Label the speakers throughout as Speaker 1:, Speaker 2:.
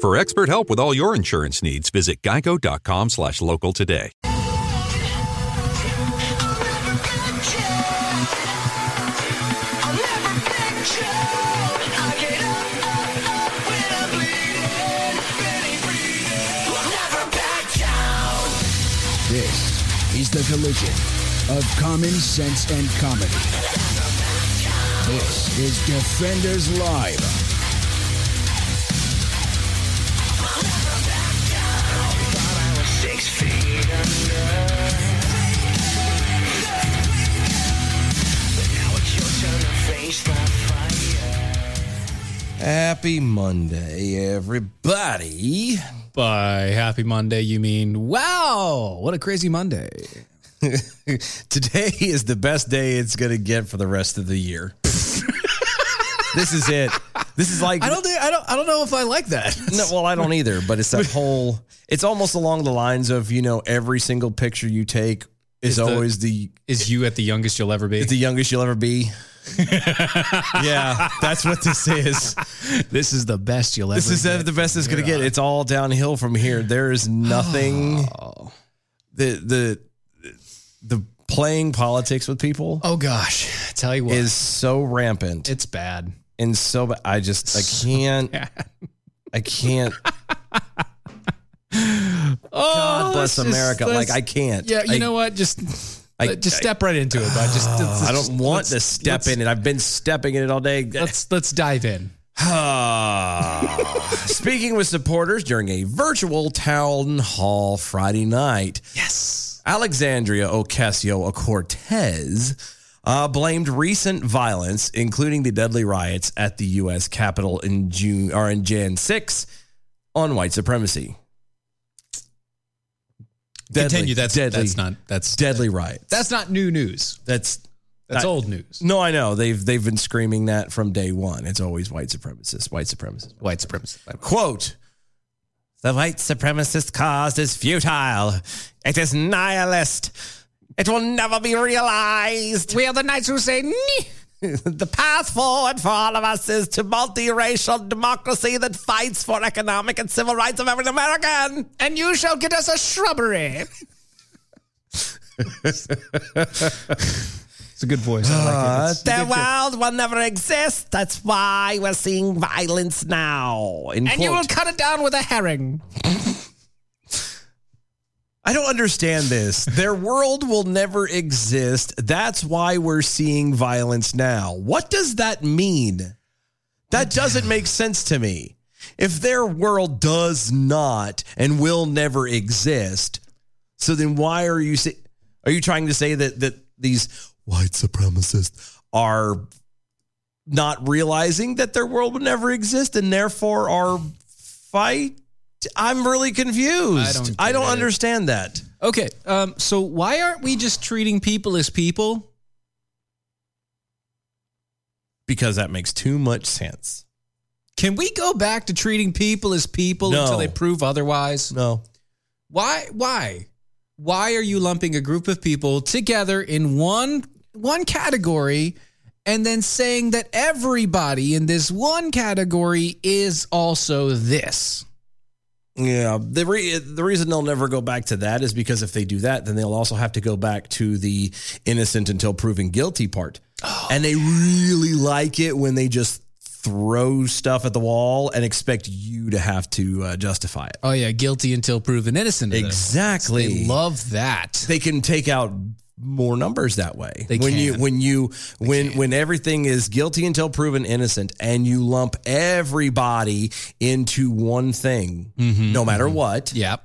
Speaker 1: For expert help with all your insurance needs, visit geico.com slash local today.
Speaker 2: This is the collision of common sense and comedy. This is Defenders Live.
Speaker 3: Happy Monday, everybody.
Speaker 4: By happy Monday, you mean, wow, what a crazy Monday.
Speaker 3: Today is the best day it's going to get for the rest of the year. this is it. This is like
Speaker 4: I don't think I don't I don't know if I like that.
Speaker 3: No, well, I don't either, but it's that whole it's almost along the lines of, you know, every single picture you take is
Speaker 4: the-
Speaker 3: always the
Speaker 4: Is you at the youngest you'll ever be?
Speaker 3: the youngest you'll ever be. yeah, that's what this is.
Speaker 4: this is the best you'll ever
Speaker 3: This is
Speaker 4: get.
Speaker 3: the best it's going to get. It's all downhill from here. There is nothing
Speaker 4: Oh.
Speaker 3: the the the playing politics with people
Speaker 4: Oh gosh. Tell you what.
Speaker 3: is so rampant
Speaker 4: it's bad.
Speaker 3: and so ba- I just I can't I can't
Speaker 4: Oh
Speaker 3: God bless
Speaker 4: that's just-
Speaker 3: America
Speaker 4: that's-
Speaker 3: like I can't
Speaker 4: Yeah, you
Speaker 3: I,
Speaker 4: know what? Just uh,
Speaker 3: I-
Speaker 4: just step right into it, bud. Just
Speaker 3: I don't want to step in it I've been stepping in it all day
Speaker 4: Let's let's dive in.
Speaker 3: Uh, speaking with supporters during a virtual town hall Friday night
Speaker 4: Yes.
Speaker 3: Alexandria Ocasio Cortez uh, blamed recent violence, including the deadly riots at the U.S. Capitol in June or in Jan 6, on white supremacy. Deadly-
Speaker 4: Continue. That's
Speaker 3: deadly,
Speaker 4: that's not that's
Speaker 3: deadly riots.
Speaker 4: that's not new news.
Speaker 3: that's
Speaker 4: That's
Speaker 3: I-
Speaker 4: old news.
Speaker 3: no, I know they've they've been screaming that from day one. It's always white supremacists, white supremacists.
Speaker 4: White supremacy.
Speaker 3: Quote The white supremacist cause is futile. It is nihilist. It will never be realized.
Speaker 4: We are the knights who say nee.
Speaker 3: the path forward for all of us is to multiracial democracy that fights for economic and civil rights of every American.
Speaker 4: and you shall get us a shrubbery. it's a good voice. I like it.
Speaker 3: The world will never exist. That's why we're seeing violence now. End quote.
Speaker 4: cut it down with a herring.
Speaker 3: I don't understand this. Their world will never exist. That's why we're seeing violence now. What does that mean? That doesn't make sense to me. If their world does not and will never exist, so then why are you say, are you trying to say that that these white supremacists are not realizing that their world would never exist and therefore are fight? I'm really confused. I don't,
Speaker 4: don't get it.
Speaker 3: understand that.
Speaker 4: Okay, um, so why aren't we just treating people as people?
Speaker 3: because that makes too much sense.
Speaker 4: Can we go back to treating people as people
Speaker 3: No.
Speaker 4: until they prove otherwise?
Speaker 3: No.
Speaker 4: Why? Why? Why are you lumping a group of people together in one one category and then saying that everybody in this one category is also this?
Speaker 3: Yeah, the re- the reason they'll never go back to that is because if they do that, then they'll also have to go back to the innocent until proven guilty part.
Speaker 4: Oh,
Speaker 3: and they really like it when they just throw stuff at the wall and expect you to have to uh, justify it.
Speaker 4: Oh yeah, guilty until proven innocent. of this.
Speaker 3: Exactly.
Speaker 4: They love that.
Speaker 3: they can take out more numbers that way.
Speaker 4: They
Speaker 3: when you
Speaker 4: can.
Speaker 3: when you when when everything is guilty until proven innocent and you lump everybody into one thing,
Speaker 4: Mm-hmm,
Speaker 3: no matter what,
Speaker 4: Yep.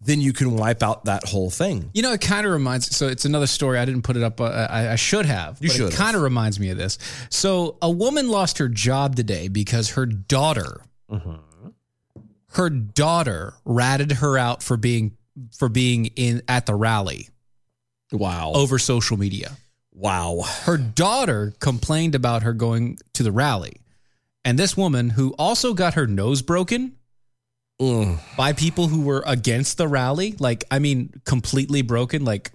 Speaker 3: then you can wipe out that whole thing.
Speaker 4: You know, it kind of reminds. So it's another story. I didn't put it up. Uh, I, I should have.
Speaker 3: You
Speaker 4: but
Speaker 3: should
Speaker 4: It
Speaker 3: have.
Speaker 4: kind of reminds me of this. So a woman lost her job today because her
Speaker 3: Mm-hmm.
Speaker 4: daughter, her daughter ratted her out for being for being in at the rally
Speaker 3: Wow.
Speaker 4: over social media.
Speaker 3: Oh, Wow.
Speaker 4: Her daughter complained about her going to the rally. And this woman who also got her nose broken
Speaker 3: Mm.
Speaker 4: by people who were against the rally, like I mean completely broken, like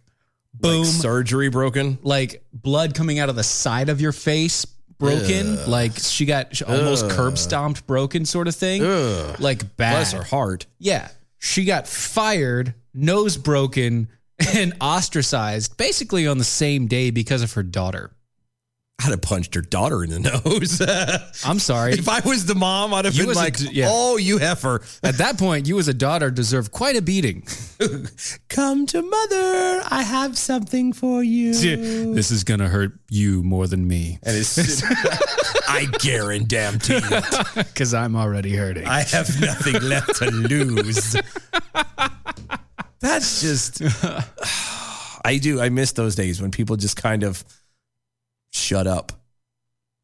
Speaker 4: boom,
Speaker 3: Like
Speaker 4: like,
Speaker 3: surgery broken.
Speaker 4: blood coming out of the side of your face broken, like she got she almost curb stomped broken sort of thing.
Speaker 3: Ugh.
Speaker 4: Like bad.
Speaker 3: Bless her heart.
Speaker 4: Yeah. She got fired, nose broken, and ostracized basically on the same day because of her daughter.
Speaker 3: I'd have punched her daughter in the nose.
Speaker 4: I'm sorry.
Speaker 3: if I was the mom, I'd have
Speaker 4: You
Speaker 3: been
Speaker 4: was a
Speaker 3: like,
Speaker 4: d- yeah.
Speaker 3: "Oh, you heifer,
Speaker 4: At that point, you as a daughter deserve quite a beating.
Speaker 3: come to mother. I have something for you."
Speaker 4: this is going to hurt you more than me
Speaker 3: And it's, I guarantee it.
Speaker 4: because I'm already hurting.
Speaker 3: I have nothing left to lose. That's just. I do. I miss those days when people just kind of shut up,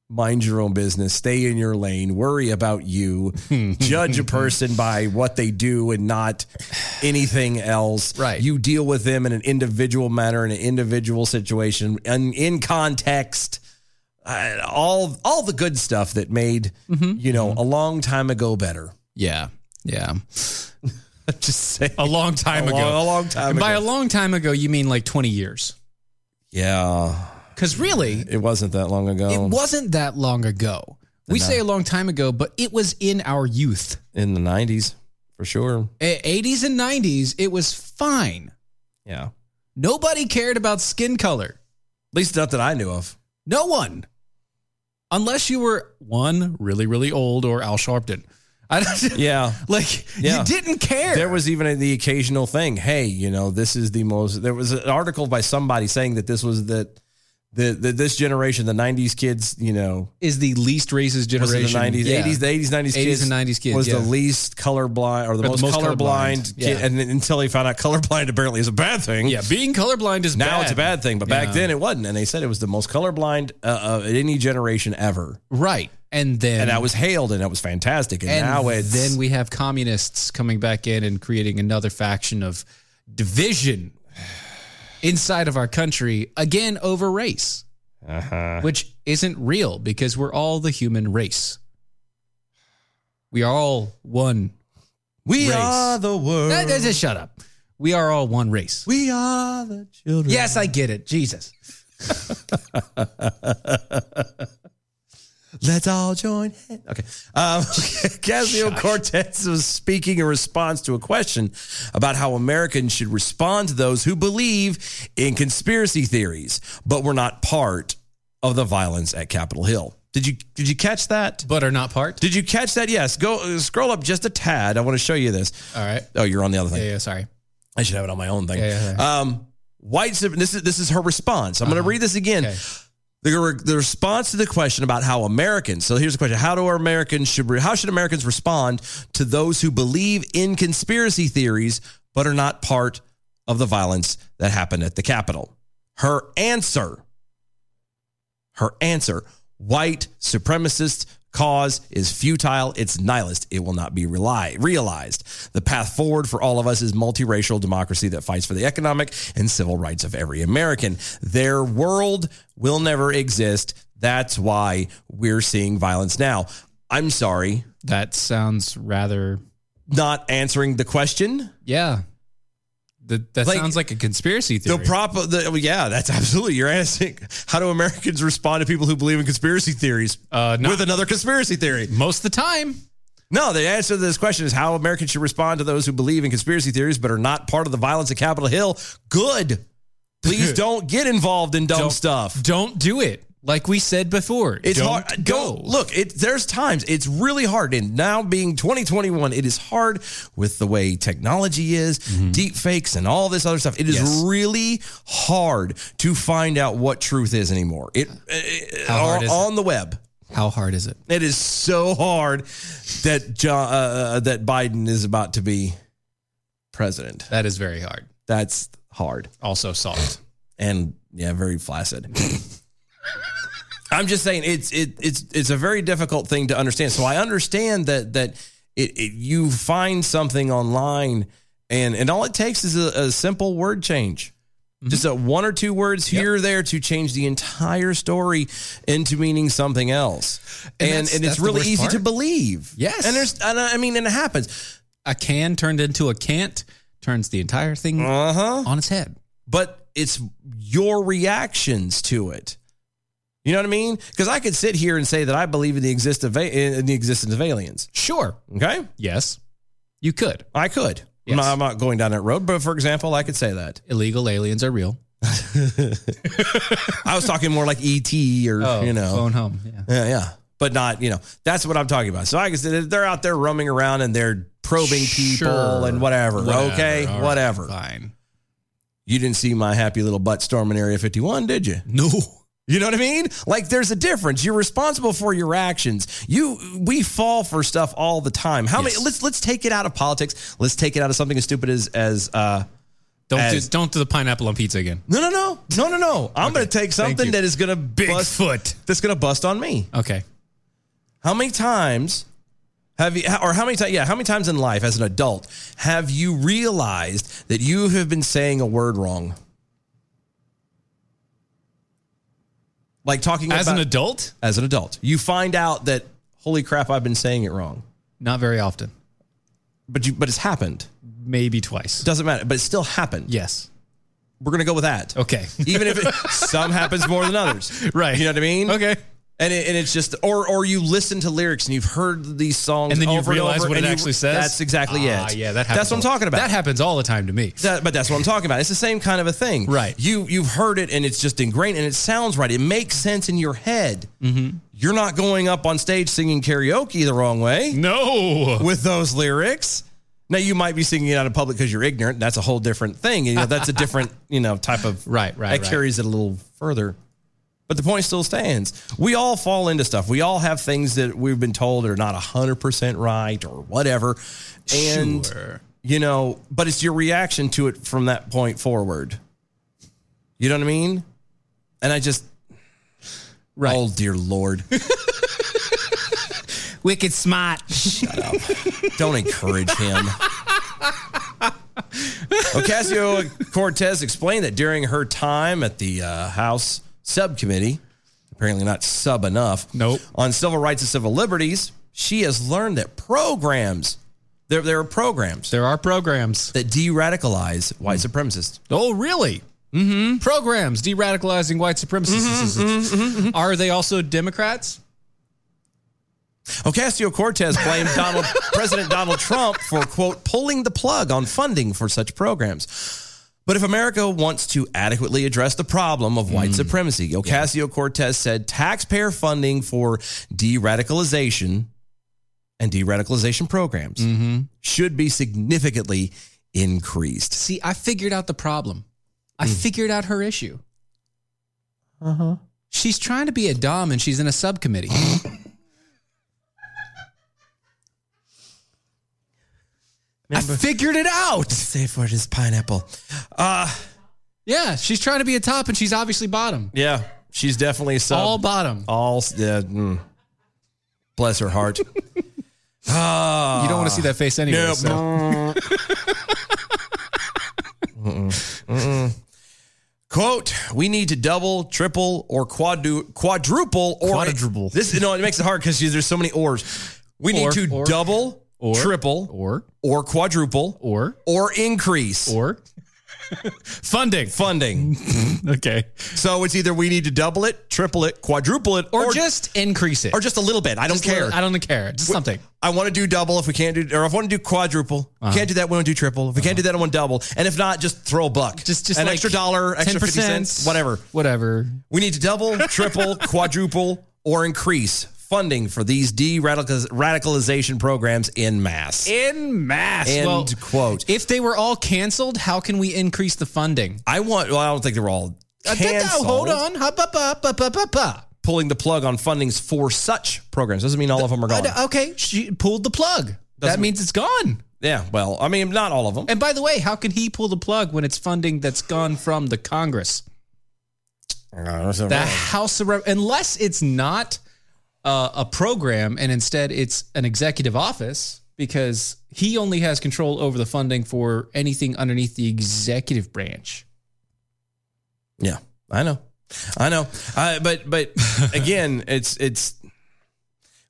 Speaker 3: mind your own business, stay in your lane, worry about you, judge a person by what they do and not anything else.
Speaker 4: Right.
Speaker 3: You deal with them in an individual manner, in an individual situation, and in context. Uh, all all the good stuff that made
Speaker 4: Mm-hmm.
Speaker 3: you know a long time ago better.
Speaker 4: yeah. Yeah.
Speaker 3: I'm just saying.
Speaker 4: A long time
Speaker 3: A
Speaker 4: ago.
Speaker 3: long- a long time
Speaker 4: and by
Speaker 3: ago.
Speaker 4: a long time ago, you mean like 20 years.
Speaker 3: Yeah,
Speaker 4: Because really,
Speaker 3: it wasn't that long ago.
Speaker 4: it wasn't that long ago. We say a long time ago, but it was in our youth.
Speaker 3: in the '90s for sure.
Speaker 4: Eh, 80s and 90s, it was fine.
Speaker 3: Yeah, at
Speaker 4: Nobody cared about skin color.
Speaker 3: least not that I knew of.
Speaker 4: No one. Unless you were one really, really old or Al Sharpton. I don't
Speaker 3: Yeah,
Speaker 4: like
Speaker 3: Yeah.
Speaker 4: you didn't care.
Speaker 3: there was even the occasional thing. Hey, you know, this is the most. There was an article by somebody saying that this was that the, the this generation, the '90s kids, you know,
Speaker 4: is the least racist
Speaker 3: was
Speaker 4: generation.
Speaker 3: it the '90s,
Speaker 4: Yeah.
Speaker 3: '80s, the '80s, '90s,
Speaker 4: 80s
Speaker 3: kids
Speaker 4: and 90s kids,
Speaker 3: was
Speaker 4: yeah.
Speaker 3: the least colorblind or the,
Speaker 4: the
Speaker 3: most,
Speaker 4: most
Speaker 3: colorblind,
Speaker 4: colorblind,
Speaker 3: kid,
Speaker 4: yeah.
Speaker 3: and then until he found out colorblind apparently is a bad thing.
Speaker 4: Yeah, being colorblind is
Speaker 3: Now
Speaker 4: bad.
Speaker 3: it's a bad thing, but back
Speaker 4: Yeah.
Speaker 3: then it wasn't, and they said it was the most colorblind uh, of any generation ever.
Speaker 4: Right. And then
Speaker 3: and that was hailed and that was fantastic. And,
Speaker 4: and
Speaker 3: now it's
Speaker 4: then we have communists coming back in and creating another faction of division inside of our country again over race.
Speaker 3: Uh-huh.
Speaker 4: Which isn't real because we're all the human race. We are all one
Speaker 3: we
Speaker 4: race.
Speaker 3: are the world.
Speaker 4: Uh, uh, just shut up. We are all one race.
Speaker 3: we are the children.
Speaker 4: Yes, I get it. Jesus.
Speaker 3: Let's all join. hands. Okay. Um, Casio Cortez was speaking in response to a question about how Americans should respond to those who believe in conspiracy theories, but were not part of the violence at Capitol Hill. Did you did you catch that?
Speaker 4: But are not part.
Speaker 3: Did you catch that? Yes. Go uh, scroll up just a tad. I want to show you this.
Speaker 4: All right.
Speaker 3: Oh, you're on the other thing.
Speaker 4: Yeah, yeah, sorry.
Speaker 3: I should have it on my own thing.
Speaker 4: Yeah, yeah, Uh-huh.
Speaker 3: Um, white. sup- This is this is her response. I'm going to read this again.
Speaker 4: Okay.
Speaker 3: The, re- the response to the question about how Americans. So here's the question: How do our Americans should re- how should Americans respond to those who believe in conspiracy theories but are not part of the violence that happened at the Capitol? Her answer. Her answer: White supremacist cause is futile. It's nihilist. It will not be rely, realized. The path forward for all of us is multiracial democracy that fights for the economic and civil rights of every American. Their world will never exist. That's why we're seeing violence now. I'm sorry,
Speaker 4: That sounds rather.
Speaker 3: not answering the question.
Speaker 4: Yeah. That, that
Speaker 3: Like-
Speaker 4: sounds like a conspiracy theory.
Speaker 3: The prop, the, well, yeah, that's absolutely. You're asking how do Americans respond to people who believe in conspiracy theories
Speaker 4: Uh, not-
Speaker 3: with another conspiracy theory?
Speaker 4: Most of the time.
Speaker 3: No, the answer to this question is how Americans should respond to those who believe in conspiracy theories but are not part of the violence at Capitol Hill. Good. Please don't get involved in dumb
Speaker 4: Don't-
Speaker 3: stuff.
Speaker 4: Don't do it. Like we said before.
Speaker 3: It's
Speaker 4: don't
Speaker 3: hard.
Speaker 4: Go.
Speaker 3: Don't look. It there's times it's really hard, and now being 2021, it is hard with the way technology is, deep fakes, and all this other stuff. It is
Speaker 4: Mm-hmm. Yes.
Speaker 3: really hard to find out what truth is anymore. It, it
Speaker 4: How hard
Speaker 3: on,
Speaker 4: is it?
Speaker 3: on the web.
Speaker 4: How hard is it?
Speaker 3: It is so hard that John, uh, uh, that Biden is about to be president.
Speaker 4: That is very hard.
Speaker 3: That's hard
Speaker 4: Also soft.
Speaker 3: and yeah, very flaccid. I'm just saying it's it it's it's a very difficult thing to understand. So I understand that that it, it you find something online and and all it takes is a, a simple word change just a one or two words here or there to change the entire story into meaning something else
Speaker 4: And
Speaker 3: and
Speaker 4: that's-
Speaker 3: and,
Speaker 4: that's
Speaker 3: it's
Speaker 4: the
Speaker 3: really
Speaker 4: worst
Speaker 3: easy to
Speaker 4: part.
Speaker 3: believe
Speaker 4: Yes.
Speaker 3: and there's and I I mean and it happens
Speaker 4: A can turned into a can't turns the entire thing
Speaker 3: uh-huh
Speaker 4: on its head.
Speaker 3: but it's your reactions to it. You know what I mean? Because I could sit here and say that I believe in the exist of a- in the existence of aliens.
Speaker 4: Sure.
Speaker 3: Okay,
Speaker 4: Yes. You could.
Speaker 3: I could.
Speaker 4: Yes.
Speaker 3: I'm, not, I'm not going down that road, but for example, I could say that.
Speaker 4: Illegal aliens are real.
Speaker 3: I was talking more like ET or you know,
Speaker 4: Oh, phone home. Yeah.
Speaker 3: yeah, yeah, but not you know. That's what I'm talking about. So I could say that they're out there roaming around and they're probing people
Speaker 4: Sure.
Speaker 3: and whatever.
Speaker 4: Whatever.
Speaker 3: Okay,
Speaker 4: All right.
Speaker 3: whatever.
Speaker 4: Fine.
Speaker 3: You didn't see my happy little butt storming Area 51, did you?
Speaker 4: No.
Speaker 3: You know what I mean? Like there's a difference. You're responsible for your actions. You we fall for stuff all the time. How
Speaker 4: Yes.
Speaker 3: many let's let's take it out of politics. Let's take it out of something as stupid as as uh
Speaker 4: Don't
Speaker 3: As-
Speaker 4: do, don't do the pineapple on pizza again.
Speaker 3: no no no. No no no. I'm gonna take something
Speaker 4: you.
Speaker 3: that is gonna bust
Speaker 4: Bigfoot.
Speaker 3: that's gonna bust on me.
Speaker 4: Okay.
Speaker 3: How many times have you, or how many times, yeah, how many times in life as an adult have you realized that you have been saying a word wrong? Like talking
Speaker 4: As
Speaker 3: about,
Speaker 4: an adult,
Speaker 3: as an adult, you find out that holy crap, I've been saying it wrong,
Speaker 4: not very often.
Speaker 3: but you, but it's happened.
Speaker 4: Maybe twice.
Speaker 3: Doesn't matter, but it still happened.
Speaker 4: Yes.
Speaker 3: We're gonna go with that.
Speaker 4: Okay.
Speaker 3: Even if it, some happens more than others,
Speaker 4: Right.
Speaker 3: You know what I mean?
Speaker 4: Okay.
Speaker 3: And, it, and it's just, or or you listen to lyrics and you've heard these songs,
Speaker 4: And then you
Speaker 3: over
Speaker 4: realize
Speaker 3: over
Speaker 4: what it
Speaker 3: and you-
Speaker 4: actually says.
Speaker 3: That's exactly
Speaker 4: Ah,
Speaker 3: it.
Speaker 4: Yeah, that happens.
Speaker 3: That's what I'm
Speaker 4: all-
Speaker 3: talking about.
Speaker 4: That happens all the time to me.
Speaker 3: That- but that's what I'm talking about. It's the same kind of a thing,
Speaker 4: Right.
Speaker 3: You you've heard it and it's just ingrained and it sounds right. It makes sense in your head.
Speaker 4: Mm-hmm.
Speaker 3: You're not going up on stage singing karaoke the wrong way
Speaker 4: No.
Speaker 3: with those lyrics. Now you might be singing it out of public because you're ignorant. That's a whole different thing. You know, that's a different you know type of
Speaker 4: Right, right,
Speaker 3: That
Speaker 4: right.
Speaker 3: carries it a little further. But the point still stands. We all fall into stuff. We all have things that we've been told are not hundred percent right or whatever. And
Speaker 4: Sure.
Speaker 3: you know, but it's your reaction to it from that point forward. You know what I mean? And I just,
Speaker 4: Right.
Speaker 3: oh dear lord,
Speaker 4: Wicked smart.
Speaker 3: don't encourage him. Ocasio Cortez explained that during her time at the uh, House subcommittee, apparently not sub enough,
Speaker 4: Nope.
Speaker 3: on civil rights and civil liberties, she has learned that programs, there, there are programs
Speaker 4: There are programs.
Speaker 3: that de radicalize white supremacists.
Speaker 4: Oh, really? Mm-hmm. Programs de-radicalizing white supremacists.
Speaker 3: Mm-hmm,
Speaker 4: Are they also Democrats?
Speaker 3: Ocasio Cortez blamed Donald, President Donald Trump for, quote, pulling the plug on funding for such programs. But if America wants to adequately address the problem of white supremacy, Ocasio Cortez said taxpayer funding for de radicalization and de radicalization programs should be significantly increased.
Speaker 4: See, I figured out the problem. I
Speaker 3: Mm.
Speaker 4: figured out her issue. Uh huh. She's trying to be a dom and she's in a subcommittee. I figured it out.
Speaker 3: Safe word is pineapple.
Speaker 4: Yeah, she's trying to be a top and she's obviously bottom.
Speaker 3: Yeah, she's definitely sub.
Speaker 4: All bottom.
Speaker 3: all yeah, mm. bless her heart.
Speaker 4: you don't want to see that face anyway.
Speaker 3: Nope.
Speaker 4: so.
Speaker 3: Quote, we need to double, triple, or quadru- quadruple or
Speaker 4: Quadruple.
Speaker 3: This no, it makes it hard because there's so many ors. We
Speaker 4: Or,
Speaker 3: need to
Speaker 4: or,
Speaker 3: double,
Speaker 4: or,
Speaker 3: triple, or,
Speaker 4: Or
Speaker 3: quadruple, or,
Speaker 4: or
Speaker 3: increase
Speaker 4: or funding.
Speaker 3: funding.
Speaker 4: Okay.
Speaker 3: so it's either we need to double it, triple it, quadruple it,
Speaker 4: Or, just increase it.
Speaker 3: or just a little bit. I don't
Speaker 4: Just a
Speaker 3: care.
Speaker 4: little- I don't care. Just something.
Speaker 3: I want to do double if we can't do, or if I want to do quadruple,
Speaker 4: Uh-huh.
Speaker 3: can't do that. We want to do triple. If we can't do that, I want double. And if not, just throw a buck,
Speaker 4: Just just
Speaker 3: an
Speaker 4: like
Speaker 3: extra dollar, extra fifty
Speaker 4: 10%,
Speaker 3: cents, whatever.
Speaker 4: Whatever.
Speaker 3: We need to double, triple, quadruple, or increase funding for these de-radicalization programs in mass.
Speaker 4: In mass.
Speaker 3: End quote.
Speaker 4: If they were all canceled, how can we increase the funding? Uh,
Speaker 3: I want. Well, I don't think they're all canceled.
Speaker 4: oh, Hold on. Hup, up, up, up, up, up, up.
Speaker 3: Pulling the plug on fundings for such programs doesn't mean all of them
Speaker 4: Uh,
Speaker 3: are gone.
Speaker 4: Okay, she pulled the plug. that
Speaker 3: Doesn't-
Speaker 4: means it's gone.
Speaker 3: Yeah. Well, I mean, not all of them.
Speaker 4: And by the way, how can he pull the plug when it's funding that's gone from the Congress? The House of Rep, unless it's not uh, a program and instead it's an executive office, because he only has control over the funding for anything underneath the executive branch.
Speaker 3: Yeah, I know, I know. Uh, but but again, it's it's.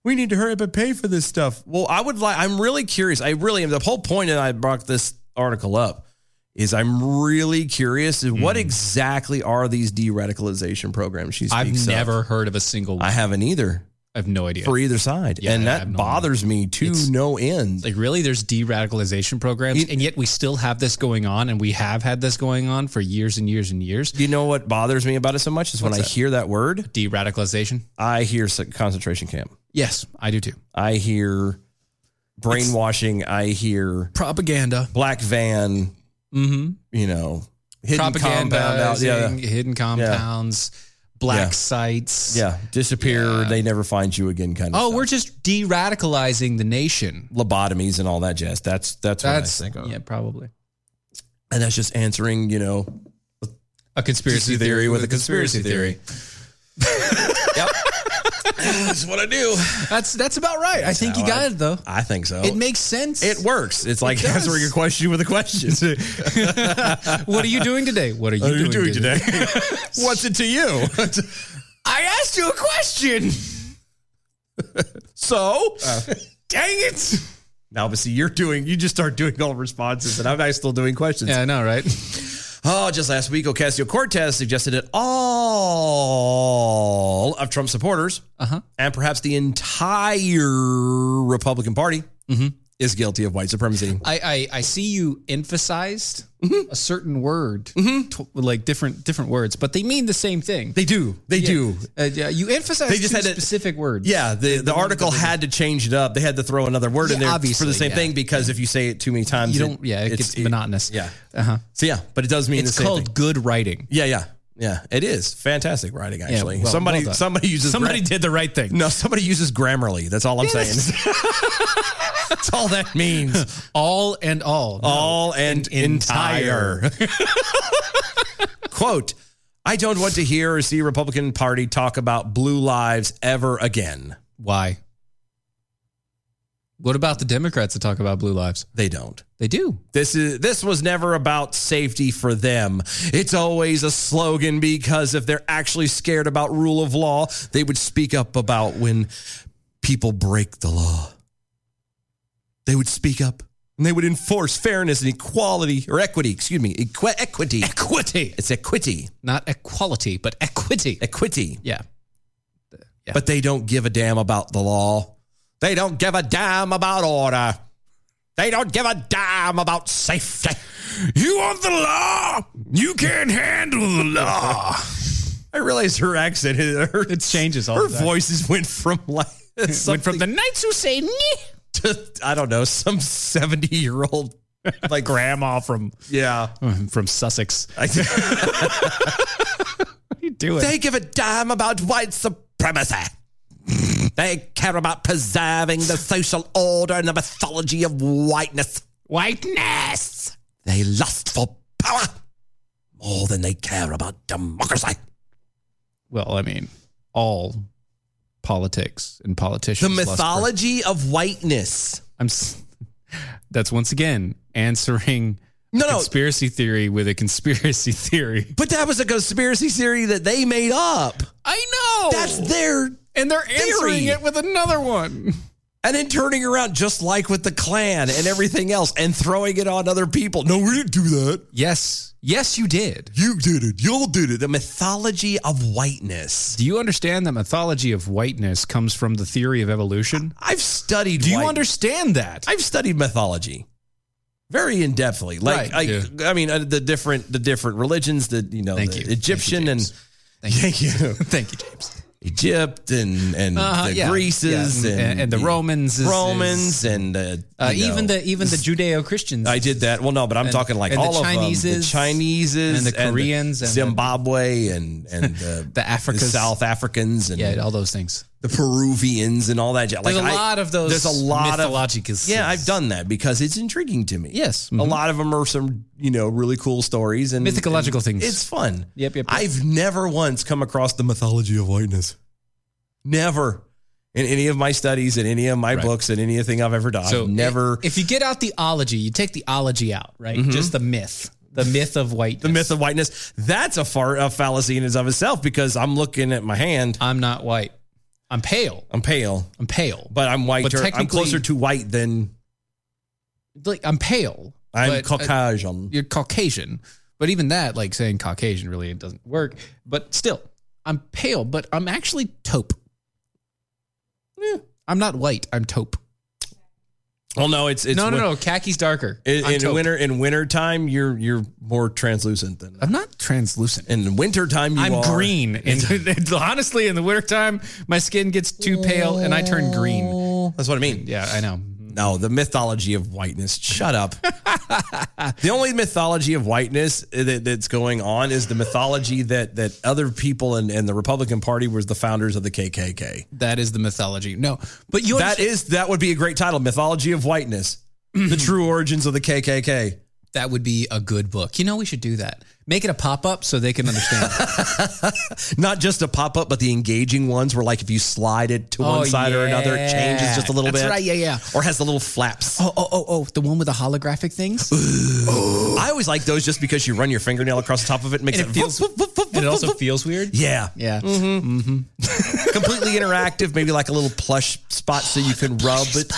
Speaker 3: We need to hurry up and pay for this stuff. Well, I would like. I'm really curious. I really am. The whole point that I brought this article up is I'm really curious. Is
Speaker 4: Hmm.
Speaker 3: what exactly are these de-radicalization programs? She's
Speaker 4: I've never heard of a single one.
Speaker 3: I
Speaker 4: I
Speaker 3: haven't either
Speaker 4: have no idea.
Speaker 3: for either side,
Speaker 4: Yeah,
Speaker 3: and
Speaker 4: I
Speaker 3: that
Speaker 4: have no
Speaker 3: bothers me to
Speaker 4: It's-
Speaker 3: no end.
Speaker 4: Like really, there's de-radicalization programs,
Speaker 3: You-
Speaker 4: and yet we still have this going on, and we have had this going on for years and years and years.
Speaker 3: Do you know what bothers me about it so much is when I
Speaker 4: What's that?
Speaker 3: hear that word,
Speaker 4: De-radicalization.
Speaker 3: I hear s- concentration camp.
Speaker 4: Yes, I do too.
Speaker 3: I hear brainwashing. I hear
Speaker 4: Propaganda.
Speaker 3: black van.
Speaker 4: Mm-hmm.
Speaker 3: You know, hidden
Speaker 4: Propaganda.
Speaker 3: compound out. Yeah,
Speaker 4: Hidden compounds. Black
Speaker 3: Yeah.
Speaker 4: sites.
Speaker 3: yeah, disappear.
Speaker 4: Yeah.
Speaker 3: They never find you again. Kind of.
Speaker 4: Oh,
Speaker 3: stuff.
Speaker 4: we're just de-radicalizing the nation.
Speaker 3: lobotomies and all that jazz. That's that's,
Speaker 4: That's
Speaker 3: what I think of.
Speaker 4: yeah, probably
Speaker 3: And that's just answering. You know,
Speaker 4: a conspiracy
Speaker 3: theory
Speaker 4: theory
Speaker 3: with a
Speaker 4: with
Speaker 3: conspiracy yep. that's what I do.
Speaker 4: That's that's about right. I think you
Speaker 3: how
Speaker 4: got
Speaker 3: I-
Speaker 4: it though.
Speaker 3: I think so.
Speaker 4: It makes sense.
Speaker 3: it works. It's like
Speaker 4: does.
Speaker 3: answering a question with a question.
Speaker 4: What are you doing today? What are you, doing, today?
Speaker 3: What's it to you?
Speaker 4: I asked you a question.
Speaker 3: so, dang it. Uh. Now, but see, you're doing, you just start doing all responses, and I'm now still doing questions.
Speaker 4: Yeah, I know, right?
Speaker 3: Oh, just last week, Ocasio Cortez suggested that all of Trump supporters
Speaker 4: Uh-huh.
Speaker 3: and perhaps the entire Republican Party
Speaker 4: Mm-hmm.
Speaker 3: is guilty of white supremacy.
Speaker 4: I, I I see you emphasized a certain word, tw- like different different words, but Mm-hmm. they mean the same thing.
Speaker 3: They do. They do.
Speaker 4: Uh, yeah, you emphasize
Speaker 3: They just
Speaker 4: two
Speaker 3: had to-
Speaker 4: specific words.
Speaker 3: Yeah, the, the article had to change it up. They had to throw another word in
Speaker 4: Yeah,
Speaker 3: there for
Speaker 4: obviously,
Speaker 3: the same
Speaker 4: yeah.
Speaker 3: thing because if you say it too many times,
Speaker 4: you don't. Yeah, it
Speaker 3: it's-
Speaker 4: gets monotonous.
Speaker 3: Yeah.
Speaker 4: uh huh.
Speaker 3: So yeah, but it does mean
Speaker 4: It's
Speaker 3: the same
Speaker 4: called
Speaker 3: thing.
Speaker 4: good writing.
Speaker 3: Yeah, yeah, yeah. It is fantastic writing. Actually,
Speaker 4: well-
Speaker 3: somebody
Speaker 4: well done.
Speaker 3: somebody uses
Speaker 4: Somebody
Speaker 3: Gra-
Speaker 4: did the right thing.
Speaker 3: no somebody uses Grammarly. That's all I'm saying. That's all that means.
Speaker 4: All and all. No.
Speaker 3: All and
Speaker 4: en-
Speaker 3: entire.
Speaker 4: entire.
Speaker 3: Quote. I don't want to hear or see Republican Party talk about blue lives ever again.
Speaker 4: Why? What about the Democrats that talk about blue lives?
Speaker 3: They don't.
Speaker 4: They do.
Speaker 3: This is this was never about safety for them. It's always a slogan because if they're actually scared about rule of law, they would speak up about when people break the law. They would speak up and they would enforce fairness and equality or equity, excuse me, equi- equity.
Speaker 4: Equity.
Speaker 3: It's equity.
Speaker 4: Not equality, but equity.
Speaker 3: Equity.
Speaker 4: Yeah. Yeah.
Speaker 3: But they don't give a damn about the law. They don't give a damn about order. They don't give a damn about safety. You want the law? You can't handle the law. I realized her accent, her,
Speaker 4: It changes all
Speaker 3: her
Speaker 4: the time.
Speaker 3: voices went from like
Speaker 4: Went from the knights who say "Nyeh."
Speaker 3: to, I don't know some seventy year old like
Speaker 4: grandma from
Speaker 3: yeah.
Speaker 4: from Sussex.
Speaker 3: I-
Speaker 4: What are you doing?
Speaker 3: they give a damn about white supremacy. They care about preserving the social order and the mythology of whiteness.
Speaker 4: Whiteness.
Speaker 3: They lust for power more than they care about democracy.
Speaker 4: Well, I mean, all politics and
Speaker 3: The
Speaker 4: politicians. lust for-
Speaker 3: mythology of whiteness.
Speaker 4: I'm. s- That's once again answering
Speaker 3: No, no,
Speaker 4: conspiracy theory with a conspiracy theory.
Speaker 3: but that was a conspiracy theory that they made up.
Speaker 4: I know.
Speaker 3: That's their.
Speaker 4: and they're
Speaker 3: theory.
Speaker 4: answering it with another one.
Speaker 3: And then turning around just like with the Klan and everything else and throwing it on other people. No, we didn't do that.
Speaker 4: Yes. Yes, you did.
Speaker 3: You did it. Y'all did it. The mythology of whiteness.
Speaker 4: Do you understand that mythology of whiteness comes from the theory of evolution?
Speaker 3: I've studied.
Speaker 4: Do you
Speaker 3: whiteness.
Speaker 4: understand that?
Speaker 3: I've studied mythology very in depthly. Like
Speaker 4: Right,
Speaker 3: I,
Speaker 4: yeah.
Speaker 3: I mean, uh, the different the different religions. The you know,
Speaker 4: Thank
Speaker 3: the
Speaker 4: you.
Speaker 3: Egyptian
Speaker 4: Thank you,
Speaker 3: and
Speaker 4: James.
Speaker 3: thank you,
Speaker 4: Thank you, James.
Speaker 3: Egypt and and
Speaker 4: Uh-huh,
Speaker 3: the
Speaker 4: yeah,
Speaker 3: Greces
Speaker 4: yeah,
Speaker 3: And,
Speaker 4: and- and the Romans is-
Speaker 3: Romans and uh,
Speaker 4: Uh,
Speaker 3: you
Speaker 4: even
Speaker 3: know,
Speaker 4: the even the Judeo Christians.
Speaker 3: I did that. Well, no, but I'm
Speaker 4: and-
Speaker 3: talking like
Speaker 4: and the
Speaker 3: all of them. The
Speaker 4: Chineses
Speaker 3: Chineses
Speaker 4: and the Koreans and the-
Speaker 3: Zimbabwe and and the,
Speaker 4: The Africas.
Speaker 3: South Africans and
Speaker 4: Yeah, all those things.
Speaker 3: the Peruvians and all that. Like
Speaker 4: There's a
Speaker 3: I-
Speaker 4: lot of those.
Speaker 3: There's a lot of
Speaker 4: mythological.
Speaker 3: yeah, I've done that because it's intriguing to me.
Speaker 4: Yes.
Speaker 3: a
Speaker 4: Mhm.
Speaker 3: lot of them are some you know really cool stories and
Speaker 4: Mythological
Speaker 3: and
Speaker 4: things.
Speaker 3: It's fun.
Speaker 4: Yep, yep, yep.
Speaker 3: I've never once come across the mythology of whiteness. Never. in any of my studies, in any of my books, in anything I've ever done. I've never Mm-hmm.
Speaker 4: If you get out the ology, you take the ology out, right? Just the myth, the myth of white.
Speaker 3: the myth of whiteness. That's a, far, a fallacy in and of itself because I'm looking at my hand.
Speaker 4: I'm not white. I'm pale.
Speaker 3: I'm pale,
Speaker 4: I'm pale.
Speaker 3: but I'm white.
Speaker 4: But
Speaker 3: or- I'm
Speaker 4: technically-
Speaker 3: closer to white than
Speaker 4: like I'm pale.
Speaker 3: I'm
Speaker 4: but, uh,
Speaker 3: Caucasian.
Speaker 4: you're Caucasian. But even that, like saying Caucasian, really it doesn't work. But still, I'm pale, but I'm actually taupe. Yeah. I'm not white. I'm taupe.
Speaker 3: well, no, it's it's
Speaker 4: no, no,
Speaker 3: win-
Speaker 4: no. Khaki's darker.
Speaker 3: In,
Speaker 4: I'm
Speaker 3: in
Speaker 4: taupe.
Speaker 3: winter, in winter time, you're you're more translucent than
Speaker 4: I'm not translucent.
Speaker 3: in winter time. You
Speaker 4: I'm
Speaker 3: are-
Speaker 4: green. And and honestly, in the wintertime, my skin gets too pale and I turn green.
Speaker 3: That's what I mean.
Speaker 4: Yeah, I know.
Speaker 3: No, the mythology of whiteness. Shut up. the only mythology of whiteness that, that's going on is the mythology that that other people and, and the Republican Party was the founders of the KKK.
Speaker 4: That is the mythology. No, but you
Speaker 3: That
Speaker 4: understand-
Speaker 3: is that would be a great title, mythology of whiteness, the true origins of the KKK.
Speaker 4: that would be a good book. You know, we should do that. Make it a pop up so they can understand.
Speaker 3: Not just a pop up, but the engaging ones where like if you slide it to one
Speaker 4: Oh,
Speaker 3: side or another, it
Speaker 4: yeah.
Speaker 3: changes just a little
Speaker 4: That's
Speaker 3: bit.
Speaker 4: right, yeah, yeah.
Speaker 3: Or has the little flaps.
Speaker 4: Oh, oh, oh, oh, the one with the holographic things.
Speaker 3: I always like those just because you run your fingernail across the top of it and makes
Speaker 4: And
Speaker 3: it,
Speaker 4: it feels-
Speaker 3: whoop, whoop, whoop,
Speaker 4: it
Speaker 3: whoop,
Speaker 4: also
Speaker 3: whoop.
Speaker 4: feels weird.
Speaker 3: yeah.
Speaker 4: Yeah.
Speaker 3: completely interactive, maybe like a little plush spot so you can rub it.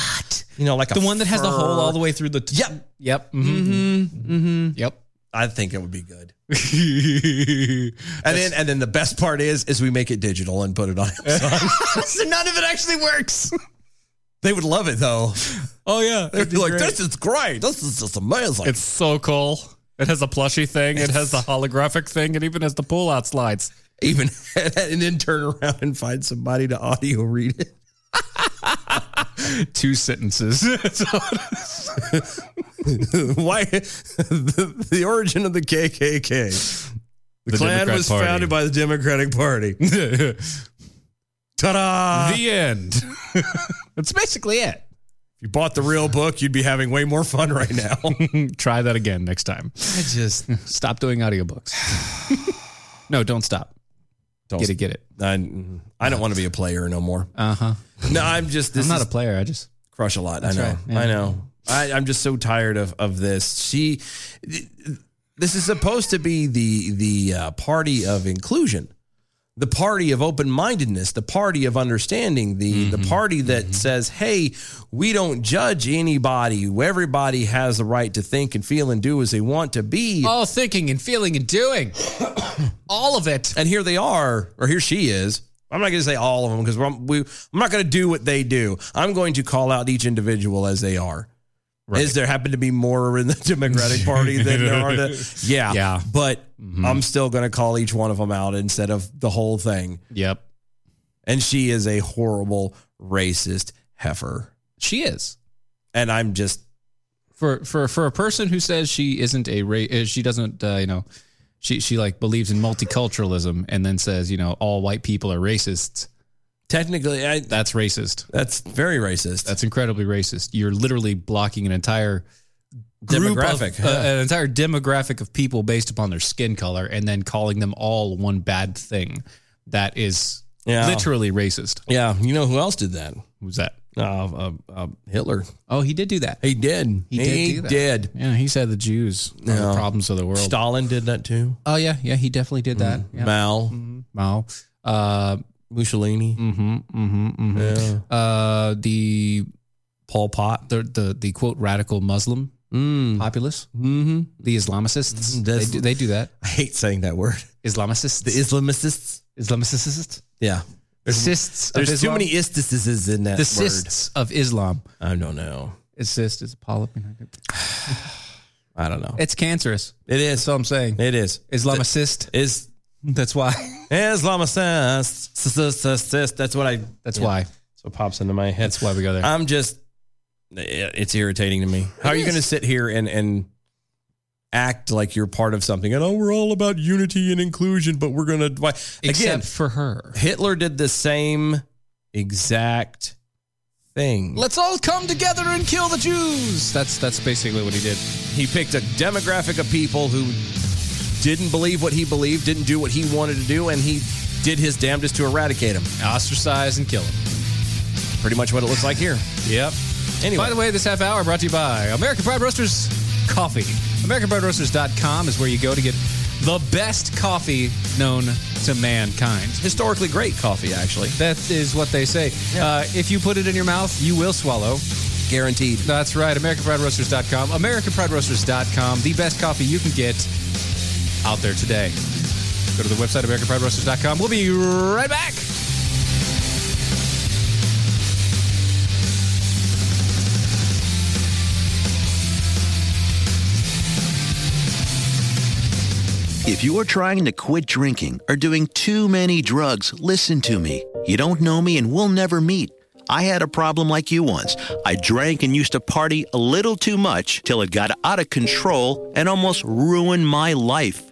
Speaker 3: You know, like
Speaker 4: The one that has the hole all the way through the. T-
Speaker 3: Yep.
Speaker 4: Yep. Mm-hmm. Mm-hmm. Yep.
Speaker 3: I think it would be good.
Speaker 4: mm-hmm.
Speaker 3: and then and then the best part is is we make it digital and put it on Amazon.
Speaker 4: so none of it actually works.
Speaker 3: they would love it though.
Speaker 4: Oh yeah,
Speaker 3: They'd be like, this is great. This is just amazing.
Speaker 5: It's so cool. It has a plushy thing. It has the holographic thing. It even has the pull-out slides.
Speaker 3: Even and then turn around and find somebody to audio read it.
Speaker 5: Two sentences.
Speaker 3: Why the, the origin of the KKK. The, Klan
Speaker 5: Democrat
Speaker 3: was
Speaker 5: Party.
Speaker 3: founded by the Democratic Party. Ta-da!
Speaker 5: the end.
Speaker 4: that's basically it.
Speaker 3: If you bought the real book, you'd be having way more fun right now.
Speaker 5: Try that again next time.
Speaker 4: I just stop doing audiobooks. no, don't stop.
Speaker 3: Don't-
Speaker 4: Get it, get it.
Speaker 3: I, I don't want to be a player no more.
Speaker 4: Uh huh.
Speaker 3: No, I'm just this
Speaker 4: I'm not
Speaker 3: is
Speaker 4: a player. I just
Speaker 3: crush a lot. I know.
Speaker 4: right, yeah.
Speaker 3: I know. I, I'm just so tired of of this. She, this is supposed to be the the uh, party of inclusion, the party of open mindedness, the party of understanding, the
Speaker 4: Mm-hmm.
Speaker 3: the party that says, "Hey, we don't judge anybody. Everybody has the right to think and feel and do as they want to be."
Speaker 4: all thinking and feeling and doing all of it.
Speaker 3: and here they are, or here she is. I'm not going to say all of them because we, I'm not going to do what they do. I'm going to call out each individual as they are. Is there happen to be more in the Democratic Party than there are? The, yeah,
Speaker 5: Yeah.
Speaker 3: But I'm still going to call each one of them out instead of the whole thing.
Speaker 5: Yep.
Speaker 3: And she is a horrible racist heifer.
Speaker 4: She is
Speaker 3: And I'm just
Speaker 4: for for for a person who says she isn't a ra- uh, she doesn't uh, you know she she like believes in multiculturalism and then says you know all white people are racists.
Speaker 3: technically, I,
Speaker 4: That's racist.
Speaker 3: that's very racist.
Speaker 4: That's incredibly racist. You're literally blocking an entire group of-
Speaker 3: Demographic,
Speaker 4: uh, an entire demographic of people based upon their skin color, and then calling them all one bad thing. That is
Speaker 3: Yeah.
Speaker 4: literally racist.
Speaker 3: yeah. You know who else did that?
Speaker 4: Who's that?
Speaker 3: Uh, uh, uh, Hitler.
Speaker 4: Oh, he did do that.
Speaker 3: He did.
Speaker 4: He did do that.
Speaker 3: did.
Speaker 4: Yeah, he said the Jews are
Speaker 3: Yeah.
Speaker 4: the problems of the world.
Speaker 3: Stalin did that too.
Speaker 4: Oh yeah, yeah, he definitely did that.
Speaker 3: Mm-hmm.
Speaker 4: Yeah.
Speaker 3: Mao,
Speaker 4: Mao. Uh,
Speaker 3: Mussolini,
Speaker 4: mhm, mhm, mhm.
Speaker 3: yeah.
Speaker 4: Uh, the
Speaker 3: Pol Pot.
Speaker 4: the the the quote radical Muslim
Speaker 3: Mm.
Speaker 4: populace,
Speaker 3: Mm-hmm.
Speaker 4: the Islamicists. They
Speaker 3: That's-
Speaker 4: do, they do that.
Speaker 3: I hate saying that word.
Speaker 4: Islamicists.
Speaker 3: The Islamicists.
Speaker 4: Islamicists.
Speaker 3: Yeah.
Speaker 4: Cists.
Speaker 3: There's
Speaker 4: of
Speaker 3: too
Speaker 4: Islam.
Speaker 3: many istises in that
Speaker 4: The
Speaker 3: word.
Speaker 4: cists of Islam.
Speaker 3: I don't know.
Speaker 4: It's cyst. It's a polyp.
Speaker 3: I don't know.
Speaker 4: It's cancerous.
Speaker 3: It is.
Speaker 4: That's all I'm saying.
Speaker 3: It is.
Speaker 4: Islamicist.
Speaker 3: Is
Speaker 4: That's why.
Speaker 3: Islamicists. That's what I.
Speaker 4: That's
Speaker 3: Yeah.
Speaker 4: why.
Speaker 3: That's what pops into my head.
Speaker 4: That's why we go there.
Speaker 3: I'm just. it- It's irritating to me. How are you going to sit here and and act like you're part of something? And oh, we're all about unity and inclusion, but we're going to why again?
Speaker 4: Except for her.
Speaker 3: Hitler did the same exact thing.
Speaker 4: Let's all come together and kill the Jews. That's that's basically what he did.
Speaker 3: he picked a demographic of people who didn't believe what he believed, didn't do what he wanted to do, and he did his damnedest to eradicate them.
Speaker 4: Ostracize and kill him.
Speaker 3: Pretty much what it looks like here.
Speaker 5: Yep.
Speaker 3: Anyway.
Speaker 4: By the way, this half hour brought to you by American Pride Roasters Coffee. AmericanPrideRoasters.com is where you go to get the best coffee known to mankind.
Speaker 3: historically great coffee, actually.
Speaker 4: That is what they say. Uh, if you put it in your mouth, you will swallow.
Speaker 3: Guaranteed.
Speaker 4: That's right. AmericanPrideRoasters.com. AmericanPrideRoasters.com. The best coffee you can get out there today. Go to the website, AmericanPrideRoasters.com. We'll be right back.
Speaker 6: If you're trying to quit drinking or doing too many drugs, listen to me. You don't know me and we'll never meet. I had a problem like you once. I drank and used to party a little too much till it got out of control and almost ruined my life.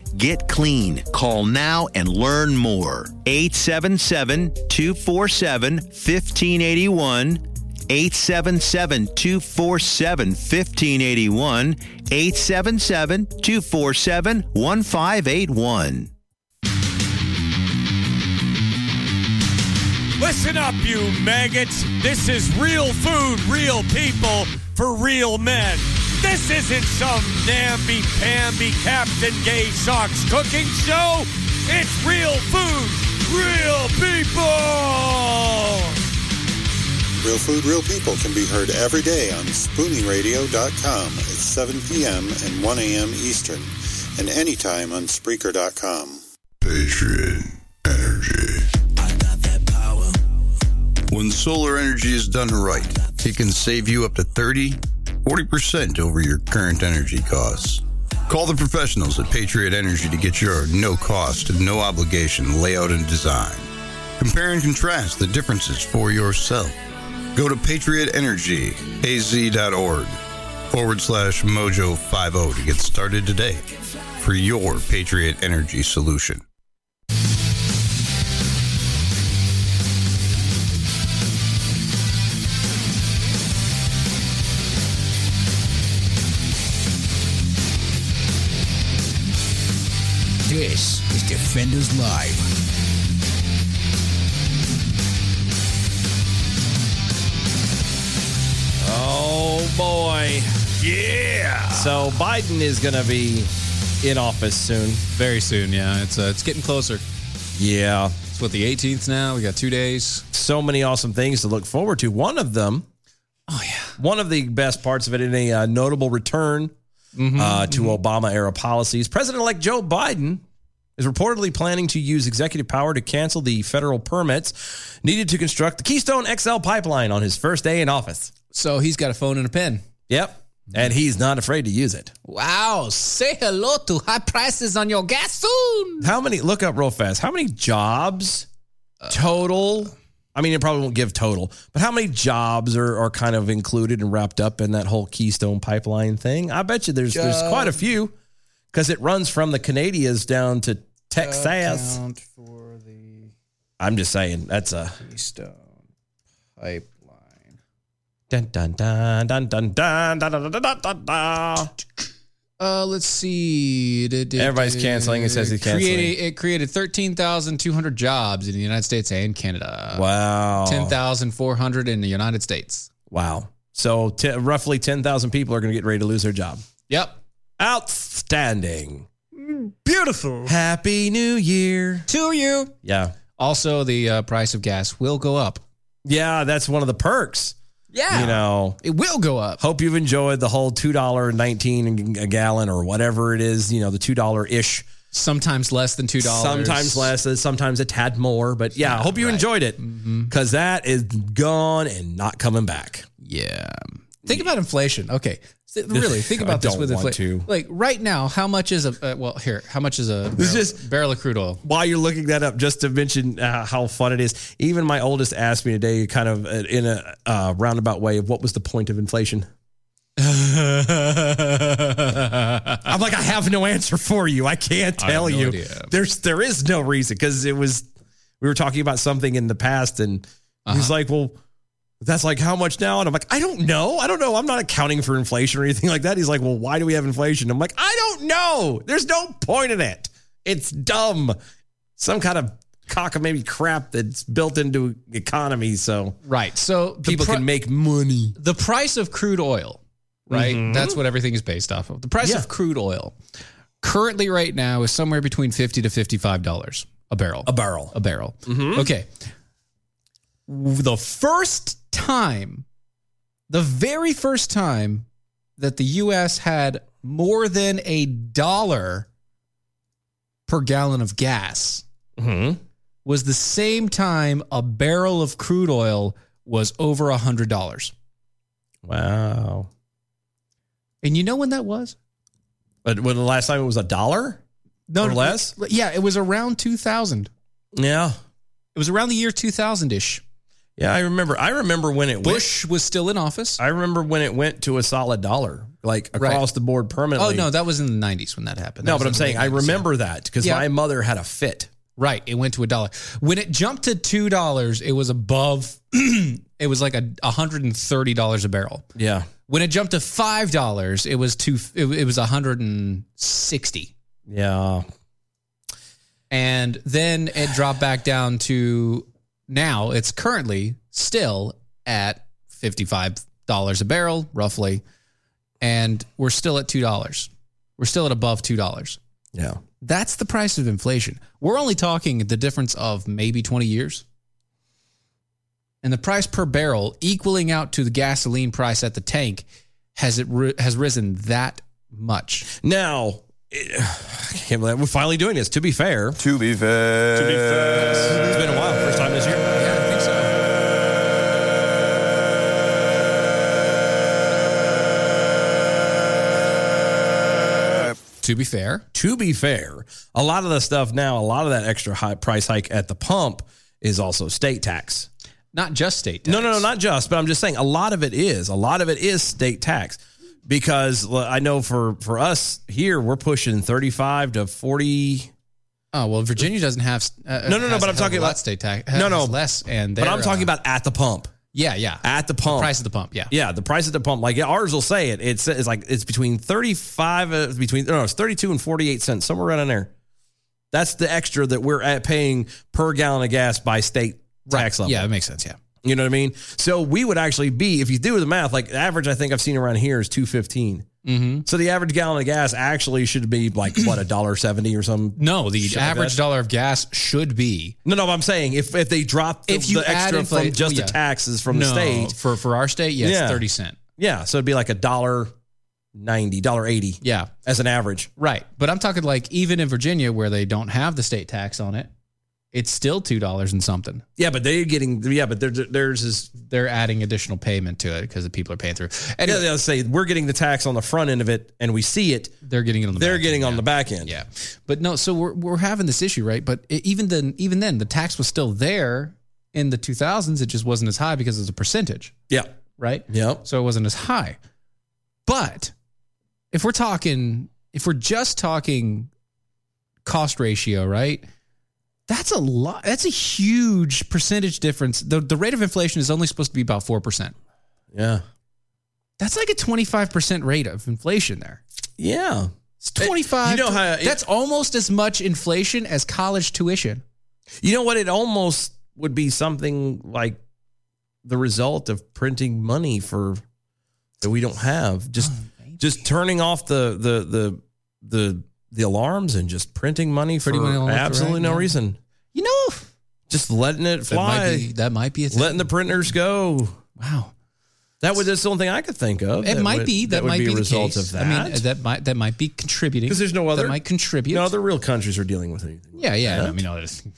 Speaker 6: Get clean. Call now and learn more. 877 247 1581. 877 247 1581. 877 247 1581.
Speaker 7: Listen up, you maggots. This is real food, real people, for real men. This isn't some namby-pamby Captain Gay Socks cooking show. It's real food, real people.
Speaker 8: Real Food, Real People can be heard every day on SpoonieRadio.com at 7 p.m. and 1 a.m. Eastern, and anytime on Spreaker.com.
Speaker 9: Patriot Energy. When solar energy is done right, it can save you up to 30, 40% over your current energy costs. Call the professionals at Patriot Energy to get your no cost, no obligation layout and design. Compare and contrast the differences for yourself. Go to patriotenergyaz.org forward slash mojo50 to get started today for your Patriot Energy solution.
Speaker 2: This is Defenders Live.
Speaker 3: Oh boy. Yeah. So Biden is going to be in office soon.
Speaker 4: Very soon, yeah. It's uh, it's getting closer.
Speaker 3: Yeah.
Speaker 4: It's what the 18th now. We got two days.
Speaker 3: So many awesome things to look forward to. One of them,
Speaker 4: Oh yeah.
Speaker 3: one of the best parts of it, in a uh, notable return uh, to Obama era policies, President elect Joe Biden is reportedly planning to use executive power to cancel the federal permits needed to construct the Keystone XL pipeline on his first day in office.
Speaker 4: So he's got a phone and a pen.
Speaker 3: Yep. And he's not afraid to use it.
Speaker 4: Wow. Say hello to high prices on your gas soon.
Speaker 3: How many? Look up real fast. How many jobs total? I mean, it probably won't give total, but how many jobs are, are kind of included and wrapped up in that whole Keystone Pipeline thing? I bet you there's there's quite a few because it runs from the Canadias down to Texas.
Speaker 4: for the
Speaker 3: I'm just saying that's a
Speaker 4: Keystone pipeline.
Speaker 3: dun dun dun dun dun dun dun dun dun dun dun. dun.
Speaker 4: Uh, let's see. Da- da-
Speaker 3: Everybody's
Speaker 4: da-
Speaker 3: canceling. It says it's canceling.
Speaker 4: Created, it created 13,200 jobs in the United States and Canada.
Speaker 3: Wow,
Speaker 4: 10,400 in the United States.
Speaker 3: Wow. So t- roughly ten thousand people are going to get ready to lose their job.
Speaker 4: Yep.
Speaker 3: Outstanding. Beautiful. Happy New Year.
Speaker 4: To you.
Speaker 3: Yeah.
Speaker 4: Also, the uh, price of gas will go up.
Speaker 3: Yeah, that's one of the perks.
Speaker 4: Yeah.
Speaker 3: You know,
Speaker 4: It will go up.
Speaker 3: hope you've enjoyed the whole $2.19 a gallon or whatever it is, you know, the $2 ish.
Speaker 4: Sometimes less than $2.
Speaker 3: Sometimes less, uh, sometimes a tad more. But yeah, hope you enjoyed it because is gone and not coming back.
Speaker 4: Yeah. Think about inflation. Okay. Th- Really, think about
Speaker 3: I
Speaker 4: this
Speaker 3: don't
Speaker 4: with
Speaker 3: want
Speaker 4: inflation.
Speaker 3: to.
Speaker 4: Like right now, how much is a uh, well? Here, how much is a barrel,
Speaker 3: It's just-
Speaker 4: barrel of crude oil?
Speaker 3: while you're looking that up, just to mention uh, how fun it is. Even my oldest asked me today, kind of uh, in a uh, roundabout way, of what was the point of inflation. I'm like, I have no answer for you. I can't
Speaker 5: I have
Speaker 3: tell
Speaker 5: no
Speaker 3: you.
Speaker 5: idea.
Speaker 3: There's there is no reason because it was we were talking about something in the past, and he's
Speaker 5: Uh-huh.
Speaker 3: like, well. That's like how much now? And I'm like, I don't know. I don't know. I'm not accounting for inflation or anything like that. He's like, well, why do we have inflation? I'm like, I don't know. There's no point in it. It's dumb. Some kind of cockamamie crap that's built into economy so
Speaker 4: Right. So the
Speaker 3: people
Speaker 4: pri-
Speaker 3: can make money.
Speaker 4: the price of crude oil, right? That's what everything is based off of. The price
Speaker 3: Mm-hmm. Yeah.
Speaker 4: of crude oil currently right now is somewhere between 50 to 55 dollars a barrel. A
Speaker 3: barrel. Mm-hmm.
Speaker 4: a barrel. Okay. W- The first time the very first time that the US had more than a dollar per gallon of gas Mm-hmm. was the same time a barrel of crude oil was over a hundred dollars.
Speaker 3: Wow.
Speaker 4: And you know when that was?
Speaker 3: But when the last time it was a dollar?
Speaker 4: No,
Speaker 3: Or less?
Speaker 4: Yeah, it was around 2000.
Speaker 3: Yeah.
Speaker 4: It was around the year 2000 ish.
Speaker 3: Yeah, I remember. I remember when it went,
Speaker 4: Bush was still in office.
Speaker 3: I remember when it went to a solid dollar, like
Speaker 4: Right.
Speaker 3: across the board
Speaker 4: Oh
Speaker 3: permanently.
Speaker 4: no, that was in the 90s when that happened. That
Speaker 3: no,
Speaker 4: was
Speaker 3: but
Speaker 4: in
Speaker 3: I'm
Speaker 4: the
Speaker 3: saying I
Speaker 4: late 90s, yeah.
Speaker 3: remember that because
Speaker 4: Yeah.
Speaker 3: my mother had a fit.
Speaker 4: Right. It went to a dollar. When it jumped to two dollars, it was above it was like a hundred and thirty dollars a barrel.
Speaker 3: Yeah.
Speaker 4: When it jumped to five dollars, it was two it, it was a hundred and sixty.
Speaker 3: Yeah.
Speaker 4: And then it dropped back down to now it's currently still at fifty five dollars a barrel, roughly. And we're still at two dollars. We're still at above two dollars.
Speaker 3: Yeah.
Speaker 4: That's the price of inflation. We're only talking the difference of maybe 20 years. And the price per barrel equaling out to the gasoline price at the tank has it ri- has risen that much.
Speaker 3: Now, it, I can't believe we're finally doing this. To be fair,
Speaker 10: To be fair. To be fair.
Speaker 3: it's been a while. First time this year.
Speaker 4: Yeah, I think so. To be fair,
Speaker 3: To be fair, a lot of the stuff now, a lot of that extra high price hike at the pump is also state tax.
Speaker 4: not just state tax.
Speaker 3: No, no, no, not just, but I'm just saying a lot of it is. A lot of it is state tax because l- I know for for us here we're pushing 35 to 40
Speaker 4: Oh well, Virginia doesn't have. Uh,
Speaker 3: No, no, no,
Speaker 4: has
Speaker 3: but
Speaker 4: a
Speaker 3: I'm
Speaker 4: hell of
Speaker 3: talking
Speaker 4: a lot
Speaker 3: about-
Speaker 4: state tax.
Speaker 3: No, no.
Speaker 4: has less, and
Speaker 3: but
Speaker 4: they're,
Speaker 3: I'm talking
Speaker 4: uh,
Speaker 3: about at the pump.
Speaker 4: yeah, yeah,
Speaker 3: At the pump.
Speaker 4: price of the pump. Yeah,
Speaker 3: Yeah, the price at the pump, like yeah, ours will say it. It's, it's like it's between thirty five, uh, between no, it's thirty two and forty eight cents, somewhere around in there. That's the extra that we're at paying per gallon of gas by state tax level.
Speaker 4: yeah, it makes sense. Yeah.
Speaker 3: you know what I mean. So we would actually be, if you do the math, like the average I think I've seen around here is two fifteen. Mm-hmm. So the average gallon of gas actually should be like what a dollar seventy or something.
Speaker 4: No, the
Speaker 3: Shit like
Speaker 4: average
Speaker 3: that.
Speaker 4: dollar of gas should be
Speaker 3: No, no, I'm saying if if they drop the,
Speaker 4: If you
Speaker 3: the
Speaker 4: add
Speaker 3: extra
Speaker 4: inflation-
Speaker 3: from just
Speaker 4: yeah.
Speaker 3: the taxes from the
Speaker 4: No,
Speaker 3: state,
Speaker 4: for for our state. Yeah,
Speaker 3: Yeah.
Speaker 4: it's thirty cent.
Speaker 3: yeah, so it'd be like a dollar ninety, dollar eighty,
Speaker 4: Yeah,
Speaker 3: as an average.
Speaker 4: right. But I'm talking like even in Virginia where they don't have the state tax on it, it's still two dollars and something.
Speaker 3: Yeah, but they're getting yeah, but there's there's is
Speaker 4: They're adding additional payment to it because the people are paying through. And
Speaker 3: yeah, they'll say we're getting the tax on the front end of it and we see it.
Speaker 4: they're getting it on the
Speaker 3: They're
Speaker 4: back
Speaker 3: getting
Speaker 4: end,
Speaker 3: on
Speaker 4: yeah.
Speaker 3: the back end.
Speaker 4: Yeah, but no. So we're we're having this issue, right? But it, even then, even then, the tax was still there in the 2000s. It just wasn't as high because it's a percentage,
Speaker 3: Yeah.
Speaker 4: right?
Speaker 3: Yeah.
Speaker 4: So it wasn't as high. But if we're talking, if we're just talking cost ratio, right? That's a lot. That's a huge percentage difference. The, the rate of inflation is only supposed to be about 4%.
Speaker 3: Yeah.
Speaker 4: That's like a 25% rate of inflation there.
Speaker 3: Yeah.
Speaker 4: It's 25.
Speaker 3: You know how it-
Speaker 4: that's almost as much inflation as college tuition.
Speaker 3: You know what? It almost would be something like the result of printing money for that we don't have. Just
Speaker 4: Oh,
Speaker 3: just turning off the the the the the alarms and just printing money for
Speaker 4: Pretty well left to
Speaker 3: absolutely
Speaker 4: right,
Speaker 3: no
Speaker 4: yeah.
Speaker 3: reason.
Speaker 4: You know,
Speaker 3: Just letting it
Speaker 4: that might
Speaker 3: fly.
Speaker 4: be, that might be a thing.
Speaker 3: letting the printers go.
Speaker 4: wow.
Speaker 3: That was that's the only thing I could think of.
Speaker 4: It
Speaker 3: that
Speaker 4: might
Speaker 3: would-
Speaker 4: be that,
Speaker 3: would
Speaker 4: might be,
Speaker 3: a
Speaker 4: the
Speaker 3: result
Speaker 4: case.
Speaker 3: of that.
Speaker 4: I mean, that might that might be contributing
Speaker 3: 'Cause there's no
Speaker 4: that
Speaker 3: other-
Speaker 4: might contribute.
Speaker 3: no other real countries are dealing with anything.
Speaker 4: Yeah, yeah. I mean, all this.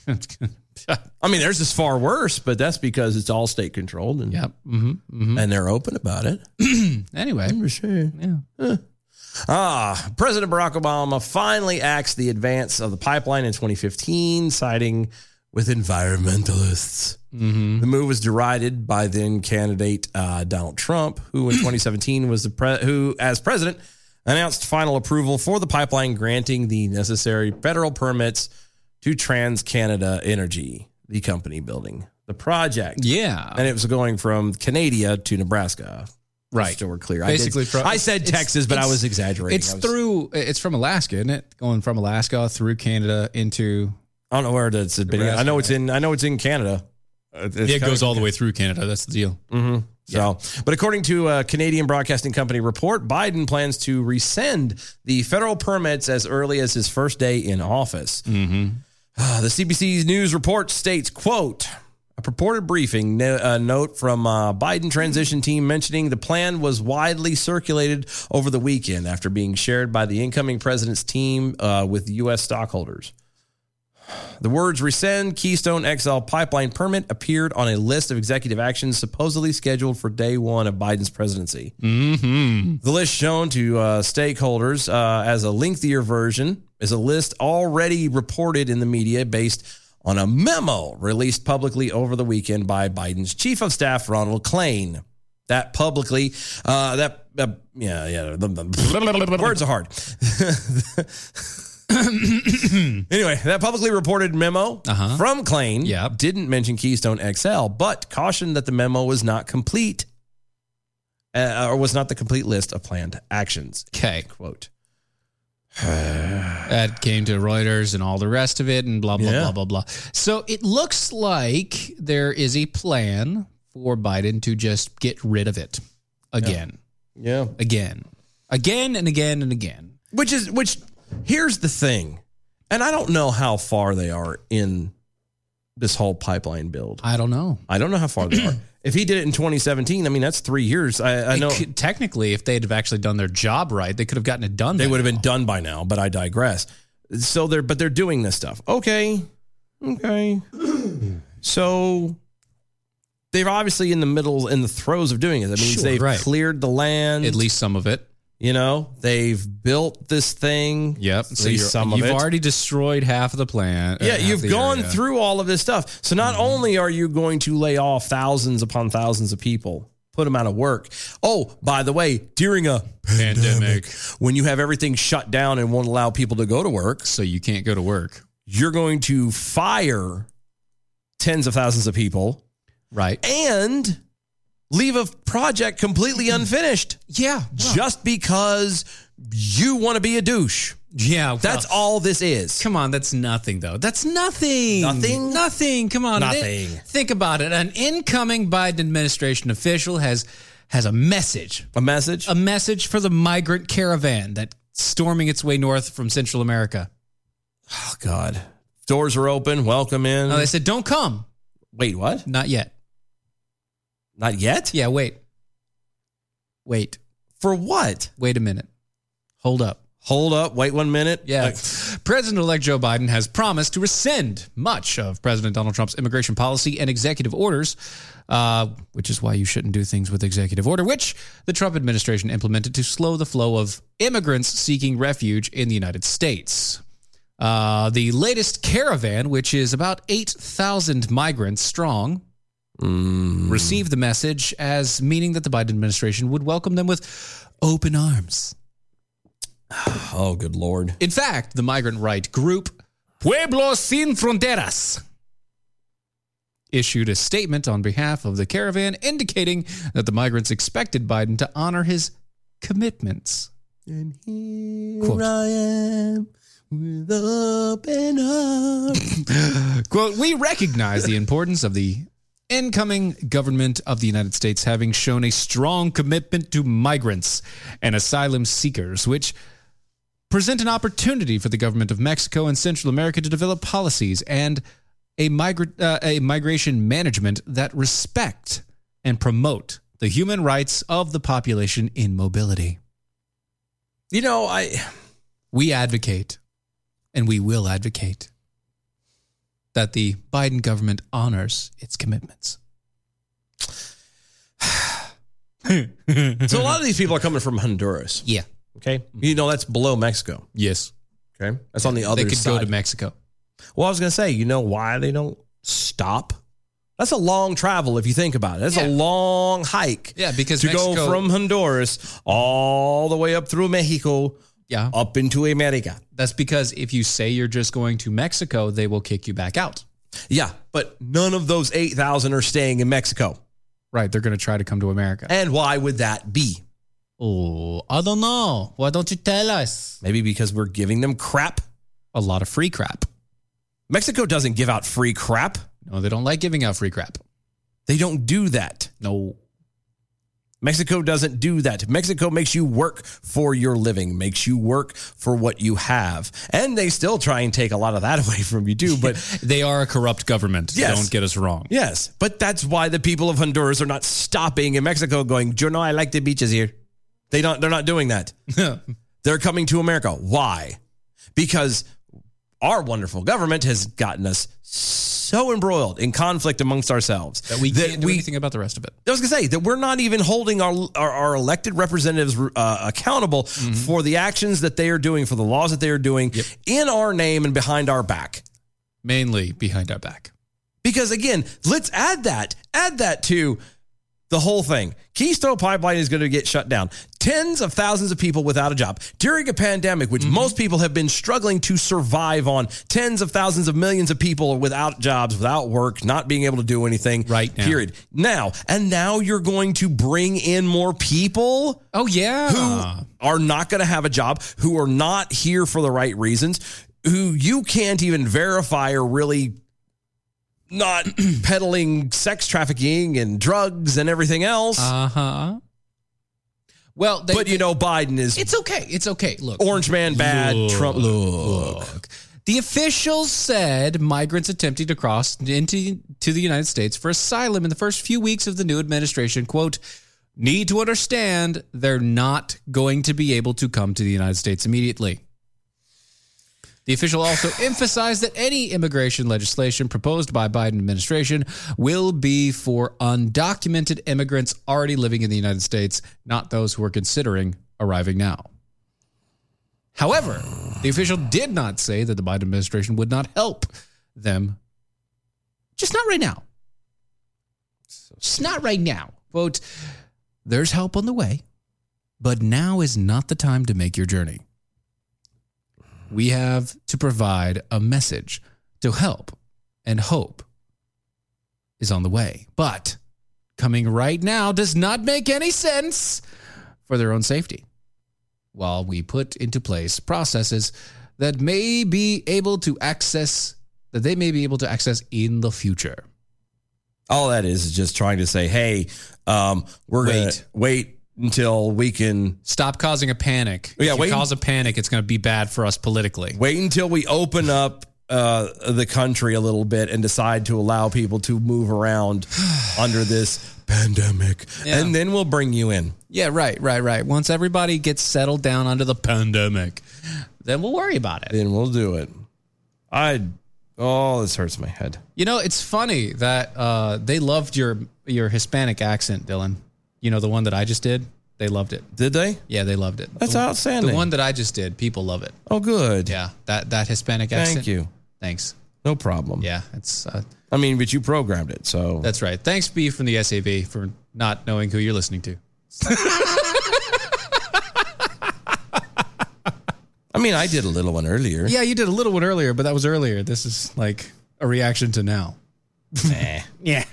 Speaker 3: I mean, theirs is far worse, but that's because it's all state controlled and yep. and they're open about it.
Speaker 4: anyway,
Speaker 3: Yeah. Ah, President Barack Obama finally axed the advance of the pipeline in 2015, siding with environmentalists. The move was derided by then candidate uh, Donald Trump, who in 2017 was the pre- who, as president, announced final approval for the pipeline, granting the necessary federal permits to Trans Canada Energy, the company building the project.
Speaker 4: Yeah,
Speaker 3: and it was going from Canada to Nebraska. Right, so we're clear. I,
Speaker 4: Basically,
Speaker 3: did-
Speaker 4: from-
Speaker 3: I said
Speaker 4: it's-
Speaker 3: Texas, but I
Speaker 4: it's-
Speaker 3: was exaggerating.
Speaker 4: It's
Speaker 3: I was-
Speaker 4: through. It's from Alaska, isn't it? Going from Alaska through Canada into.
Speaker 3: I don't know where that's been. I know it's in. I know it's in Canada. Uh,
Speaker 5: Yeah, it goes all the way through Canada. That's the deal.
Speaker 3: hmm So, but according to a Canadian broadcasting company report, Biden plans to rescind the federal permits as early as his first day in office.
Speaker 5: Mm-hmm.
Speaker 3: Uh, the CBC News report states, quote, a purported briefing no, uh, note from uh, Biden transition team mentioning the plan was widely circulated over the weekend after being shared by the incoming president's team uh, with U.S. stockholders. The words rescind Keystone XL pipeline permit appeared on a list of executive actions supposedly scheduled for day one of Biden's presidency.
Speaker 5: Mm-hmm.
Speaker 3: The list shown to uh, stakeholders uh, as a lengthier version is a list already reported in the media based on a memo released publicly over the weekend by Biden's chief of staff, Ronald Klain. That publicly, uh, that, uh, yeah, yeah, the- the- words are hard. anyway, that publicly reported memo
Speaker 4: Uh-huh.
Speaker 3: from Klain didn't mention Keystone XL, but cautioned that the memo was not complete uh, or was not the complete list of planned actions.
Speaker 4: Okay.
Speaker 3: Quote.
Speaker 4: that came to Reuters and all the rest of it and blah blah
Speaker 3: Yeah.
Speaker 4: blah blah blah. So it looks like there is a plan for Biden to just get rid of it again.
Speaker 3: Yeah.
Speaker 4: Again. Again and again and again.
Speaker 3: Which is which here's the thing. And I don't know how far they are in this whole pipeline build.
Speaker 4: I don't know.
Speaker 3: I don't know how far they are. If he did it in 2017, I mean that's 3 years. I, I
Speaker 4: They
Speaker 3: know
Speaker 4: could- technically, if they'd have actually done their job right, they could have gotten it done.
Speaker 3: they
Speaker 4: by
Speaker 3: would have
Speaker 4: now.
Speaker 3: been done by now, but I digress. So they're but they're doing this stuff. Okay. Okay. So they're obviously in the middle in the throes of doing it. That means
Speaker 4: Sure,
Speaker 3: they've
Speaker 4: right.
Speaker 3: cleared the land.
Speaker 4: at least some of it.
Speaker 3: You know, they've built this thing.
Speaker 4: Yep.
Speaker 3: At least some of
Speaker 4: you've
Speaker 3: it.
Speaker 4: already destroyed half of the plant. or
Speaker 3: yeah,
Speaker 4: half
Speaker 3: you've
Speaker 4: the
Speaker 3: gone
Speaker 4: area. Mm-hmm.
Speaker 3: through all of this stuff. So not only are you going to lay off thousands upon thousands of people, put them out of work. Oh, by the way, during a
Speaker 5: Pandemic.
Speaker 3: when you have everything shut down and won't allow people to go to work,
Speaker 4: so you can't go to work.
Speaker 3: You're going to fire tens of thousands of people,
Speaker 4: right?
Speaker 3: And leave a project completely unfinished.
Speaker 4: Mm-hmm. Yeah,
Speaker 3: just because you want to be a douche.
Speaker 4: Yeah,
Speaker 3: that's all this is.
Speaker 4: Come on, that's nothing though. That's nothing.
Speaker 3: Nothing?
Speaker 4: Nothing. Come on.
Speaker 3: Nothing.
Speaker 4: Thi- Think about it. An incoming Biden administration official has has a message.
Speaker 3: A message?
Speaker 4: A message for the migrant caravan that's storming its way north from Central America.
Speaker 3: Oh God. Doors are open. Welcome in.
Speaker 4: No, they said don't come.
Speaker 3: Wait, what?
Speaker 4: Not yet.
Speaker 3: Not yet?
Speaker 4: Yeah, wait. Wait.
Speaker 3: For what?
Speaker 4: Wait a minute. Hold up.
Speaker 3: Hold up. Wait one minute.
Speaker 4: Yeah. President elect Joe Biden has promised to rescind much of President Donald Trump's immigration policy and executive orders, uh, which is why you shouldn't do things with executive order, which the Trump administration implemented to slow the flow of immigrants seeking refuge in the United States. Uh, the latest caravan, which is about 8,000 migrants strong, received the message as meaning that the Biden administration would welcome them with open arms.
Speaker 3: Oh, good lord.
Speaker 4: In fact, the migrant right group Pueblos Sin Fronteras issued a statement on behalf of the caravan indicating that the migrants expected Biden to honor his commitments.
Speaker 3: And here
Speaker 4: Quote.
Speaker 3: I am with open arms.
Speaker 4: Quote, we recognize the importance of the incoming government of the United States having shown a strong commitment to migrants and asylum seekers, which present an opportunity for the government of Mexico and Central America to develop policies and a, migra- uh, a migration management that respect and promote the human rights of the population in mobility.
Speaker 3: You know, I
Speaker 4: We advocate and we will advocate. that the Biden government honors its commitments.
Speaker 3: so a lot of these people are coming from Honduras.
Speaker 4: Yeah.
Speaker 3: Okay. You know that's below Mexico.
Speaker 4: Yes.
Speaker 3: Okay. That's on the other
Speaker 4: They could
Speaker 3: side.
Speaker 4: go to Mexico.
Speaker 3: Well, I was gonna say, you know why they don't stop? That's a long travel if you think about it. That's a long hike.
Speaker 4: Yeah, because
Speaker 3: to
Speaker 4: Mexico-
Speaker 3: go from Honduras all the way up through Mexico,
Speaker 4: yeah,
Speaker 3: up into America.
Speaker 4: That's because if you say you're just going to Mexico, they will kick you back out.
Speaker 3: Yeah, but none of those eight thousand are staying in Mexico.
Speaker 4: Right, they're going to try to come to America.
Speaker 3: And why would that be?
Speaker 4: Oh, I don't know. Why don't you tell us?
Speaker 3: Maybe because we're giving them crap.
Speaker 4: A lot of free crap.
Speaker 3: Mexico doesn't give out free crap.
Speaker 4: No, they don't like giving out free crap.
Speaker 3: They don't do that.
Speaker 4: No.
Speaker 3: Mexico doesn't do that. Mexico makes you work for your living, makes you work for what you have. And they still try and take a lot of that away from you, too. But
Speaker 5: They are a corrupt government.
Speaker 3: Yes.
Speaker 5: Don't get us wrong.
Speaker 3: yes, but that's why the people of Honduras are not stopping in Mexico going, you know, I like the beaches here. They don't, they're not doing that. they're coming to America. Why? Because our wonderful government has gotten us so embroiled in conflict amongst ourselves
Speaker 4: That we can't do anything about the rest of it.
Speaker 3: I was going to say that we're not even holding our our, our elected representatives uh, accountable for the actions that they are doing, for the laws that they are doing in our name and behind our back.
Speaker 4: Mainly behind our back.
Speaker 3: Because again, let's add that, add that to the whole thing. Keystone Pipeline is going to get shut down. Tens of thousands of people without a job during a pandemic, which most people have been struggling to survive on. Tens of thousands of millions of people without jobs, without work, not being able to do anything. Right.
Speaker 4: now.
Speaker 3: Period. Now, and now you're going to bring in more people
Speaker 4: Oh, yeah.
Speaker 3: who are not going to have a job, who are not here for the right reasons, who you can't even verify are really not peddling sex trafficking and drugs and everything else.
Speaker 4: Uh huh. Well, they,
Speaker 3: but you know, Biden is
Speaker 4: it's okay. It's okay. Look,
Speaker 3: orange man bad,
Speaker 4: Look,
Speaker 3: Trump.
Speaker 4: look. The officials said migrants attempting to cross into to the United States for asylum in the first few weeks of the new administration, quote, need to understand they're not going to be able to come to the United States immediately. The official also emphasized that any immigration legislation proposed by Biden administration will be for undocumented immigrants already living in the United States, not those who are considering arriving now. However, the official did not say that the Biden administration would not help them. Just not right now. Just not right now. Quote, there's help on the way, but now is not the time to make your journey. We have to provide a message to help, and hope is on the way. But coming right now does not make any sense for their own safety while we put into place processes that may be able to access that they may be able to access in the future.
Speaker 3: All that is is just trying to say, hey, um, we're going
Speaker 4: Wait.
Speaker 3: to wait until we can
Speaker 4: Stop causing a panic.
Speaker 3: Yeah,
Speaker 4: if
Speaker 3: wait-
Speaker 4: you cause a panic, it's going to be bad for us politically.
Speaker 3: wait until we open up uh, the country a little bit and decide to allow people to move around under this pandemic,
Speaker 4: Yeah.
Speaker 3: and then we'll bring you in.
Speaker 4: Yeah, right, right, right. Once everybody gets settled down under the pandemic, then we'll worry about it.
Speaker 3: Then we'll do it. I oh, this hurts my head.
Speaker 4: You know, it's funny that uh, they loved your your Hispanic accent, Dylan. You know, the one that I just did. They loved it.
Speaker 3: Did they?
Speaker 4: Yeah, they loved it.
Speaker 3: That's
Speaker 4: the,
Speaker 3: outstanding.
Speaker 4: The one that I just did, people love it.
Speaker 3: Oh, good.
Speaker 4: Yeah, that that Hispanic accent.
Speaker 3: Thank you.
Speaker 4: Thanks.
Speaker 3: No problem.
Speaker 4: Yeah, it's uh,
Speaker 3: I mean, but you programmed it, so
Speaker 4: that's right. Thanks, B from the SAB, for not knowing who you're listening to.
Speaker 3: I mean, I did a little one earlier.
Speaker 4: Yeah, you did a little one earlier, but that was earlier. This is like a reaction to now. yeah.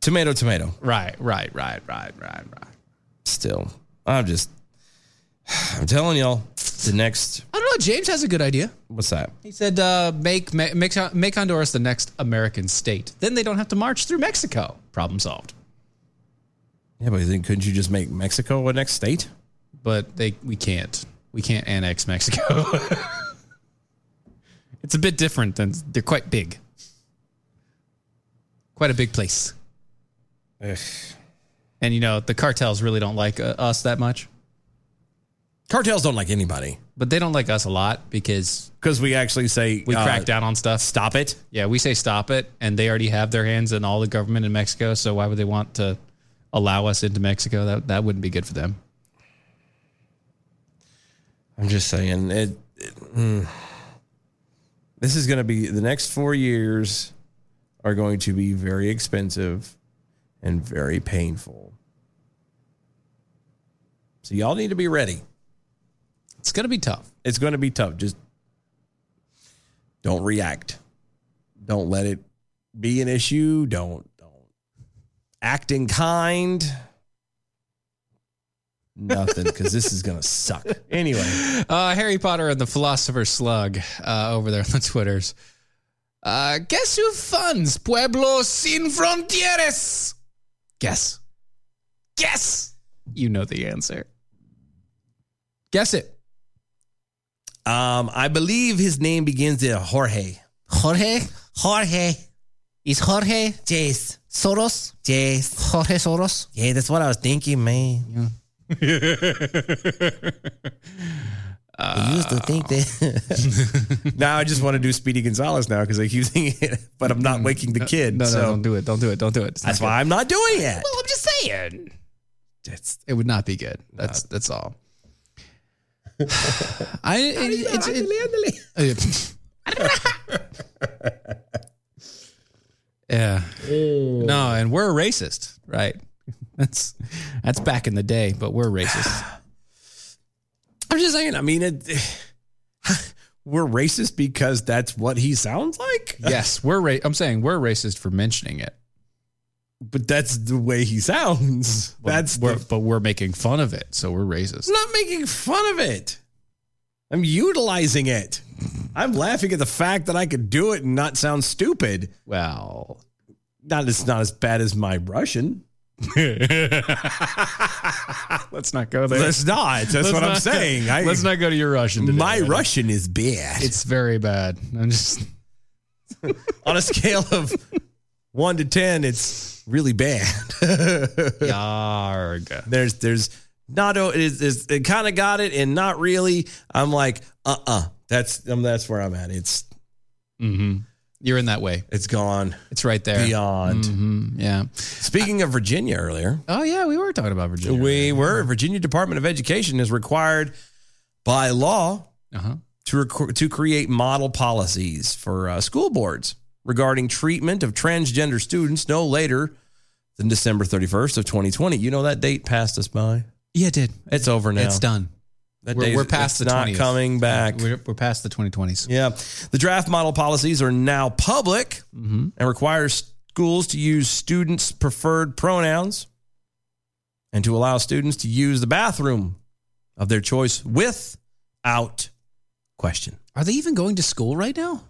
Speaker 3: Tomato, tomato.
Speaker 4: Right. Right. Right. Right. Right. Right.
Speaker 3: Still, I'm just, I'm telling y'all, the next
Speaker 4: I don't know. James has a good idea.
Speaker 3: what's that?
Speaker 4: He said, uh, make, make make Honduras the next American state. Then they don't have to march through Mexico. Problem solved.
Speaker 3: Yeah, but then couldn't you just make Mexico a next state?
Speaker 4: But they we can't we can't annex Mexico. it's a bit different than they're quite big. Quite a big place. And you know the cartels really don't like uh, us that much.
Speaker 3: Cartels don't like anybody,
Speaker 4: but they don't like us a lot because
Speaker 3: because we actually say
Speaker 4: we
Speaker 3: uh,
Speaker 4: crack down on stuff.
Speaker 3: Stop it.
Speaker 4: Yeah, we say stop it, and they already have their hands in all the government in Mexico. So why would they want to allow us into Mexico? That that wouldn't be good for them.
Speaker 3: I'm just saying it. it- mm. this is going to be the next four years are going to be very expensive and very painful. So y'all need to be ready.
Speaker 4: It's going to be tough.
Speaker 3: It's going to be tough. Just don't react. Don't let it be an issue. Don't don't act in kind. Nothing, because this is going to suck. Anyway.
Speaker 4: Uh, Harry Potter and the Philosopher's Slug uh, over there on the Twitters. Uh, guess who funds Pueblo Sin Frontieres? Guess. Guess. You know the answer. Guess it.
Speaker 3: Um, I believe his name begins with Jorge.
Speaker 11: Jorge? Jorge. Is Jorge? Yes. Soros? Yes. Jorge Soros?
Speaker 3: Yeah, that's what I was thinking, man.
Speaker 11: I used to think that.
Speaker 3: Uh, now I just want to do Speedy Gonzalez now because I keep thinking it, but I'm not waking the kid.
Speaker 4: no, no,
Speaker 3: so
Speaker 4: don't do it. Don't do it. Don't do it. It's
Speaker 3: That's
Speaker 4: not
Speaker 3: why I'm not doing it.
Speaker 4: Well, I'm just saying. It's, it would not be good. That's that's all. I it's, oh, it's, yeah. No, and we're racist, right? That's that's back in the day, but we're racist.
Speaker 3: I'm just saying. I mean, it, we're racist because that's what he sounds like.
Speaker 4: yes, we're ra- I'm saying we're racist for mentioning it.
Speaker 3: But that's the way he sounds. that's
Speaker 4: we're,
Speaker 3: the-
Speaker 4: but we're making fun of it, so we're racist.
Speaker 3: I'm not making fun of it. I'm utilizing it. I'm laughing at the fact that I could do it and not sound stupid.
Speaker 4: Well,
Speaker 3: not it's not as bad as my Russian.
Speaker 4: Let's not go there.
Speaker 3: Let's not. That's
Speaker 4: Let's
Speaker 3: what I'm
Speaker 4: not go-
Speaker 3: saying. I-
Speaker 4: let's not go to your Russian. Today,
Speaker 3: my
Speaker 4: buddy.
Speaker 3: Russian is bad.
Speaker 4: It's very bad. I'm just
Speaker 3: on a scale of one to ten, it's really bad.
Speaker 4: Yarg.
Speaker 3: There's there's not o- is is it kind of got it and not really. I'm like uh uh That's um, that's where I'm at. It's
Speaker 12: Mm-hmm.
Speaker 4: Mhm. You're in that way.
Speaker 3: It's gone.
Speaker 4: It's right there.
Speaker 3: Beyond.
Speaker 12: Mm-hmm.
Speaker 4: Mhm. Yeah.
Speaker 3: Speaking of Virginia earlier,
Speaker 4: Oh yeah, we were talking about Virginia.
Speaker 3: we were Virginia Department of Education is required by law
Speaker 4: Uh-huh.
Speaker 3: to rec- to create model policies for uh, school boards regarding treatment of transgender students no later than December 31st of 2020. You know that date passed us by.
Speaker 4: Yeah, it did.
Speaker 3: It's over now.
Speaker 4: It's done.
Speaker 3: That
Speaker 4: we're,
Speaker 3: day-
Speaker 4: we're past
Speaker 3: it's
Speaker 4: the
Speaker 3: not
Speaker 4: 20s.
Speaker 3: coming back.
Speaker 4: We're, we're past the 2020s.
Speaker 3: Yeah. The draft model policies are now public
Speaker 12: Mm-hmm.
Speaker 4: Mhm.
Speaker 3: and require schools to use students' preferred pronouns and to allow students to use the bathroom of their choice without question.
Speaker 12: Are they even going to school right now?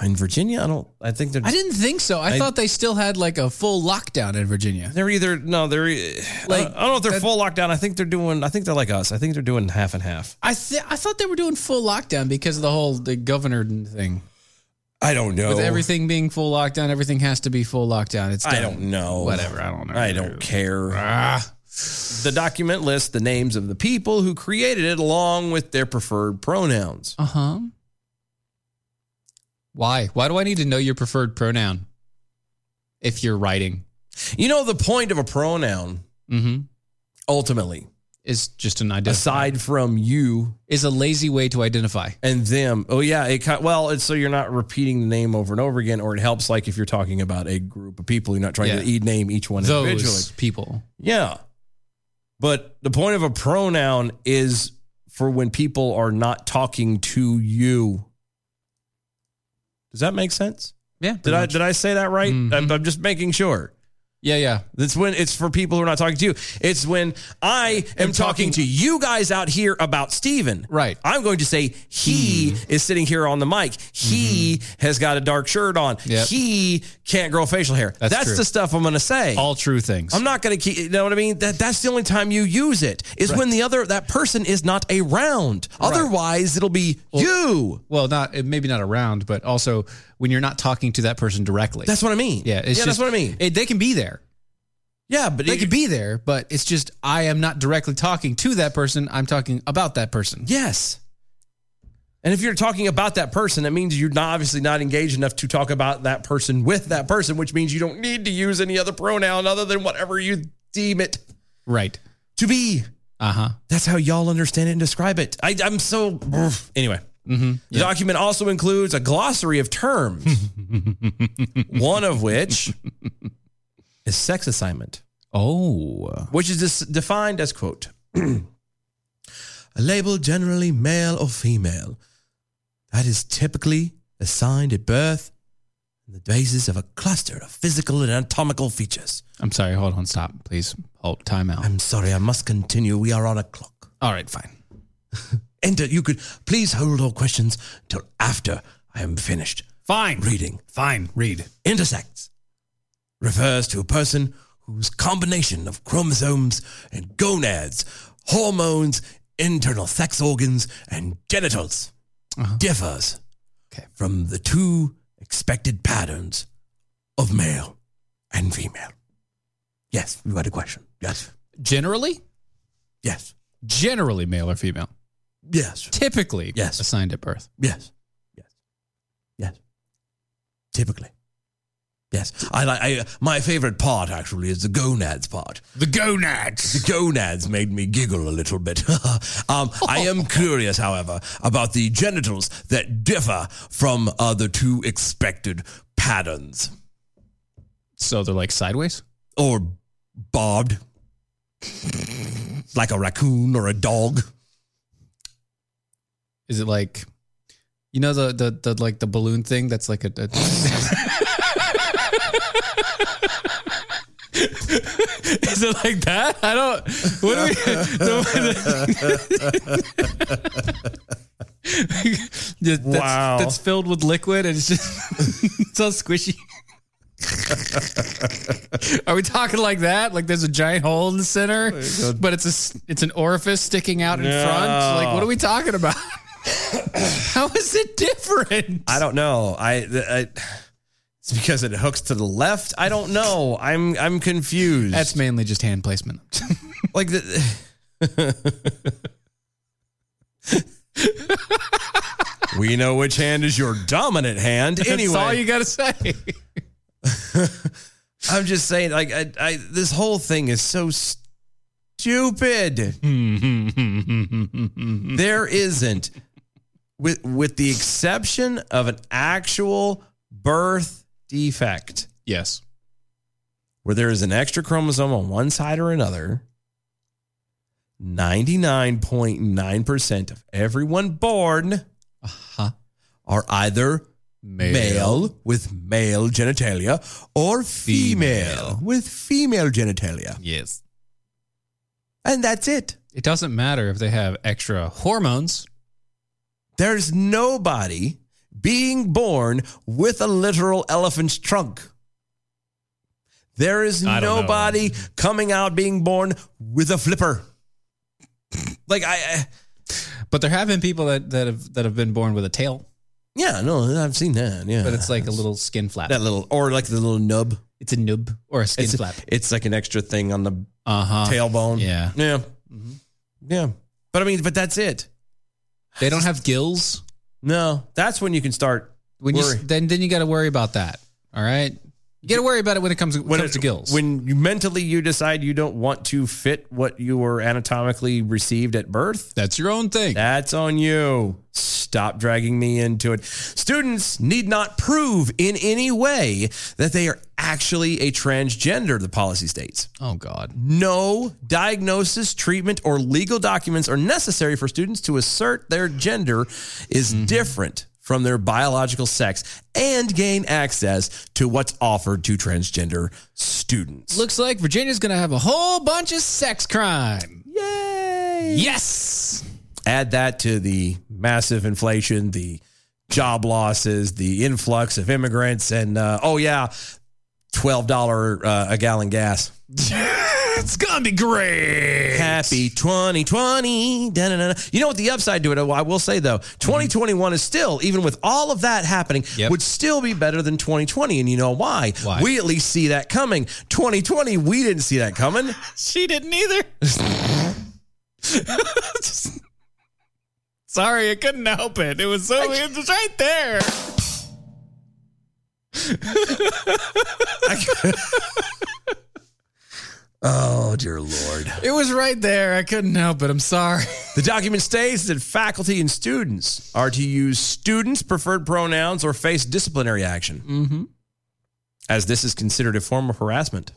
Speaker 3: In Virginia, I don't I think they're
Speaker 12: I didn't think so. I,
Speaker 3: I-
Speaker 12: thought they still had like a full lockdown in Virginia.
Speaker 3: They're either no, they're like I don't know if they're
Speaker 12: uh,
Speaker 3: full lockdown. I think they're doing. I think they're like us. I think they're doing half and half.
Speaker 12: I th- I thought they were doing full lockdown because of the whole the governor thing.
Speaker 3: I don't know.
Speaker 12: With everything being full lockdown, everything has to be full lockdown. It's
Speaker 3: I
Speaker 12: done.
Speaker 3: don't know.
Speaker 12: Whatever. I don't know. Ah.
Speaker 3: I don't care. The document lists the names of the people who created it, along with their preferred pronouns.
Speaker 12: Uh
Speaker 4: Uh-huh.
Speaker 12: huh.
Speaker 4: Why? Why do I need to know your preferred pronoun if you're writing?
Speaker 3: You know the point of a pronoun
Speaker 4: Mm-hmm.
Speaker 3: ultimately,
Speaker 4: Is just an identifier.
Speaker 3: aside from you
Speaker 4: Is a lazy way to identify.
Speaker 3: and them. Oh yeah, it ki- well, it's so you're not repeating the name over and over again, or it helps like if you're talking about a group of people, you're not trying to
Speaker 4: Yeah.
Speaker 3: e- name each one individually.
Speaker 4: Those people.
Speaker 3: Yeah. But the point of a pronoun is for when people are not talking to you. Does that make sense?
Speaker 4: Yeah.
Speaker 3: Did
Speaker 4: pretty Mm-hmm.
Speaker 3: I
Speaker 4: much.
Speaker 3: did I say that right? I'm, I'm just making sure.
Speaker 4: Yeah, yeah.
Speaker 3: That's when it's for people who are not talking to you. It's when I am talking,
Speaker 4: talking-
Speaker 3: to you guys out here about Steven.
Speaker 4: Right. Mm-hmm.
Speaker 3: I'm going to say he is sitting here on the mic. He has got a dark shirt on.
Speaker 4: Yep.
Speaker 3: He can't grow facial hair.
Speaker 4: That's
Speaker 3: That's,
Speaker 4: true.
Speaker 3: the stuff I'm going to say.
Speaker 4: All true things.
Speaker 3: I'm not going to keep. You know what I mean? That that's the only time you use it is when the other that person is not around. Otherwise, it'll be you.
Speaker 4: well, not maybe not around, but also when you're not talking to that person directly.
Speaker 3: That's what I mean.
Speaker 4: yeah, it's
Speaker 3: yeah,
Speaker 4: just,
Speaker 3: that's what I mean.
Speaker 4: It, they can be there.
Speaker 3: Yeah, but
Speaker 4: they
Speaker 3: it-
Speaker 4: could be there, but it's just I am not directly talking to that person. I'm talking about that person.
Speaker 3: Yes. And if you're talking about that person, that means you're not obviously not engaged enough to talk about that person with that person, which means you don't need to use any other pronoun other than whatever you deem it
Speaker 4: Right.
Speaker 3: to be.
Speaker 4: Uh huh.
Speaker 3: That's how y'all understand it and describe it. I, I'm so anyway. The document also includes a glossary of terms, one of which is sex assignment.
Speaker 4: Oh.
Speaker 3: which is dis- defined as quote a label generally male or female that is typically assigned at birth on the basis of a cluster of physical and anatomical features
Speaker 4: I'm sorry. Hold on. Stop, please. Hold. Time out.
Speaker 3: i'm sorry i must continue we are on a clock
Speaker 4: All right. Fine.
Speaker 3: enter you could please hold all questions till after i am finished
Speaker 5: Fine.
Speaker 3: reading
Speaker 5: Fine. Read.
Speaker 3: intersects refers to a person whose combination of chromosomes and gonads, hormones, internal sex organs, and genitals
Speaker 5: Uh-huh.
Speaker 3: differs from the two expected patterns of male and female. Yes, you had a question. Yes.
Speaker 4: Generally,
Speaker 3: Yes.
Speaker 4: generally male or female.
Speaker 3: Yes.
Speaker 4: Typically,
Speaker 3: Yes.
Speaker 4: assigned at birth.
Speaker 3: Yes. Yes. Yes. Typically. Yes. I like I, my favorite part actually is the gonads part.
Speaker 5: The gonads.
Speaker 3: The gonads made me giggle a little bit. um, I am curious, however, about the genitals that differ from uh, the two expected patterns.
Speaker 4: So they're like sideways
Speaker 3: or bobbed, like a raccoon or a dog.
Speaker 4: Is it like, you know, the the, the like the balloon thing? That's like a. a Is it like that? I don't. What do we? the- the- Yeah, that's,
Speaker 5: Wow.
Speaker 4: That's filled with liquid and it's just it's all squishy. Are we talking like that? Like there's a giant hole in the center, but it's a s- it's an orifice sticking out in front. Like what are we talking about? How is it different?
Speaker 3: I don't know. I, th- I it's because it hooks to the left. I don't know. I'm I'm confused.
Speaker 4: That's mainly just hand placement.
Speaker 3: like the. we know which hand is your dominant hand.
Speaker 4: That's
Speaker 3: anyway,
Speaker 4: all you gotta say.
Speaker 3: I'm just saying, like, I, I this whole thing is so stupid.
Speaker 4: Hmm.
Speaker 3: there isn't, with with the exception of an actual birth defect,
Speaker 4: Yes.
Speaker 3: where there is an extra chromosome on one side or another. 99.9% of everyone born are either Uh-huh. male. with male genitalia or female, with female genitalia.
Speaker 4: Yes.
Speaker 3: And that's it.
Speaker 4: It doesn't matter if they have extra hormones.
Speaker 3: There's nobody being born with a literal elephant's trunk. There is
Speaker 5: I don't know.
Speaker 3: nobody coming out being born with a flipper. like I, I
Speaker 4: But there have been people that, that have that have been born with a tail,
Speaker 3: yeah, no, I've seen that. Yeah.
Speaker 4: but it's like a little skin flap.
Speaker 3: that little or like the little nub.
Speaker 4: it's a nub or a skin
Speaker 3: It's,
Speaker 4: flap.
Speaker 3: it's like an extra thing on the
Speaker 4: Uh huh.
Speaker 3: tailbone.
Speaker 4: Yeah. Mm-hmm.
Speaker 3: Yeah. Yeah. But I mean, but that's it.
Speaker 4: They don't have gills.
Speaker 3: No, that's when you can start
Speaker 4: When you
Speaker 3: worry.
Speaker 4: then then you got to worry about that. All right. You got to worry about it when it comes when
Speaker 3: when
Speaker 4: comes to
Speaker 3: it-
Speaker 4: gills.
Speaker 3: When you mentally you decide you don't want to fit what you were anatomically received at birth,
Speaker 4: That's your own thing.
Speaker 3: that's on you. Stop dragging me into it. Students need not prove in any way that they are actually a transgender, the policy states.
Speaker 4: oh God.
Speaker 3: No diagnosis, treatment, or legal documents are necessary for students to assert their gender is different from their biological sex and gain access to what's offered to transgender students.
Speaker 4: Looks like Virginia's gonna have a whole bunch of sex crime. Yay! Yes.
Speaker 3: Add that to the massive inflation, the job losses, the influx of immigrants, and uh, oh, yeah, $12 uh, a gallon gas.
Speaker 5: It's gonna be great.
Speaker 3: Happy 2020. Da-na-na-na. You know what the upside to it, oh, I will say though, 2021 is still, even with all of that happening, would still be better than 2020. And you know why?
Speaker 5: Why?
Speaker 3: We at least see that coming. 2020, we didn't see that coming.
Speaker 5: She didn't either. Sorry, I couldn't help it. It was so it was right there.
Speaker 3: Oh, dear Lord.
Speaker 5: It was right there. I couldn't help it. I'm sorry.
Speaker 3: The document states that faculty and students are to use students' preferred pronouns or face disciplinary action,
Speaker 5: Mm-hmm.
Speaker 3: as this is considered a form of harassment.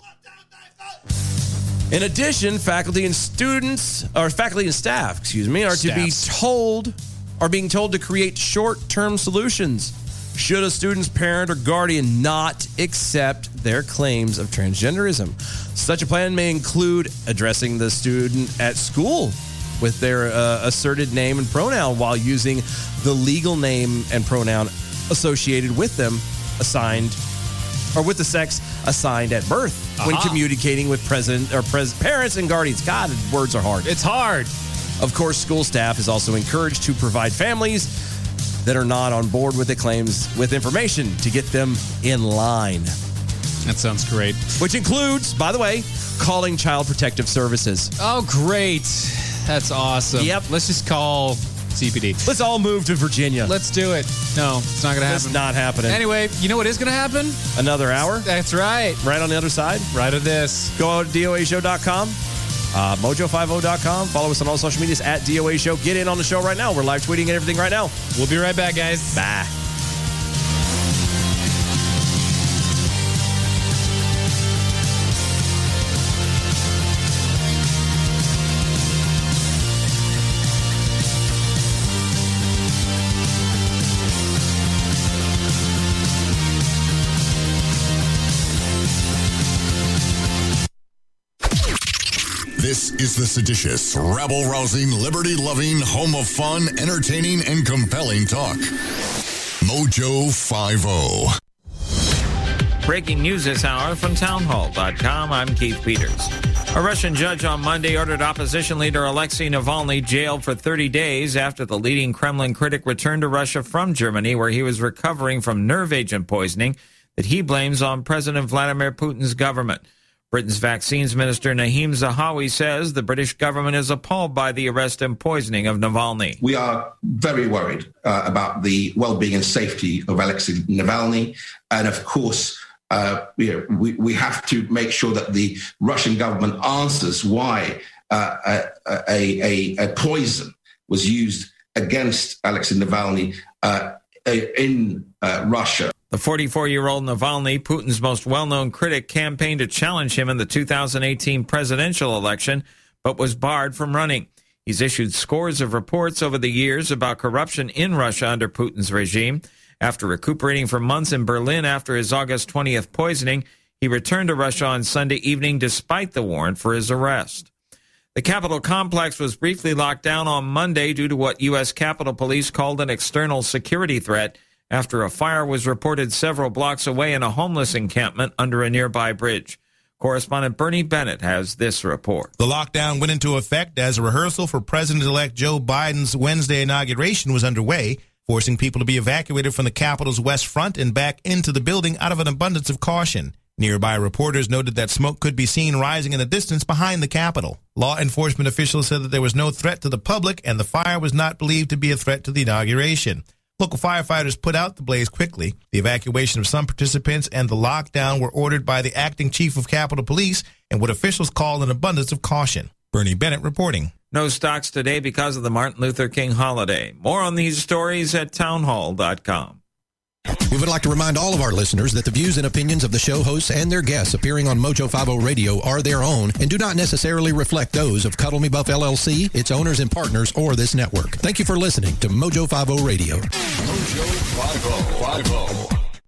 Speaker 3: In addition, faculty and students, or faculty and staff, excuse me, are to be told, are being told to create short-term solutions should a student's parent or guardian not accept their claims of transgenderism. Such a plan may include addressing the student at school with their uh, asserted name and pronoun while using the legal name and pronoun associated with them assigned or with the sex assigned at birth when
Speaker 5: Aha.
Speaker 3: communicating with present or pres- parents and guardians. God, words are hard. It's
Speaker 5: hard.
Speaker 3: Of course, school staff is also encouraged to provide families that are not on board with the claims with information to get them in line.
Speaker 5: That sounds great.
Speaker 3: Which includes, by the way, calling Child Protective Services.
Speaker 5: Oh, great. That's awesome. Yep. Let's just call CPD.
Speaker 3: Let's all move to Virginia.
Speaker 5: Let's do it. No, it's not going to happen.
Speaker 3: That's not happening.
Speaker 5: Anyway, you know what is going to happen?
Speaker 3: Another hour?
Speaker 5: That's right.
Speaker 3: Right on the other side?
Speaker 5: Right of this.
Speaker 3: Go out to doashow.com, uh, mojo50.com. Follow us on all social medias at DOA Show. Get in on the show right now. We're live tweeting and everything right now.
Speaker 5: We'll be right back, guys.
Speaker 3: Bye.
Speaker 13: This is the seditious, rabble rousing, liberty loving, home of fun, entertaining, and compelling talk. Mojo oh. 50.
Speaker 14: Breaking news this hour from townhall.com. I'm Keith Peters. A Russian judge on Monday ordered opposition leader Alexei Navalny jailed for 30 days after the leading Kremlin critic returned to Russia from Germany, where he was recovering from nerve agent poisoning that he blames on President Vladimir Putin's government. Britain's vaccines minister Naheem Zahawi says the British government is appalled by the arrest and poisoning of Navalny.
Speaker 15: We are very worried uh, about the well-being and safety of Alexei Navalny, and of course, uh, you know, we we have to make sure that the Russian government answers why uh, a, a, a, a poison was used against Alexei Navalny uh, in uh, Russia.
Speaker 14: The 44 year old Navalny, Putin's most well known critic, campaigned to challenge him in the 2018 presidential election, but was barred from running. He's issued scores of reports over the years about corruption in Russia under Putin's regime. After recuperating for months in Berlin after his August 20th poisoning, he returned to Russia on Sunday evening despite the warrant for his arrest. The Capitol complex was briefly locked down on Monday due to what U.S. Capitol Police called an external security threat after a fire was reported several blocks away in a homeless encampment under a nearby bridge. Correspondent Bernie Bennett has this report.
Speaker 16: The lockdown went into effect as a rehearsal for President elect Joe Biden's Wednesday inauguration was underway, forcing people to be evacuated from the Capitol's West Front and back into the building out of an abundance of caution. Nearby reporters noted that smoke could be seen rising in the distance behind the Capitol. Law enforcement officials said that there was no threat to the public and the fire was not believed to be a threat to the inauguration. Local firefighters put out the blaze quickly. The evacuation of some participants and the lockdown were ordered by the acting chief of Capitol Police and what officials call an abundance of caution. Bernie Bennett reporting.
Speaker 14: No stocks today because of the Martin Luther King holiday. More on these stories at townhall.com.
Speaker 17: We would like to remind all of our listeners that the views and opinions of the show hosts and their guests appearing on Mojo 50 Radio are their own and do not necessarily reflect those of Cuddle Me Buff LLC, its owners and partners, or this network. Thank you for listening to Mojo 50 Radio.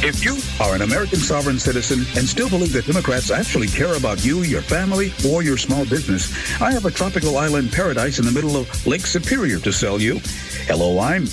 Speaker 18: If you are an American sovereign citizen and still believe that Democrats actually care about you, your family, or your small business, I have a tropical island paradise in the middle of Lake Superior to sell you. Hello, I'm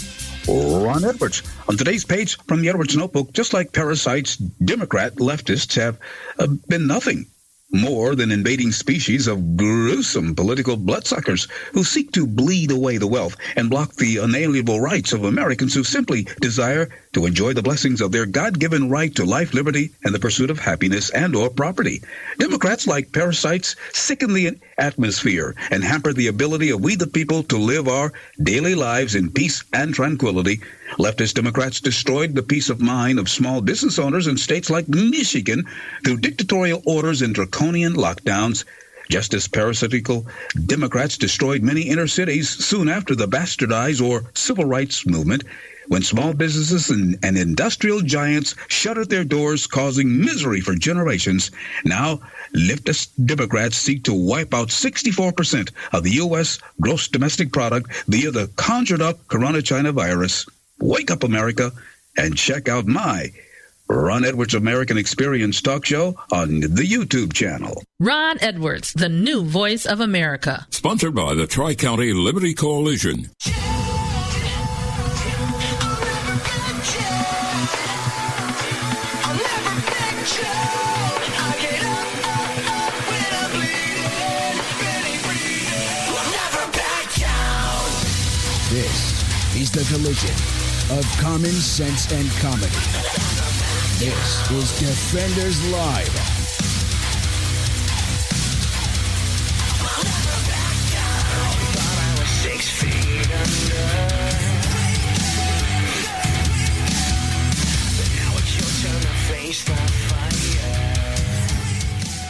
Speaker 18: Ron Edwards. On today's page from the Edwards Notebook, just like parasites, Democrat leftists have uh, been nothing more than invading species of gruesome political bloodsuckers who seek to bleed away the wealth and block the unalienable rights of Americans who simply desire to enjoy the blessings of their God-given right to life, liberty, and the pursuit of happiness and or property. Democrats, like parasites, sicken the atmosphere and hamper the ability of we the people to live our daily lives in peace and tranquility. Leftist Democrats destroyed the peace of mind of small business owners in states like Michigan through dictatorial orders and draconian lockdowns. Just as parasitical Democrats destroyed many inner cities soon after the bastardized or civil rights movement, when small businesses and, and industrial giants shuttered their doors, causing misery for generations. Now, leftist Democrats seek to wipe out 64% of the U.S. gross domestic product via the conjured up Corona China virus. Wake up, America, and check out my Ron Edwards American Experience talk show on the YouTube channel.
Speaker 19: Ron Edwards, the new voice of America.
Speaker 11: Sponsored by the Tri County Liberty Coalition.
Speaker 2: This is the collision of common sense and comedy. This is Defenders Live.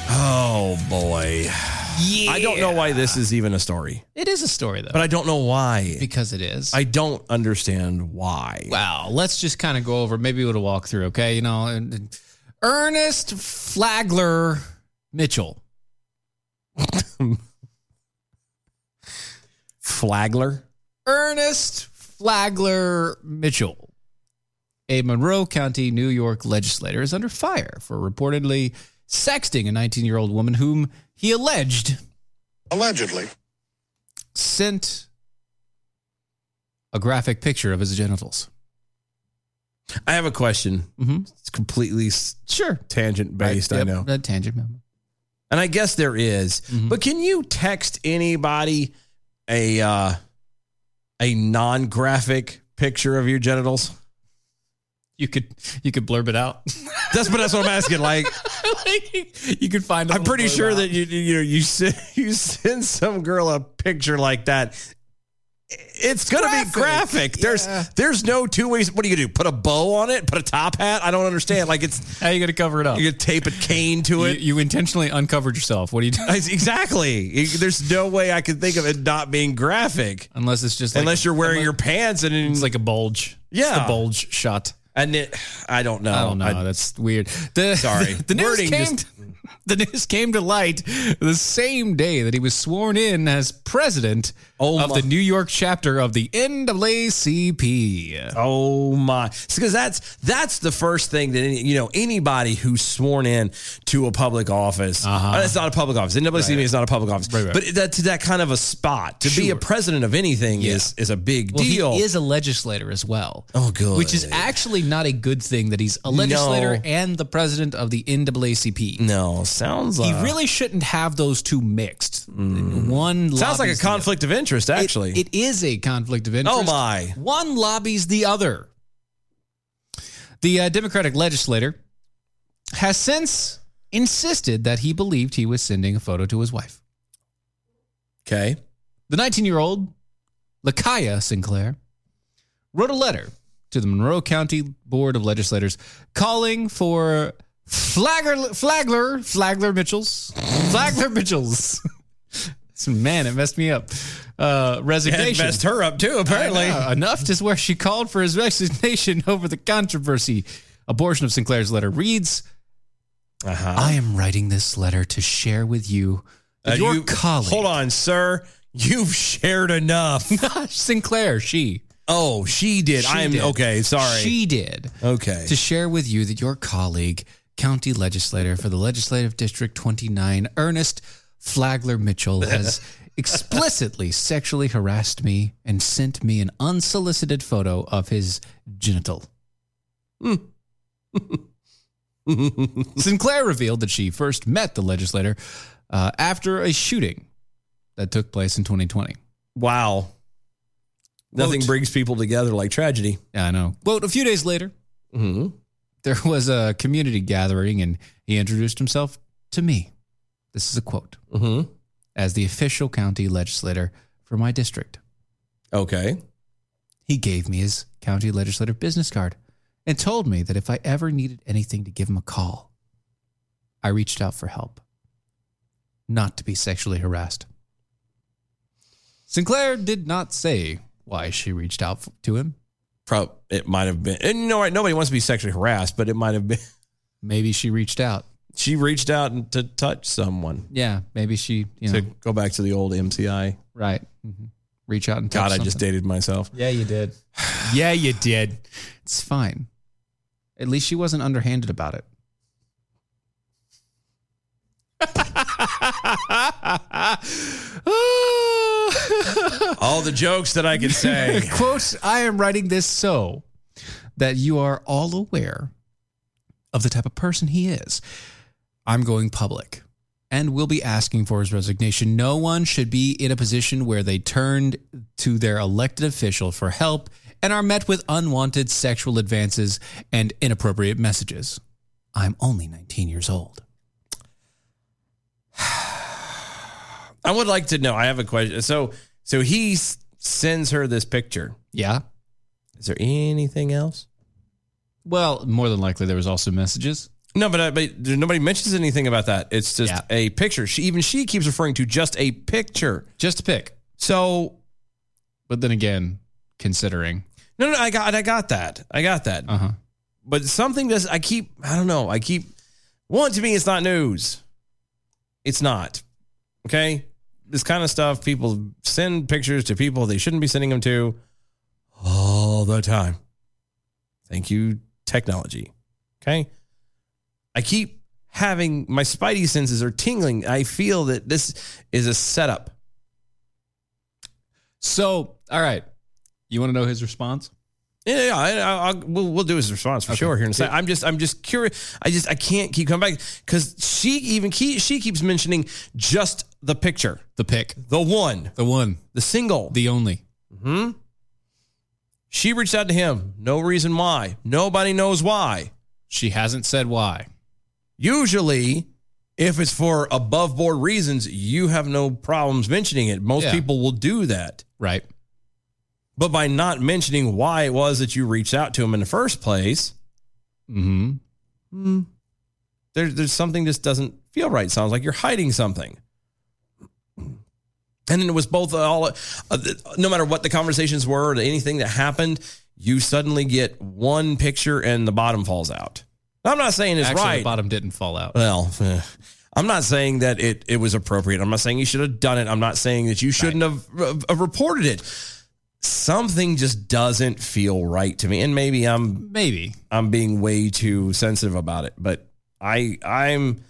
Speaker 3: Oh boy.
Speaker 4: Yeah.
Speaker 3: I don't know why this is even a story.
Speaker 4: It is a story though.
Speaker 3: But I don't know why.
Speaker 4: Because it is.
Speaker 3: I don't understand why.
Speaker 4: Wow. Let's just kind of go over. Maybe we'll walk through. Okay. You know, and- and Ernest Flagler Mitchell.
Speaker 3: Flagler?
Speaker 4: Ernest Flagler Mitchell, a Monroe County, New York legislator, is under fire for reportedly sexting a 19 year old woman whom he alleged
Speaker 18: allegedly
Speaker 4: sent a graphic picture of his genitals. Mm-hmm.
Speaker 3: I have a question. It's completely sure tangent based, I
Speaker 4: Yep,
Speaker 3: know.
Speaker 4: That tangent Mm-hmm. memo.
Speaker 3: And I guess there is. But can you text anybody a uh a non-graphic picture of your genitals?
Speaker 4: You could you could blurb it out.
Speaker 3: That's but that's what I'm asking. Like
Speaker 4: you could find.
Speaker 3: I'm pretty sure that you you you you send, you send some girl a picture like that. It's, gonna be graphic. There's there's no two ways. What are you gonna do? Put a bow on it? Put a top hat? I don't understand. Like it's
Speaker 4: how you gonna cover it up?
Speaker 3: You gonna tape a cane to it?
Speaker 4: You, intentionally uncovered yourself. What do you do?
Speaker 3: Exactly. You- There's no way I can think of it not being graphic
Speaker 4: unless it's just
Speaker 3: unless you're wearing your pants and it's
Speaker 4: like a bulge.
Speaker 3: Yeah,
Speaker 4: It's the bulge shot.
Speaker 3: And it, I don't know.
Speaker 4: I
Speaker 6: Oh,
Speaker 4: don't know. That's weird. The,
Speaker 3: Sorry.
Speaker 4: The, the news
Speaker 3: Wording
Speaker 4: came.
Speaker 3: just-
Speaker 4: the news came to light the same day that he was sworn in as president of
Speaker 3: my-
Speaker 4: the New York chapter of the NAACP.
Speaker 3: Oh my! Because that's that's the first thing that any, you know anybody who's sworn in to a public office. Uh-huh. It's not a public office. NAACP is not a public office.
Speaker 4: right.
Speaker 3: But that to that kind of a spot to be a
Speaker 4: Sure.
Speaker 3: president of anything is is a big
Speaker 4: Well,
Speaker 3: deal.
Speaker 4: he is a legislator as well.
Speaker 3: Oh, good.
Speaker 4: Which is actually not a good thing that he's a legislator
Speaker 3: No.
Speaker 4: and the president of the NAACP.
Speaker 3: No, sounds
Speaker 4: he
Speaker 3: like-
Speaker 4: really shouldn't have those two mixed. One
Speaker 3: Mm. Sounds like a
Speaker 4: lobbies the
Speaker 3: conflict of interest,
Speaker 4: other. It-
Speaker 3: actually.
Speaker 4: it is a conflict of interest.
Speaker 3: Oh, my.
Speaker 4: One lobbies the other. The uh, Democratic legislator has since insisted that he believed he was sending a photo to his wife.
Speaker 3: Okay.
Speaker 4: The 19 year old, Lakaya Sinclair, wrote a letter to the Monroe County Board of Legislators calling for Flagler, Flagler, Flagler Mitchell's, Flagler Mitchell's. Man, it messed me up. Uh, resignation.
Speaker 3: messed her up too, apparently.
Speaker 4: I know. Enough is where she called for his resignation over the controversy. Abortion of Sinclair's letter reads I am writing this letter to share with you
Speaker 3: Uh-huh.
Speaker 4: that
Speaker 3: Uh,
Speaker 4: your
Speaker 3: you-
Speaker 4: colleague.
Speaker 3: Hold on, sir. You've shared enough.
Speaker 4: Sinclair, she
Speaker 3: Oh, she did.
Speaker 4: She
Speaker 3: I'm
Speaker 4: did.
Speaker 3: okay. Sorry.
Speaker 4: She did.
Speaker 3: Okay.
Speaker 4: To share with you that your colleague, county legislator for the Legislative District 29, Ernest Flagler Mitchell, has explicitly sexually harassed me and sent me an unsolicited photo of his genital. Sinclair revealed that she first met the legislator uh, after a shooting that took place in 2020.
Speaker 3: Wow. Nothing brings people together like tragedy.
Speaker 4: Yeah, I know. Quote, a few days later, there was a community gathering and he introduced himself to me. This is a quote as the official county legislator for my district.
Speaker 3: Okay.
Speaker 4: He gave me his county legislator business card and told me that if I ever needed anything to give him a call, I reached out for help, not to be sexually harassed. Sinclair did not say why she reached out f- to him.
Speaker 3: Pro- it might have been. And no, nobody wants to be sexually harassed, but it might have been.
Speaker 4: Maybe she reached out.
Speaker 3: She reached out and to touch someone.
Speaker 4: Yeah, maybe she, you know,
Speaker 3: to go back to the old MCI.
Speaker 4: right. Mhm. Reach out and touch
Speaker 3: God, I just
Speaker 4: something.
Speaker 3: dated myself.
Speaker 4: Yeah, you did. yeah, you did. It's fine. At least she wasn't underhanded about it.
Speaker 3: All the jokes that I could say.
Speaker 4: Quote, I am writing this so that you are all aware of the type of person he is. I'm going public and will be asking for his resignation. No one should be in a position where they turned to their elected official for help and are met with unwanted sexual advances and inappropriate messages. I'm only 19 years old.
Speaker 3: I would like to know. I have a question. So, so he s- sends her this picture.
Speaker 4: Yeah.
Speaker 3: Is there anything else?
Speaker 4: Well, more than likely there was also messages.
Speaker 3: No, but, I, but there- nobody mentions anything about that. It's just a picture. She even she keeps referring to just a picture.
Speaker 4: Just a pic.
Speaker 3: So
Speaker 4: But then again, considering
Speaker 3: no, no, I got I got that. I got that.
Speaker 4: Uh huh.
Speaker 3: But something does I keep I don't know. I keep one to me. It's not news. It's not okay. This kind of stuff. People send pictures to people they shouldn't be sending them to all the time. Thank you, technology. Okay. I keep having my spidey senses are tingling. I feel that this is a setup.
Speaker 4: So, all right. You want to know his response?
Speaker 3: Yeah, yeah, I, I, I'll, we'll, we'll do his response for sure here in a second. I'm just, I'm just curious. I just, I can't keep coming back because she even keep, she keeps mentioning just the picture,
Speaker 4: The pick.
Speaker 3: the one,
Speaker 4: The one.
Speaker 3: the single,
Speaker 4: The only.
Speaker 3: hmm She reached out to him. No reason why. Nobody knows why.
Speaker 4: She hasn't said why.
Speaker 3: Usually, if it's for above board reasons, you have no problems mentioning it. Most
Speaker 4: Yeah.
Speaker 3: people will do that.
Speaker 4: Right.
Speaker 3: But by not mentioning why it was that you reached out to him in the first place, hmm,
Speaker 4: Mm-hmm.
Speaker 3: there, there's something just doesn't feel right. Sounds like you're hiding something. And then it was both all, uh, the- no matter what the conversations were or anything that happened, you suddenly get one picture and the bottom falls out. I'm not saying it's
Speaker 4: Actually,
Speaker 3: right.
Speaker 4: the bottom didn't fall out.
Speaker 3: Well, eh, I'm not saying that it, it was appropriate. I'm not saying you should have done it. I'm not saying that you shouldn't have, uh, have, have reported it. Something just doesn't feel right to me, and maybe I'm
Speaker 4: Maybe.
Speaker 3: I'm being way too sensitive about it. But I I'm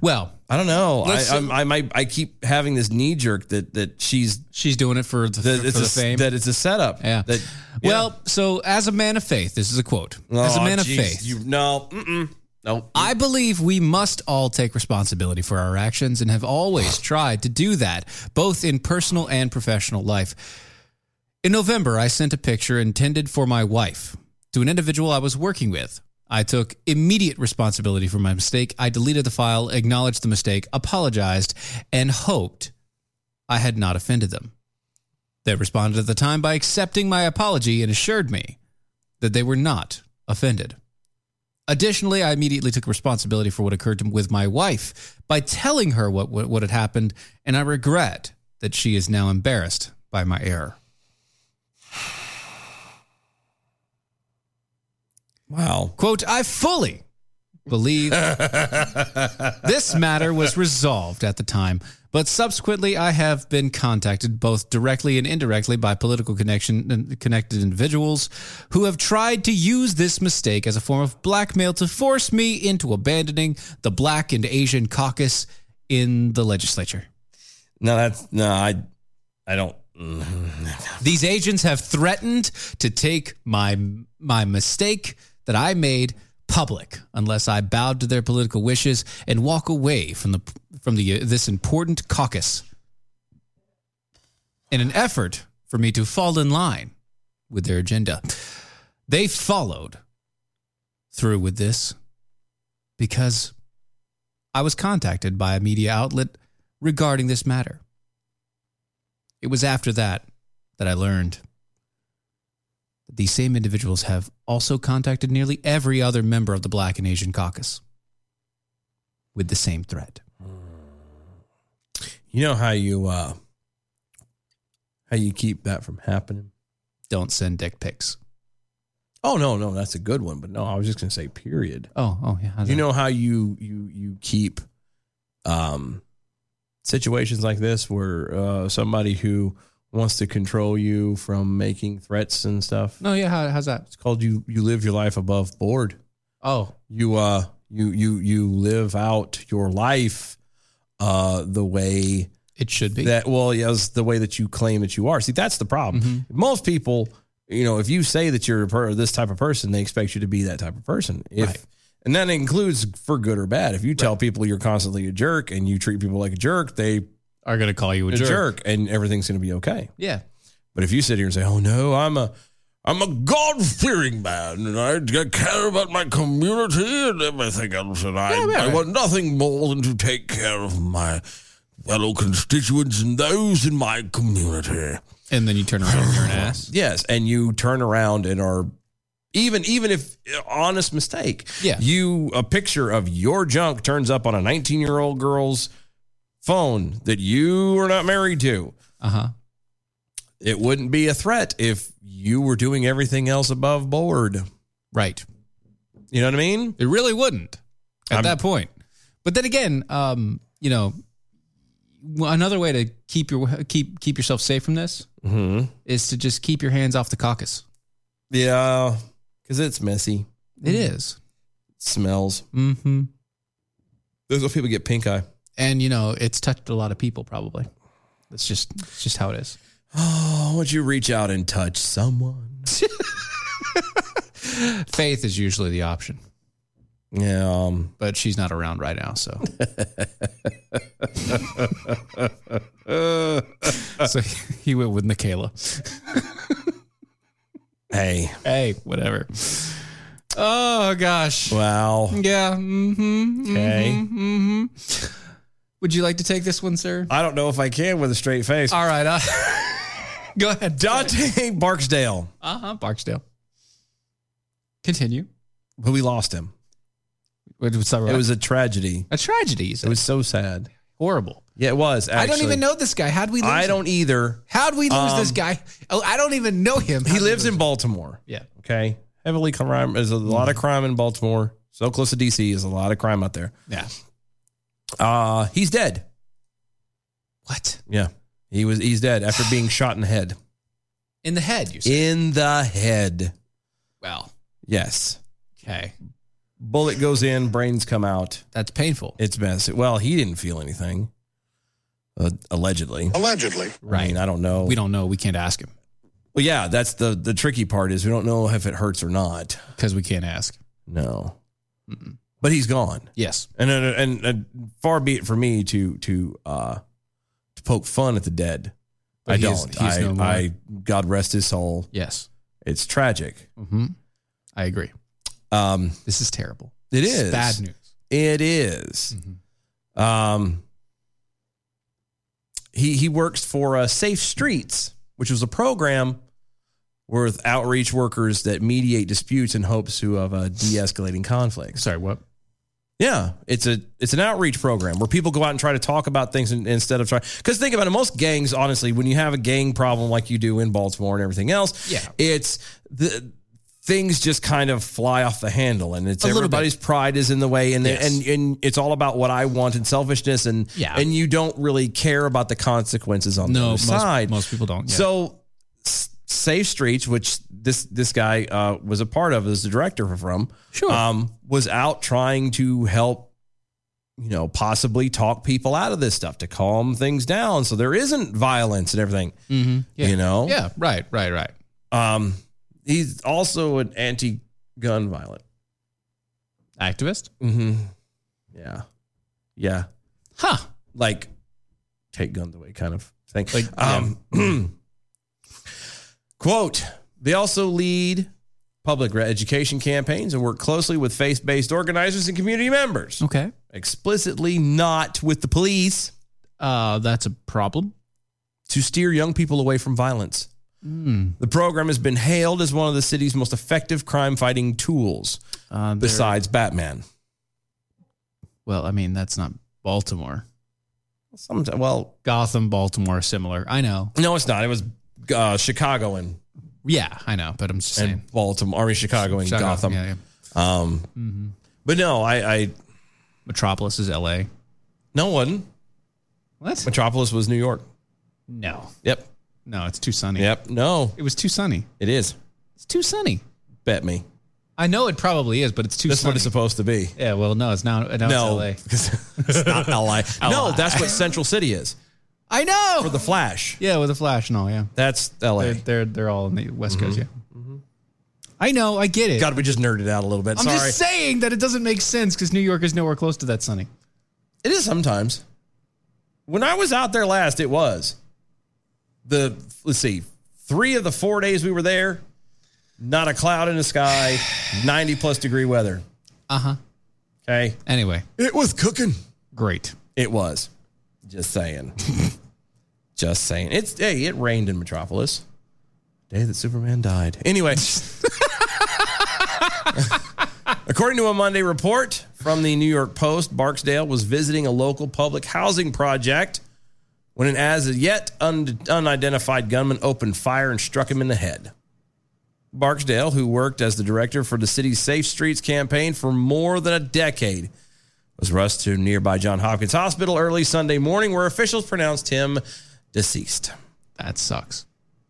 Speaker 4: Well,
Speaker 3: I don't know. I
Speaker 4: Let's-
Speaker 3: I'm, I might I keep having this knee jerk that that she's
Speaker 4: she's doing it for the,
Speaker 3: that
Speaker 4: for
Speaker 3: it's
Speaker 4: the
Speaker 3: a,
Speaker 4: fame.
Speaker 3: that it's a setup.
Speaker 4: yeah.
Speaker 3: That
Speaker 4: Well, so as a man of faith, this is a quote.
Speaker 3: yeah.
Speaker 4: as a
Speaker 3: Aw,
Speaker 4: man
Speaker 3: jeez,
Speaker 4: of faith,
Speaker 3: you no mm-mm, no.
Speaker 4: I believe we must all take responsibility for our actions and have always tried to do that, both in personal and professional life. In November, I sent a picture intended for my wife to an individual I was working with. I took immediate responsibility for my mistake. I deleted the file, acknowledged the mistake, apologized, and hoped I had not offended them. They responded at the time by accepting my apology and assured me that they were not offended. Additionally, I immediately took responsibility for what occurred to- with my wife by telling her what, what, what had happened, and I regret that she is now embarrassed by my error.
Speaker 3: Wow.
Speaker 4: Quote, I fully believe this matter was resolved at the time, But subsequently, I have been contacted both directly and indirectly by political connection connected individuals who have tried to use this mistake as a form of blackmail to force me into abandoning the Black and Asian caucus in the legislature.
Speaker 20: No, that's no, I, I don't.
Speaker 4: These agents have threatened to take my my mistake that I made public unless I bowed to their political wishes and walk away from the from the this important caucus. In an effort for me to fall in line with their agenda, they followed through with this because I was contacted by a media outlet regarding this matter. It was after that that I learned that these same individuals have also contacted nearly every other member of the Black and Asian Caucus with the same threat.
Speaker 3: You know how you uh, how you keep that from happening?
Speaker 4: Don't send dick pics.
Speaker 3: Oh no, no, that's a good one. But no, I was just gonna say period.
Speaker 4: Oh, oh yeah.
Speaker 3: you know how you you you keep um situations like this where uh, somebody who wants to control you from making threats and stuff.
Speaker 4: No, yeah, how, how's that?
Speaker 3: It's called you you live your life above board.
Speaker 4: Oh,
Speaker 3: you uh you you you live out your life uh the way
Speaker 4: it should be.
Speaker 3: That well, yes, the way that you claim that you are. See, that's the problem.
Speaker 4: Mhm.
Speaker 3: Most people, you know, if you say that you're a per- this type of person, they expect you to be that type of person. If
Speaker 4: Right.
Speaker 3: and that includes for good or bad. If you tell people you're constantly a jerk and you treat people like a jerk, they
Speaker 4: are going to call you a jerk.
Speaker 3: and everything's going to be okay.
Speaker 4: Yeah.
Speaker 3: But if you sit here and say, "Oh no, I'm a I'm a God fearing man, and I d- care about my community and everything else, and I,
Speaker 11: Yeah, yeah,
Speaker 3: I
Speaker 11: right.
Speaker 3: want nothing more than to take care of my fellow constituents and those in my community."
Speaker 4: And then you turn around and you're an ass.
Speaker 3: Yes, and you turn around and are even even if honest mistake.
Speaker 4: Yeah.
Speaker 3: You a picture of your junk turns up on a 19-year-old girl's phone that you are not married to.
Speaker 4: Uh-huh.
Speaker 3: It wouldn't be a threat if you were doing everything else above board.
Speaker 4: Right.
Speaker 3: You know what I mean?
Speaker 4: It really wouldn't at that point. But then again, um, you know, w- another way to keep your keep keep yourself safe from this
Speaker 3: Mhm.
Speaker 4: is to just keep your hands off the caucus.
Speaker 3: Yeah, cuz it's messy.
Speaker 4: It
Speaker 3: Mm-hmm.
Speaker 4: is.
Speaker 3: smells.
Speaker 4: Mm-hmm.
Speaker 3: Those are people get pink eye.
Speaker 4: And you know, it's touched a lot of people probably. It's just it's just how it is.
Speaker 3: Oh, would you reach out and touch someone?
Speaker 4: Faith is usually the option.
Speaker 3: Yeah, um,
Speaker 4: but she's not around right now, so. so he went with Nikayla.
Speaker 3: hey,
Speaker 4: hey, whatever. Oh gosh.
Speaker 3: Wow.
Speaker 4: Yeah. Mm-hmm.
Speaker 3: Okay.
Speaker 4: Mm-hmm, Would you like to take this one, sir?
Speaker 3: I don't know if I can with a straight face.
Speaker 4: All right. Uh, go ahead.
Speaker 3: Dante Barksdale.
Speaker 4: Uh huh. Barksdale. Continue.
Speaker 3: But we lost him.
Speaker 4: It was,
Speaker 3: It was a tragedy.
Speaker 4: A tragedy. you said.
Speaker 3: It was so sad.
Speaker 4: Horrible.
Speaker 3: Yeah, it was.
Speaker 4: I don't
Speaker 3: actually.
Speaker 4: even know this guy. How'd we lose
Speaker 3: I don't
Speaker 4: him?
Speaker 3: either.
Speaker 4: How'd we lose
Speaker 3: Um,
Speaker 4: this guy? Oh, I don't even know him.
Speaker 3: He lives in Baltimore.
Speaker 4: Yeah.
Speaker 3: Okay. Heavily
Speaker 4: Mm-hmm.
Speaker 3: crime. There's a lot of crime in Baltimore. So close to DC. There's a lot of crime out there.
Speaker 4: Yeah.
Speaker 3: Uh, he's dead.
Speaker 4: What?
Speaker 3: Yeah. He was. He's dead after being shot in the head.
Speaker 4: In the head, you said.
Speaker 3: In the head.
Speaker 4: Well,
Speaker 3: Yes.
Speaker 4: okay.
Speaker 3: Bullet goes in. Brains come out.
Speaker 4: That's painful.
Speaker 3: It's messy. Well, he didn't feel anything. Uh, allegedly.
Speaker 21: Allegedly.
Speaker 3: Right. I, mean, I don't know.
Speaker 4: We don't know. We can't ask him
Speaker 3: Well, yeah, that's the the tricky part is we don't know if it hurts or not.
Speaker 4: because we can't ask.
Speaker 3: No, but he's gone,
Speaker 4: Yes.
Speaker 3: and uh, and, and and far be it for me to to uh to poke fun at the dead.
Speaker 4: But
Speaker 3: I
Speaker 4: he is-
Speaker 3: don't.
Speaker 4: he is
Speaker 3: I,
Speaker 4: no more.
Speaker 3: I God rest his soul.
Speaker 4: Yes.
Speaker 3: It's tragic.
Speaker 4: Mm-hmm. I agree.
Speaker 3: Um,
Speaker 4: This is terrible.
Speaker 3: it
Speaker 4: This is
Speaker 3: is
Speaker 4: bad news.
Speaker 3: It is.
Speaker 4: Mm-hmm.
Speaker 3: Um, he he works for uh, Safe Streets, which was a program with outreach workers that mediate disputes in hopes to of uh, de-escalating conflicts.
Speaker 4: Sorry, what?
Speaker 3: Yeah, it's a it's an outreach program where people go out and try to talk about things in, instead of trying. Because think about it, most gangs, honestly, when you have a gang problem like you do in Baltimore and everything else,
Speaker 4: Yeah.
Speaker 3: it's the things just kind of fly off the handle and it's
Speaker 11: A little
Speaker 3: everybody's pride is in the way and,
Speaker 11: Yes.
Speaker 3: and and it's all about what I want and selfishness and
Speaker 11: Yeah.
Speaker 3: and you don't really care about the consequences on the
Speaker 4: No,
Speaker 3: other
Speaker 4: most-
Speaker 3: side.
Speaker 4: most people don't, yeah.
Speaker 3: So S- Safe Streets, which this this guy uh, was a part of as the director from, sure. um, was out trying to help you know, possibly talk people out of this stuff to calm things down so there isn't violence and everything.
Speaker 4: Mm-hmm.
Speaker 3: You know?
Speaker 4: Yeah. Right. Right. Right.
Speaker 3: Um, he's also an anti gun violent
Speaker 4: activist.
Speaker 3: Mm-hmm. Yeah. Yeah.
Speaker 4: Huh.
Speaker 3: Like take guns away kind of thing.
Speaker 4: Like,
Speaker 3: um, quote, they also lead public re- education campaigns and work closely with faith based organizers and community members.
Speaker 4: Okay.
Speaker 3: Explicitly not with the police.
Speaker 4: Uh, that's a problem.
Speaker 3: To steer young people away from violence.
Speaker 4: Mm.
Speaker 3: The program has been hailed as one of the city's most effective crime fighting tools,
Speaker 4: there-
Speaker 3: besides Batman.
Speaker 4: Well, I mean, that's not Baltimore.
Speaker 3: Sometimes, well,
Speaker 4: Gotham, Baltimore are similar. I know.
Speaker 3: No, it's not. It was uh, Chicago and
Speaker 4: yeah, I know, but I'm just
Speaker 3: and
Speaker 4: saying
Speaker 3: Baltimore, Army, Chicago, and
Speaker 4: Chicago,
Speaker 3: Gotham.
Speaker 4: yeah,
Speaker 3: Um, but no, I, I
Speaker 4: Metropolis is L.A.
Speaker 3: No, it wasn't.
Speaker 4: What?
Speaker 3: Metropolis was New York.
Speaker 4: No.
Speaker 3: Yep.
Speaker 4: No, it's too sunny.
Speaker 3: Yep. No,
Speaker 4: it was too sunny.
Speaker 3: It is.
Speaker 4: It's too sunny.
Speaker 3: Bet me.
Speaker 4: I know it probably is, but it's too.
Speaker 3: That's
Speaker 4: sunny.
Speaker 3: what it's supposed to be.
Speaker 4: Yeah. Well, no, it's now. now
Speaker 3: No,
Speaker 4: it's L.A.
Speaker 3: it's not L.A. No, that's what Central City is.
Speaker 4: I know.
Speaker 3: For the Flash.
Speaker 4: Yeah, with the Flash and all. Yeah.
Speaker 3: That's L.A.
Speaker 4: They're they're, they're all in the West Coast. Yeah. I know. I get it.
Speaker 3: Mm-hmm. God, we just nerded out a little bit.
Speaker 4: I'm
Speaker 3: Sorry.
Speaker 4: just saying that it doesn't make sense because New York is nowhere close to that sunny.
Speaker 3: It is sometimes. When I was out there last, it was the let's see, three of the four days we were there, not a cloud in the sky, ninety plus degree weather.
Speaker 4: Uh
Speaker 3: Uh-huh.
Speaker 4: huh.
Speaker 3: Okay.
Speaker 4: Anyway,
Speaker 3: it was cooking.
Speaker 4: Great.
Speaker 3: It was. Just saying. just saying. It's hey, it rained in Metropolis. Day that Superman died. Anyway. According to a Monday report from the New York Post, Barksdale was visiting a local public housing project when an as yet un- unidentified gunman opened fire and struck him in the head. Barksdale, who worked as the director for the city's Safe Streets campaign for more than a decade, was rushed to nearby John Hopkins Hospital early Sunday morning, where officials pronounced him deceased.
Speaker 4: That sucks.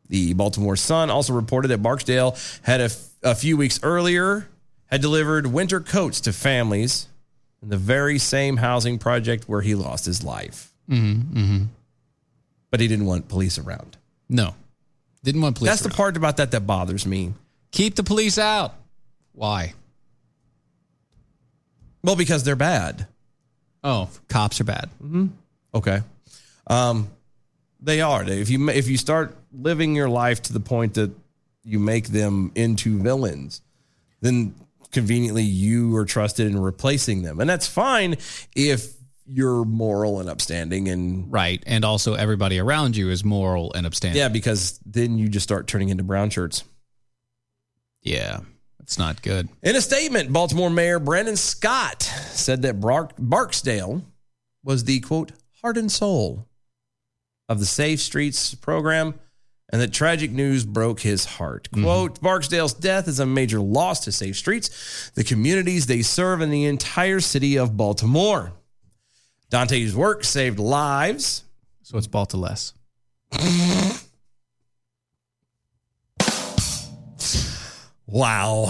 Speaker 3: The Baltimore Sun also reported that Barksdale had a, f- a few weeks earlier had delivered winter coats to families in the very same housing project where he lost his life,
Speaker 4: Mm-hmm. mm-hmm.
Speaker 3: but he didn't want police around.
Speaker 4: No, didn't want police.
Speaker 3: That's the part about that that bothers me.
Speaker 4: Keep the police out. Why?
Speaker 3: Well, because they're bad.
Speaker 4: Oh, cops are bad.
Speaker 3: Mm-hmm. Okay. Um, they are. They- If you if you start living your life to the point that you make them into villains, then conveniently you are trusted in replacing them, and that's fine if you're moral and upstanding and
Speaker 4: right. And also everybody around you is moral and upstanding.
Speaker 3: Yeah, because then you just start turning into brown shirts.
Speaker 4: Yeah, it's not good.
Speaker 3: In a statement, Baltimore Mayor Brandon Scott said that Bark- Barksdale was the quote hardened soul of the Safe Streets program, and that tragic news broke his heart. Quote Barksdale's death is a major loss to Safe Streets, the communities they serve, and the entire city of Baltimore. Dante's work saved lives.
Speaker 4: So it's Baltaless.
Speaker 3: Wow.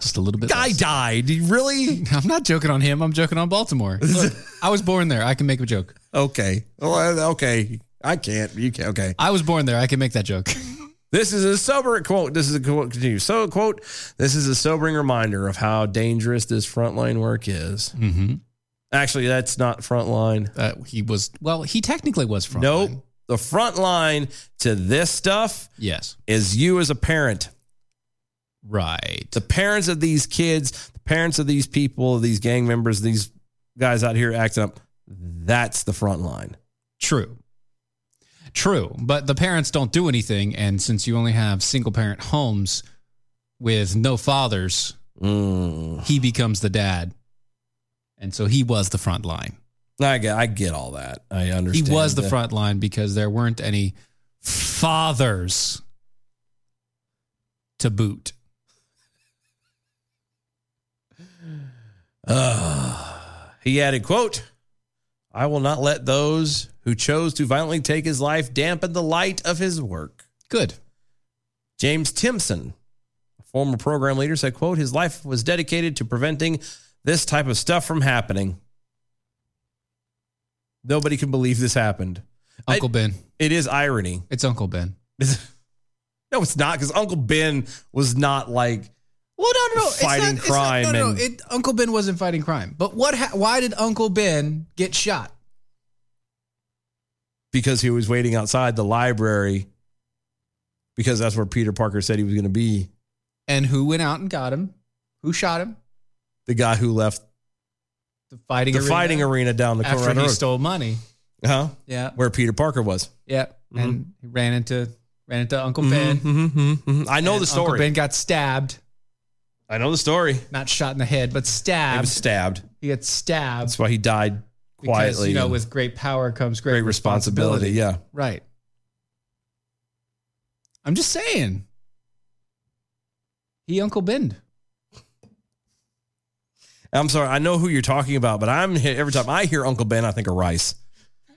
Speaker 4: Just a little bit.
Speaker 3: Guy died. Really?
Speaker 4: I'm not joking on him. I'm joking on Baltimore. Look, I was born there. I can make a joke.
Speaker 3: Okay. Well, okay. I can't. You can't. Okay.
Speaker 4: I was born there. I can make that joke.
Speaker 3: This is a sober quote. This is a quote. Continue. So quote. This is a sobering reminder of how dangerous this frontline work is.
Speaker 4: Mm-hmm.
Speaker 3: Actually, that's not frontline.
Speaker 4: Uh, he was. Well, he technically was frontline.
Speaker 3: Nope. The front line to this stuff
Speaker 4: Yes.
Speaker 3: is you as a parent.
Speaker 4: Right.
Speaker 3: The parents of these kids, the parents of these people, these gang members, these guys out here acting up. That's the front line.
Speaker 4: True. True. But the parents don't do anything. And since you only have single parent homes with no fathers, he becomes the dad. And so he was the front line.
Speaker 3: I get, I get all that. I understand.
Speaker 4: He was the
Speaker 3: that.
Speaker 4: front line because there weren't any fathers to boot.
Speaker 3: Uh, he added, quote, I will not let those who chose to violently take his life dampen the light of his work.
Speaker 4: Good.
Speaker 3: James Timpson, a former program leader, said, quote, his life was dedicated to preventing this type of stuff from happening. Nobody can believe this happened.
Speaker 4: Uncle Ben.
Speaker 3: It is irony.
Speaker 4: It's Uncle Ben.
Speaker 3: no, it's not because Uncle Ben was not like
Speaker 4: Well, no, no, no. It's
Speaker 3: Fighting
Speaker 4: not, it's
Speaker 3: crime
Speaker 4: Not, no, no,
Speaker 3: and-
Speaker 4: no. It, Uncle Ben wasn't fighting crime. But what? Ha- why did Uncle Ben get shot?
Speaker 3: because he was waiting outside the library because that's where Peter Parker said he was going to be.
Speaker 4: And who went out and got him? Who shot him?
Speaker 3: The guy who left
Speaker 4: The fighting.
Speaker 3: the
Speaker 4: arena
Speaker 3: fighting arena down the
Speaker 4: after
Speaker 3: Colorado
Speaker 4: he
Speaker 3: Road.
Speaker 4: stole money.
Speaker 3: huh?
Speaker 4: Yeah.
Speaker 3: Where Peter Parker was.
Speaker 4: Yeah,
Speaker 3: Mm-hmm.
Speaker 4: and he ran into ran into Uncle
Speaker 3: Mhm,
Speaker 4: Ben.
Speaker 3: mhm, mhm, mhm. I know
Speaker 4: And
Speaker 3: the story.
Speaker 4: Uncle Ben got stabbed.
Speaker 3: I know the story.
Speaker 4: Not shot in the head, but
Speaker 3: He
Speaker 4: stabbed.
Speaker 3: was stabbed.
Speaker 4: He got stabbed.
Speaker 3: That's why he died quietly.
Speaker 4: Because, you know, with great power comes great,
Speaker 3: great responsibility. Yeah.
Speaker 4: Right. I'm just saying. He Uncle Ben.
Speaker 3: I'm sorry. I know who you're talking about, but I'm hit every time I hear Uncle Ben, I think of Rice.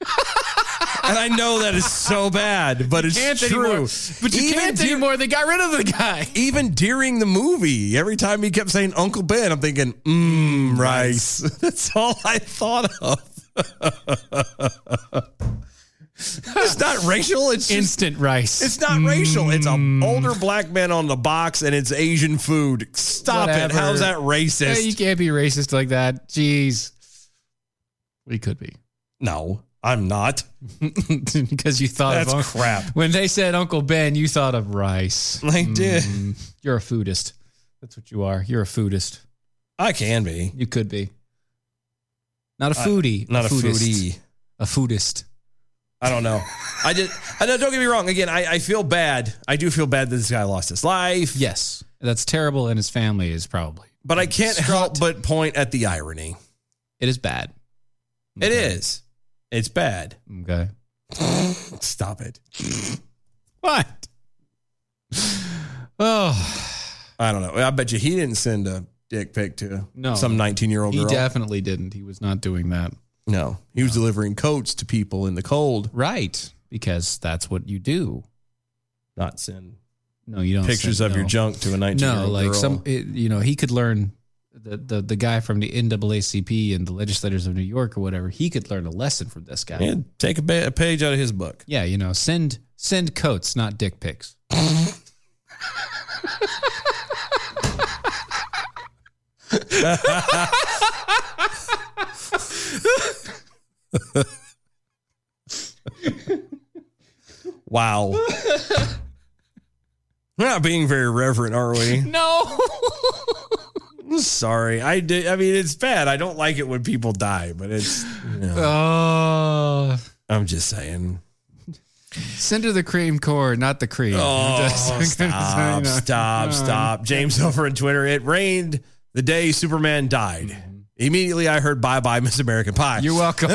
Speaker 3: and I know that is so bad, but it's
Speaker 4: can't
Speaker 3: true.
Speaker 4: anymore. But you can't anymore. They got rid of the guy.
Speaker 3: Even during the movie, every time he kept saying Uncle Ben, I'm thinking, mmm, Rice. That's all I thought of. it's not racial. It's just-
Speaker 4: Instant rice.
Speaker 3: It's not racial. It's
Speaker 4: Mm.
Speaker 3: an older black man on the box and it's Asian food. Stop it.
Speaker 4: Whatever.
Speaker 3: How's that
Speaker 4: Yeah,
Speaker 3: racist?
Speaker 4: you can't be racist like that. Jeez. We could be.
Speaker 3: no, I'm not.
Speaker 4: Because you thought
Speaker 3: That's
Speaker 4: of Unc-
Speaker 3: crap.
Speaker 4: When they said Uncle Ben, you thought of rice. Mm.
Speaker 3: I did.
Speaker 4: You're a foodist. That's what you are. You're a foodist.
Speaker 3: I can be.
Speaker 4: You could be. Not a
Speaker 3: I-
Speaker 4: foodie.
Speaker 3: not a
Speaker 4: foodist.
Speaker 3: foodie.
Speaker 4: A foodist.
Speaker 3: I don't know. I just, I know, don't get me wrong. Again, I, I feel bad. I do feel bad that this guy lost his life,
Speaker 4: Yes. That's terrible, and his family is probably.
Speaker 3: but I can't help but point at the irony.
Speaker 4: It is bad.
Speaker 3: It is. It's bad.
Speaker 4: Okay.
Speaker 3: Stop it.
Speaker 4: What? Oh,
Speaker 3: I don't know. I bet you he didn't send a dick pic to
Speaker 4: No.
Speaker 3: some 19 year old
Speaker 4: he
Speaker 3: girl.
Speaker 4: definitely didn't. He was not doing that.
Speaker 3: no, he was delivering coats to people in the cold,
Speaker 4: Right. Because that's what you do.
Speaker 3: not send
Speaker 4: No, you don't.
Speaker 3: pictures
Speaker 4: send-
Speaker 3: of your
Speaker 4: no.
Speaker 3: junk to a 19 year old
Speaker 4: No, like
Speaker 3: girl.
Speaker 4: some, it, you know, he could learn the, the the guy from the NAACP and the legislators of New York or whatever. He could learn a lesson from this guy.
Speaker 3: Yeah, take a, ba- a page out of his book.
Speaker 4: Yeah, you know, send send coats, not dick pics.
Speaker 3: Wow. We're not being very reverent, are we?
Speaker 4: No.
Speaker 3: I'm sorry. I did. I mean, it's bad. I don't like it when people die, but it's. you know,
Speaker 4: Oh,
Speaker 3: I'm just saying.
Speaker 4: send her the cream core, not the cream.
Speaker 3: Oh,
Speaker 4: You
Speaker 3: stop,
Speaker 4: know.
Speaker 3: stop, stop. James over on Twitter. It rained the day Superman died. Immediately, I heard "Bye Bye Miss American Pie."
Speaker 4: You're welcome.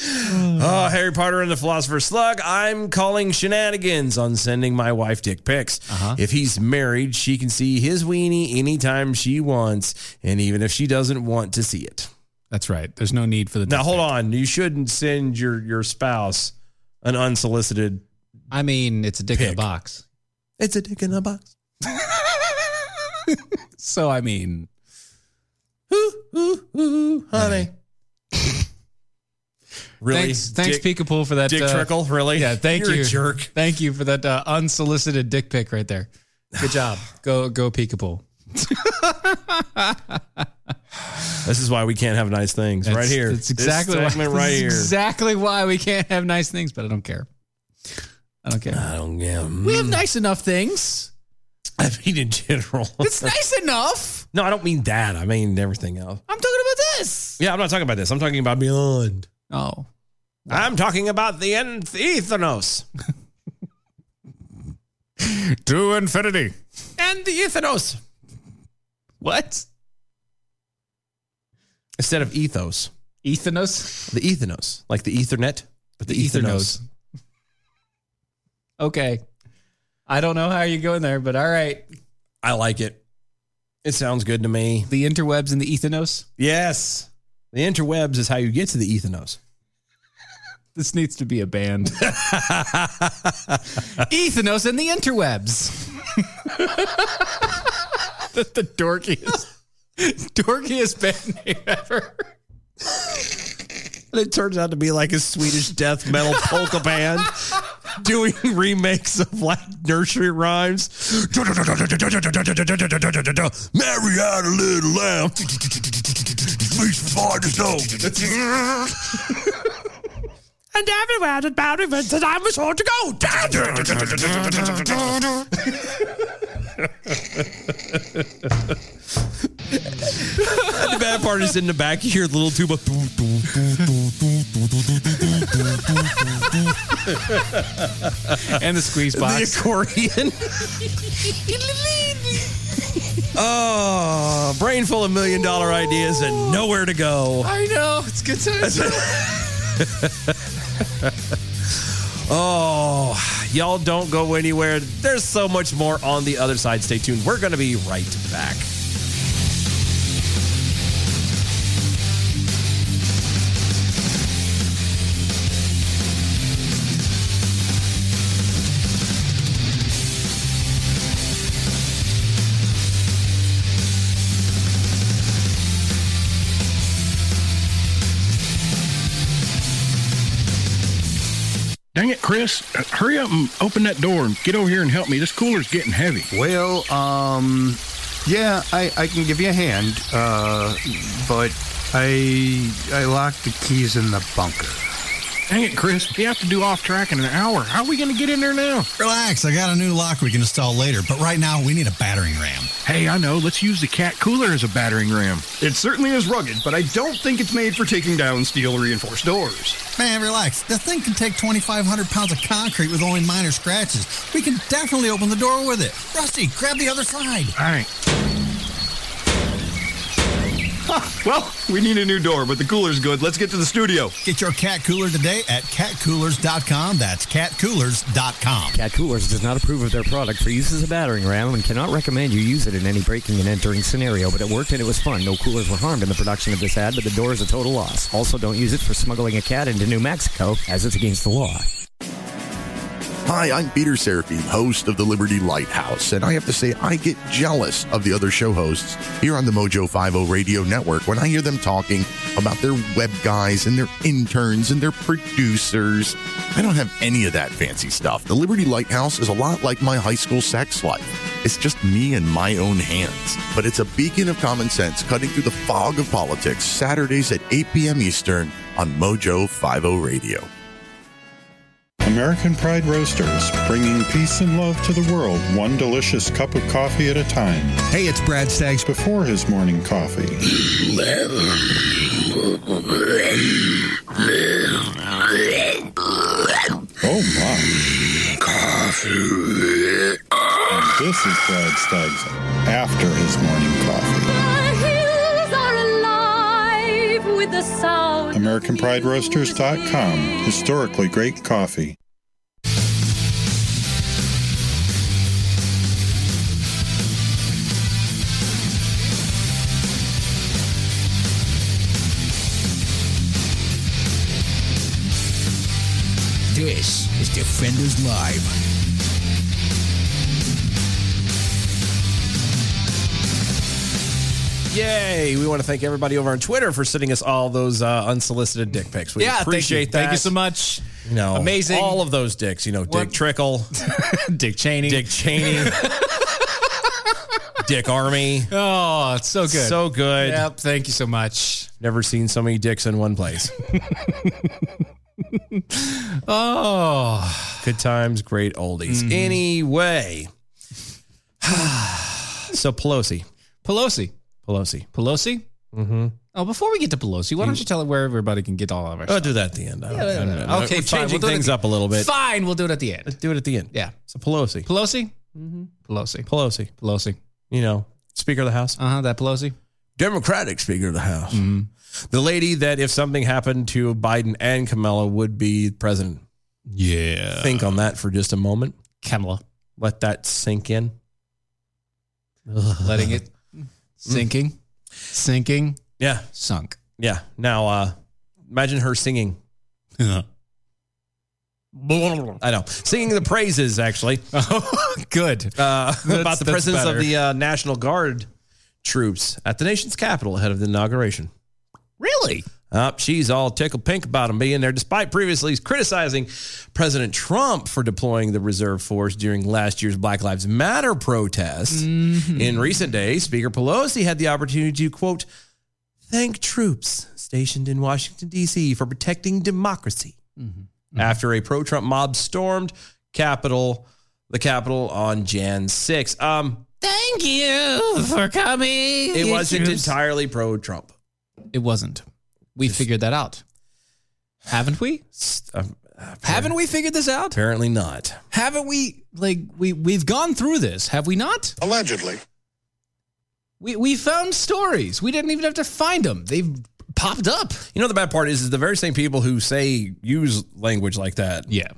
Speaker 3: Oh, Harry Potter and the Philosopher's Slug. I'm calling shenanigans on sending my wife dick pics.
Speaker 4: Uh-huh.
Speaker 3: If he's married, she can see his weenie anytime she wants, and even if she doesn't want to see it.
Speaker 4: That's right. There's no need for the.
Speaker 3: Now,
Speaker 4: dick
Speaker 3: hold
Speaker 4: pic.
Speaker 3: on. You shouldn't send your your spouse an unsolicited.
Speaker 4: I mean, it's a dick in a
Speaker 3: Pic.
Speaker 4: box.
Speaker 3: It's a dick in a box.
Speaker 4: So I mean,
Speaker 3: Ooh, ooh, ooh, honey. really?
Speaker 4: thanks, thanks,
Speaker 3: dick,
Speaker 4: Peekapool, for that
Speaker 3: dick
Speaker 4: uh,
Speaker 3: trickle. Really?
Speaker 4: Yeah, thank
Speaker 3: You're
Speaker 4: you.
Speaker 3: A jerk.
Speaker 4: Thank you for that uh, unsolicited dick pic right there. Good job. go go Peekapool.
Speaker 3: This is why we can't have nice things. right
Speaker 4: That's-
Speaker 3: here.
Speaker 4: That's
Speaker 3: This
Speaker 4: exactly why,
Speaker 3: segment
Speaker 4: this
Speaker 3: right
Speaker 4: is
Speaker 3: here.
Speaker 4: Exactly why we can't have nice things, but I don't care. I don't care.
Speaker 3: I don't get.
Speaker 4: We have nice enough things.
Speaker 3: I mean, in general.
Speaker 4: It's nice enough.
Speaker 3: no, I don't mean that. I mean everything else.
Speaker 4: I'm talking about this.
Speaker 3: Yeah, I'm not talking about this. I'm talking about beyond.
Speaker 4: Oh,
Speaker 3: I'm talking about the nth Ethanos.
Speaker 4: to infinity.
Speaker 3: and the Ethanos.
Speaker 4: What?
Speaker 3: Instead of ethos,
Speaker 4: Ethanos.
Speaker 3: the Ethanos. Like the Ethernet, but the, Ethanos.
Speaker 4: Okay. I don't know how you're going there, but all right.
Speaker 3: I like it. It sounds good to me.
Speaker 4: The interwebs and the Ethanos?
Speaker 3: Yes. The interwebs is how you get to the Ethanos.
Speaker 4: This needs to be a band. Ethanos and the interwebs. the, the dorkiest, dorkiest band name ever.
Speaker 22: And it turns out to be like a Swedish death metal polka band doing remakes of like nursery rhymes.
Speaker 11: Mary had a little lamb. Please provide us
Speaker 23: And everywhere that Barry went, that I was all to go.
Speaker 3: And the bad part is in the back, you hear the little tuba.
Speaker 4: and the squeeze box.
Speaker 3: The accordion. Oh, brain full of million dollar ideas and nowhere to go.
Speaker 4: I know. It's good times.
Speaker 3: oh, y'all don't go anywhere. There's so much more on the other side. Stay tuned. We're going to be right back.
Speaker 24: Dang it, Chris. Uh, Hurry up and open that door and get over here and help me. This cooler's getting heavy.
Speaker 9: Well, um, yeah, I, I can give you a hand, uh, but I I locked the keys in the bunker.
Speaker 24: Dang it, Chris. We have to do off track in an hour. How are we going to get in there now?
Speaker 21: Relax, I got a new lock we can install later, but right now we need a battering ram.
Speaker 24: Hey, I know. Let's use the cat cooler as a battering ram.
Speaker 25: It certainly is rugged, but I don't think it's made for taking down steel reinforced doors.
Speaker 21: Man, relax. This thing can take 2,500 pounds of concrete with only minor scratches. We can definitely open the door with it. Rusty, grab the other side.
Speaker 24: All right.
Speaker 25: Ha, well, we need a new door, but the cooler's good. Let's get to the studio.
Speaker 21: Get your cat cooler today at catcoolers.com. That's catcoolers.com.
Speaker 26: Cat Coolers does not approve of their product for use as a battering ram and cannot recommend you use it in any breaking and entering scenario, but it worked and it was fun. No coolers were harmed in the production of this ad, but the door is a total loss. Also, don't use it for smuggling a cat into New Mexico, as it's against the law.
Speaker 27: Hi, I'm Peter Seraphine, host of the Liberty Lighthouse, and I have to say I get jealous of the other show hosts here on the Mojo 50 Radio Network when I hear them talking about their web guys and their interns and their producers. I don't have any of that fancy stuff. The Liberty Lighthouse is a lot like my high school sex life. It's just me and my own hands. But it's a beacon of common sense cutting through the fog of politics Saturdays at 8 p.m. Eastern on Mojo 50 Radio.
Speaker 28: American Pride Roasters, bringing peace and love to the world, one delicious cup of coffee at a time.
Speaker 29: Hey, it's Brad Staggs.
Speaker 28: Before his morning coffee. oh my. Coffee. And this is Brad Staggs after his morning coffee. AmericanPrideRoasters.com. Historically great coffee.
Speaker 30: This is Defenders Live.
Speaker 3: Yay! We want to thank everybody over on Twitter for sending us all those uh, unsolicited dick pics. We
Speaker 4: Yeah, thank you.
Speaker 3: appreciate that.
Speaker 4: Thank you so much.
Speaker 3: You know,
Speaker 4: Amazing.
Speaker 3: All of those dicks. You know, Dick Trickle,
Speaker 4: Dick Cheney,
Speaker 3: Dick Cheney, Dick Army.
Speaker 4: Oh, it's so good.
Speaker 3: So good.
Speaker 4: Yep. Thank you so much.
Speaker 3: Never seen so many dicks in one place.
Speaker 4: oh,
Speaker 3: good times, Mm. great oldies.
Speaker 4: Mhm.
Speaker 3: Anyway, so Pelosi,
Speaker 4: Pelosi,
Speaker 3: Pelosi,
Speaker 4: Pelosi.
Speaker 3: Mm-hmm.
Speaker 4: Oh, before we get to Pelosi, why don't you tell it where everybody can get all of our
Speaker 3: I'll
Speaker 4: stuff?
Speaker 3: do that at the end. I don't-
Speaker 4: Yeah,
Speaker 3: I don't
Speaker 4: yeah,
Speaker 3: know.
Speaker 4: Okay,
Speaker 3: We're changing
Speaker 4: fine. We'll do it at
Speaker 3: things
Speaker 4: the-
Speaker 3: up a little bit.
Speaker 4: Fine, we'll do it at the end.
Speaker 3: Let's do it at the end.
Speaker 4: Yeah.
Speaker 3: So Pelosi,
Speaker 4: Pelosi,
Speaker 3: Pelosi, Pelosi,
Speaker 4: Pelosi.
Speaker 3: You know, Speaker of the House.
Speaker 4: Uh huh. That Pelosi,
Speaker 3: Democratic Speaker of the House, the lady that if something happened to Biden and Kamala would be president.
Speaker 22: Yeah.
Speaker 3: Think on that for just a moment,
Speaker 4: Kamala.
Speaker 3: Let that sink in.
Speaker 4: letting it Sinking. Sinking.
Speaker 3: Mm. Yeah.
Speaker 4: Sunk.
Speaker 3: Yeah. Now, uh, imagine her singing. I know. Singing the praises, actually.
Speaker 4: Good.
Speaker 3: Uh, about
Speaker 4: That's-
Speaker 3: the
Speaker 4: that's
Speaker 3: presence
Speaker 4: better.
Speaker 3: of the uh, National Guard troops at the nation's capital ahead of the inauguration.
Speaker 4: Really?
Speaker 3: Uh, she's all tickled pink about him being there, despite previously criticizing President Trump for deploying the reserve force during last year's Black Lives Matter protests.
Speaker 4: Mm-hmm.
Speaker 3: In recent days, Speaker Pelosi had the opportunity to, quote, thank troops stationed in Washington, D.C. for protecting democracy
Speaker 4: Mm-hmm.
Speaker 3: after a pro Trump mob stormed Capitol, the Capitol on Jan 6. Um,
Speaker 11: Thank you for coming.
Speaker 3: it wasn't entirely pro Trump.
Speaker 4: It wasn't. We figured that out. Haven't we?
Speaker 3: uh,
Speaker 4: Haven't we figured this out?
Speaker 3: Apparently not.
Speaker 4: Haven't we like we we've gone through this, have we not?
Speaker 31: Allegedly.
Speaker 4: We we found stories. We didn't even have to find them. They've popped up.
Speaker 3: You know the bad part is, is the very same people who say use language like that.
Speaker 4: Yeah.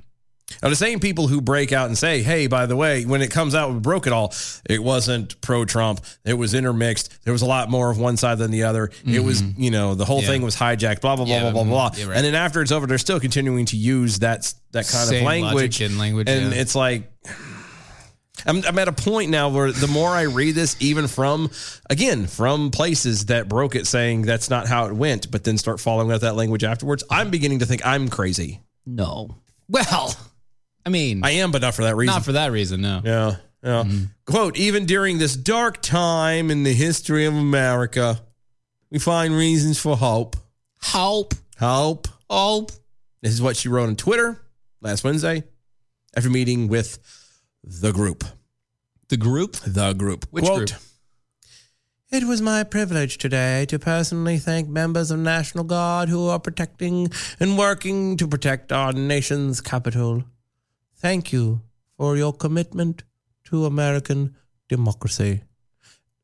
Speaker 3: Are the same people who break out and say, "Hey, by the way, when it comes out, we broke it all. It wasn't pro-Trump. It was intermixed. There was a lot more of one side than the other. It was, you know, the whole
Speaker 4: Yeah.
Speaker 3: thing was hijacked. Blah blah blah
Speaker 4: Yeah,
Speaker 3: blah blah
Speaker 4: mhm.
Speaker 3: blah."
Speaker 4: Yeah, right.
Speaker 3: And then after it's over, they're still continuing to use that that kind
Speaker 4: Same
Speaker 3: of
Speaker 4: logic
Speaker 3: language
Speaker 4: and language,
Speaker 3: And
Speaker 4: yeah.
Speaker 3: it's like, I'm, I'm at a point now where the more I read this, even from, again, from places that broke it saying that's not how it went, but then start following up that language afterwards, I'm beginning to think I'm crazy.
Speaker 4: No. Well, I mean,
Speaker 3: I am, but not for that reason.
Speaker 4: Not for that reason, no.
Speaker 3: Yeah. yeah. Mm-hmm. Quote, even during this dark time in the history of America, we find reasons for hope.
Speaker 4: Hope.
Speaker 3: Hope.
Speaker 4: Hope.
Speaker 3: This is what she wrote on Twitter last Wednesday after meeting with the group.
Speaker 4: The group?
Speaker 3: The group.
Speaker 4: Which group?
Speaker 3: It was my privilege today to personally thank members of National Guard who are protecting and working to protect our nation's capital. Thank you for your commitment to American democracy.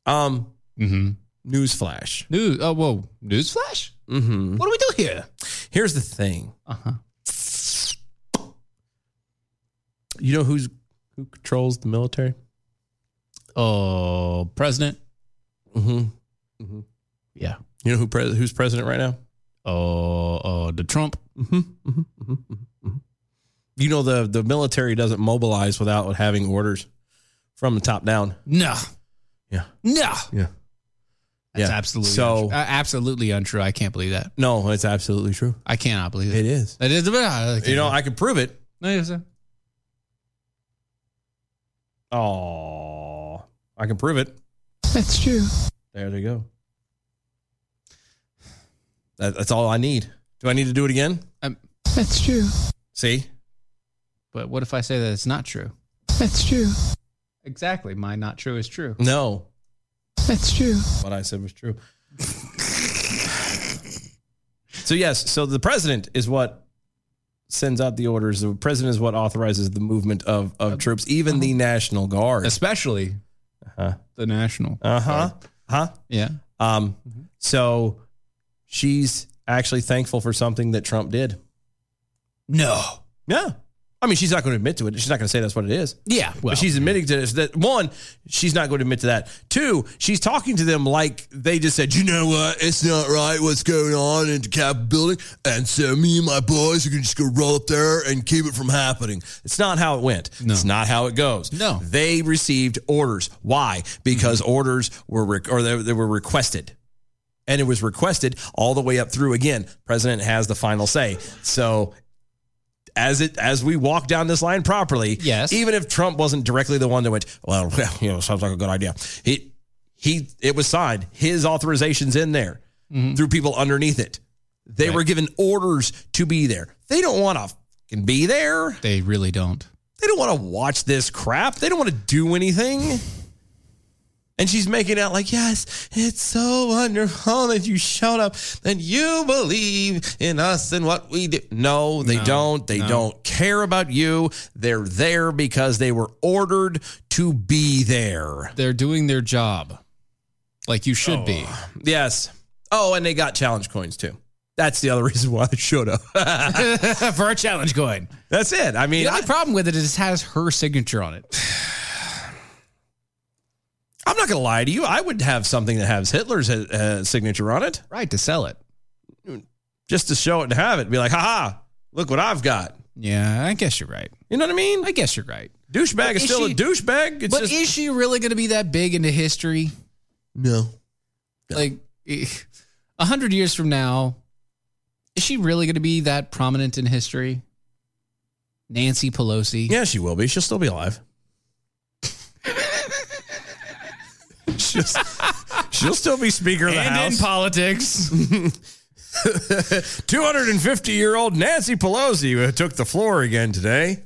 Speaker 3: Um,
Speaker 11: Mm-hmm.
Speaker 3: newsflash.
Speaker 11: News. Oh, whoa. Newsflash?
Speaker 3: Mm-hmm.
Speaker 11: What do we do here?
Speaker 3: Here's the thing.
Speaker 11: Uh huh.
Speaker 3: You know who's who controls the military?
Speaker 4: Oh, president.
Speaker 3: Mm-hmm. Uh, mm-hmm.
Speaker 4: Yeah.
Speaker 3: You know who pres who's president right now? Uh,
Speaker 4: Oh, oh, the Trump.
Speaker 3: Mm-hmm. Mm-hmm. Mm-hmm. You know the the military doesn't mobilize without having orders from the top down.
Speaker 4: No.
Speaker 3: Yeah.
Speaker 4: No.
Speaker 3: Yeah.
Speaker 4: That's
Speaker 3: Yeah.
Speaker 4: absolutely
Speaker 3: So-
Speaker 4: untrue. Uh, absolutely untrue. I can't believe that.
Speaker 3: No, it's absolutely true.
Speaker 4: I cannot believe it.
Speaker 3: It is.
Speaker 4: It is. uh,
Speaker 3: You know, I can prove it.
Speaker 4: No, yes, sir.
Speaker 3: Oh, I can prove it.
Speaker 4: That's true.
Speaker 3: There they go. That, that's all I need. Do I need to do it again?
Speaker 4: That's true.
Speaker 3: See?
Speaker 4: Um, But what if I say that it's not true?
Speaker 11: That's true.
Speaker 4: Exactly. My not true is true.
Speaker 3: No.
Speaker 11: That's true.
Speaker 3: What I said was true. so yes, so the president is what sends out the orders. The president is what authorizes the movement of of troops, even the National Guard.
Speaker 4: Especially
Speaker 3: Uh-huh.
Speaker 4: the national.
Speaker 3: Uh-huh. Huh?
Speaker 4: Yeah.
Speaker 3: Um so she's actually thankful for something that Trump did.
Speaker 4: No.
Speaker 3: Yeah. I mean, she's not going to admit to it. She's not going to say that's what it is.
Speaker 4: Yeah. Well,
Speaker 3: but she's admitting to this that one, she's not going to admit to that. Two, she's talking to them like they just said, you know what, it's not right what's going on in the Capitol building, and so me and my boys are going to just go roll up there and keep it from happening. It's not how it went. It's not how it goes.
Speaker 4: No. Mm-hmm.
Speaker 3: they received orders. Why? Because orders were rec- or they, they were requested. And it was requested all the way up through again. President has the final say. So as it as we walk down this line properly,
Speaker 4: Yes.
Speaker 3: even if Trump wasn't directly the one that went, well, you know, sounds like a good idea. He he it was signed. His authorization's in there
Speaker 4: Mm-hmm.
Speaker 3: through people underneath it. They were given orders to be there. They don't want to fucking be there.
Speaker 4: they really don't.
Speaker 3: They don't want to watch this crap. They don't want to do anything. And she's making out like, yes, it's so wonderful that you showed up and you believe in us and what we do. No, they don't. They don't care about you. They're there because they were ordered to be there.
Speaker 4: They're doing their job like you should be.
Speaker 3: Yes. Oh, and they got challenge coins too. That's the other reason why they showed up.
Speaker 4: For a challenge coin.
Speaker 3: That's it. I mean,
Speaker 4: The
Speaker 3: I,
Speaker 4: only problem with it is it has her signature on it.
Speaker 3: I'm not going to lie to you. I would have something that has Hitler's uh, signature on it.
Speaker 4: Right, to sell it.
Speaker 3: Just to show it and have it. Be like, haha, look what I've got.
Speaker 4: Yeah, I guess you're right.
Speaker 3: You know what I mean?
Speaker 4: I guess you're right.
Speaker 3: Douchebag
Speaker 4: But
Speaker 3: is
Speaker 4: is
Speaker 3: still
Speaker 4: she-
Speaker 3: a douchebag. It's
Speaker 4: but
Speaker 3: just,
Speaker 4: is she really going to be that big into history?
Speaker 3: No.
Speaker 4: Like eh, a hundred years from now, is she really going to be that prominent in history? Nancy Pelosi.
Speaker 3: Yeah, she will be. She'll still be alive. she'll, she'll still be Speaker of the
Speaker 4: And in
Speaker 3: House.
Speaker 4: politics.
Speaker 3: 250 year old Nancy Pelosi uh, took the floor again today.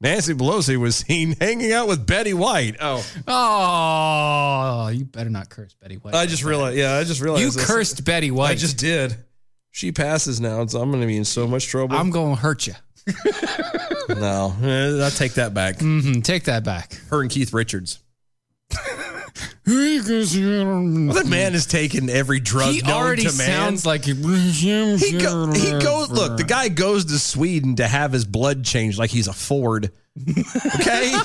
Speaker 3: Nancy Pelosi was seen hanging out with Betty White. Oh,
Speaker 4: Oh, you better not curse Betty White.
Speaker 3: I just realized. Yeah, I just realized.
Speaker 4: You
Speaker 3: this.
Speaker 4: cursed Betty White.
Speaker 3: I just did. She passes now, so I'm going to be in so much trouble.
Speaker 4: I'm going to hurt you.
Speaker 3: no, eh, I take that back.
Speaker 4: Mm-hmm, take that back.
Speaker 3: Her and Keith Richards. That man has taken every drug
Speaker 4: He
Speaker 3: known
Speaker 4: already
Speaker 3: to man.
Speaker 4: sounds like he,
Speaker 3: He, go, he goes. Look, the guy goes to Sweden to have his blood changed, like he's a Ford. Okay,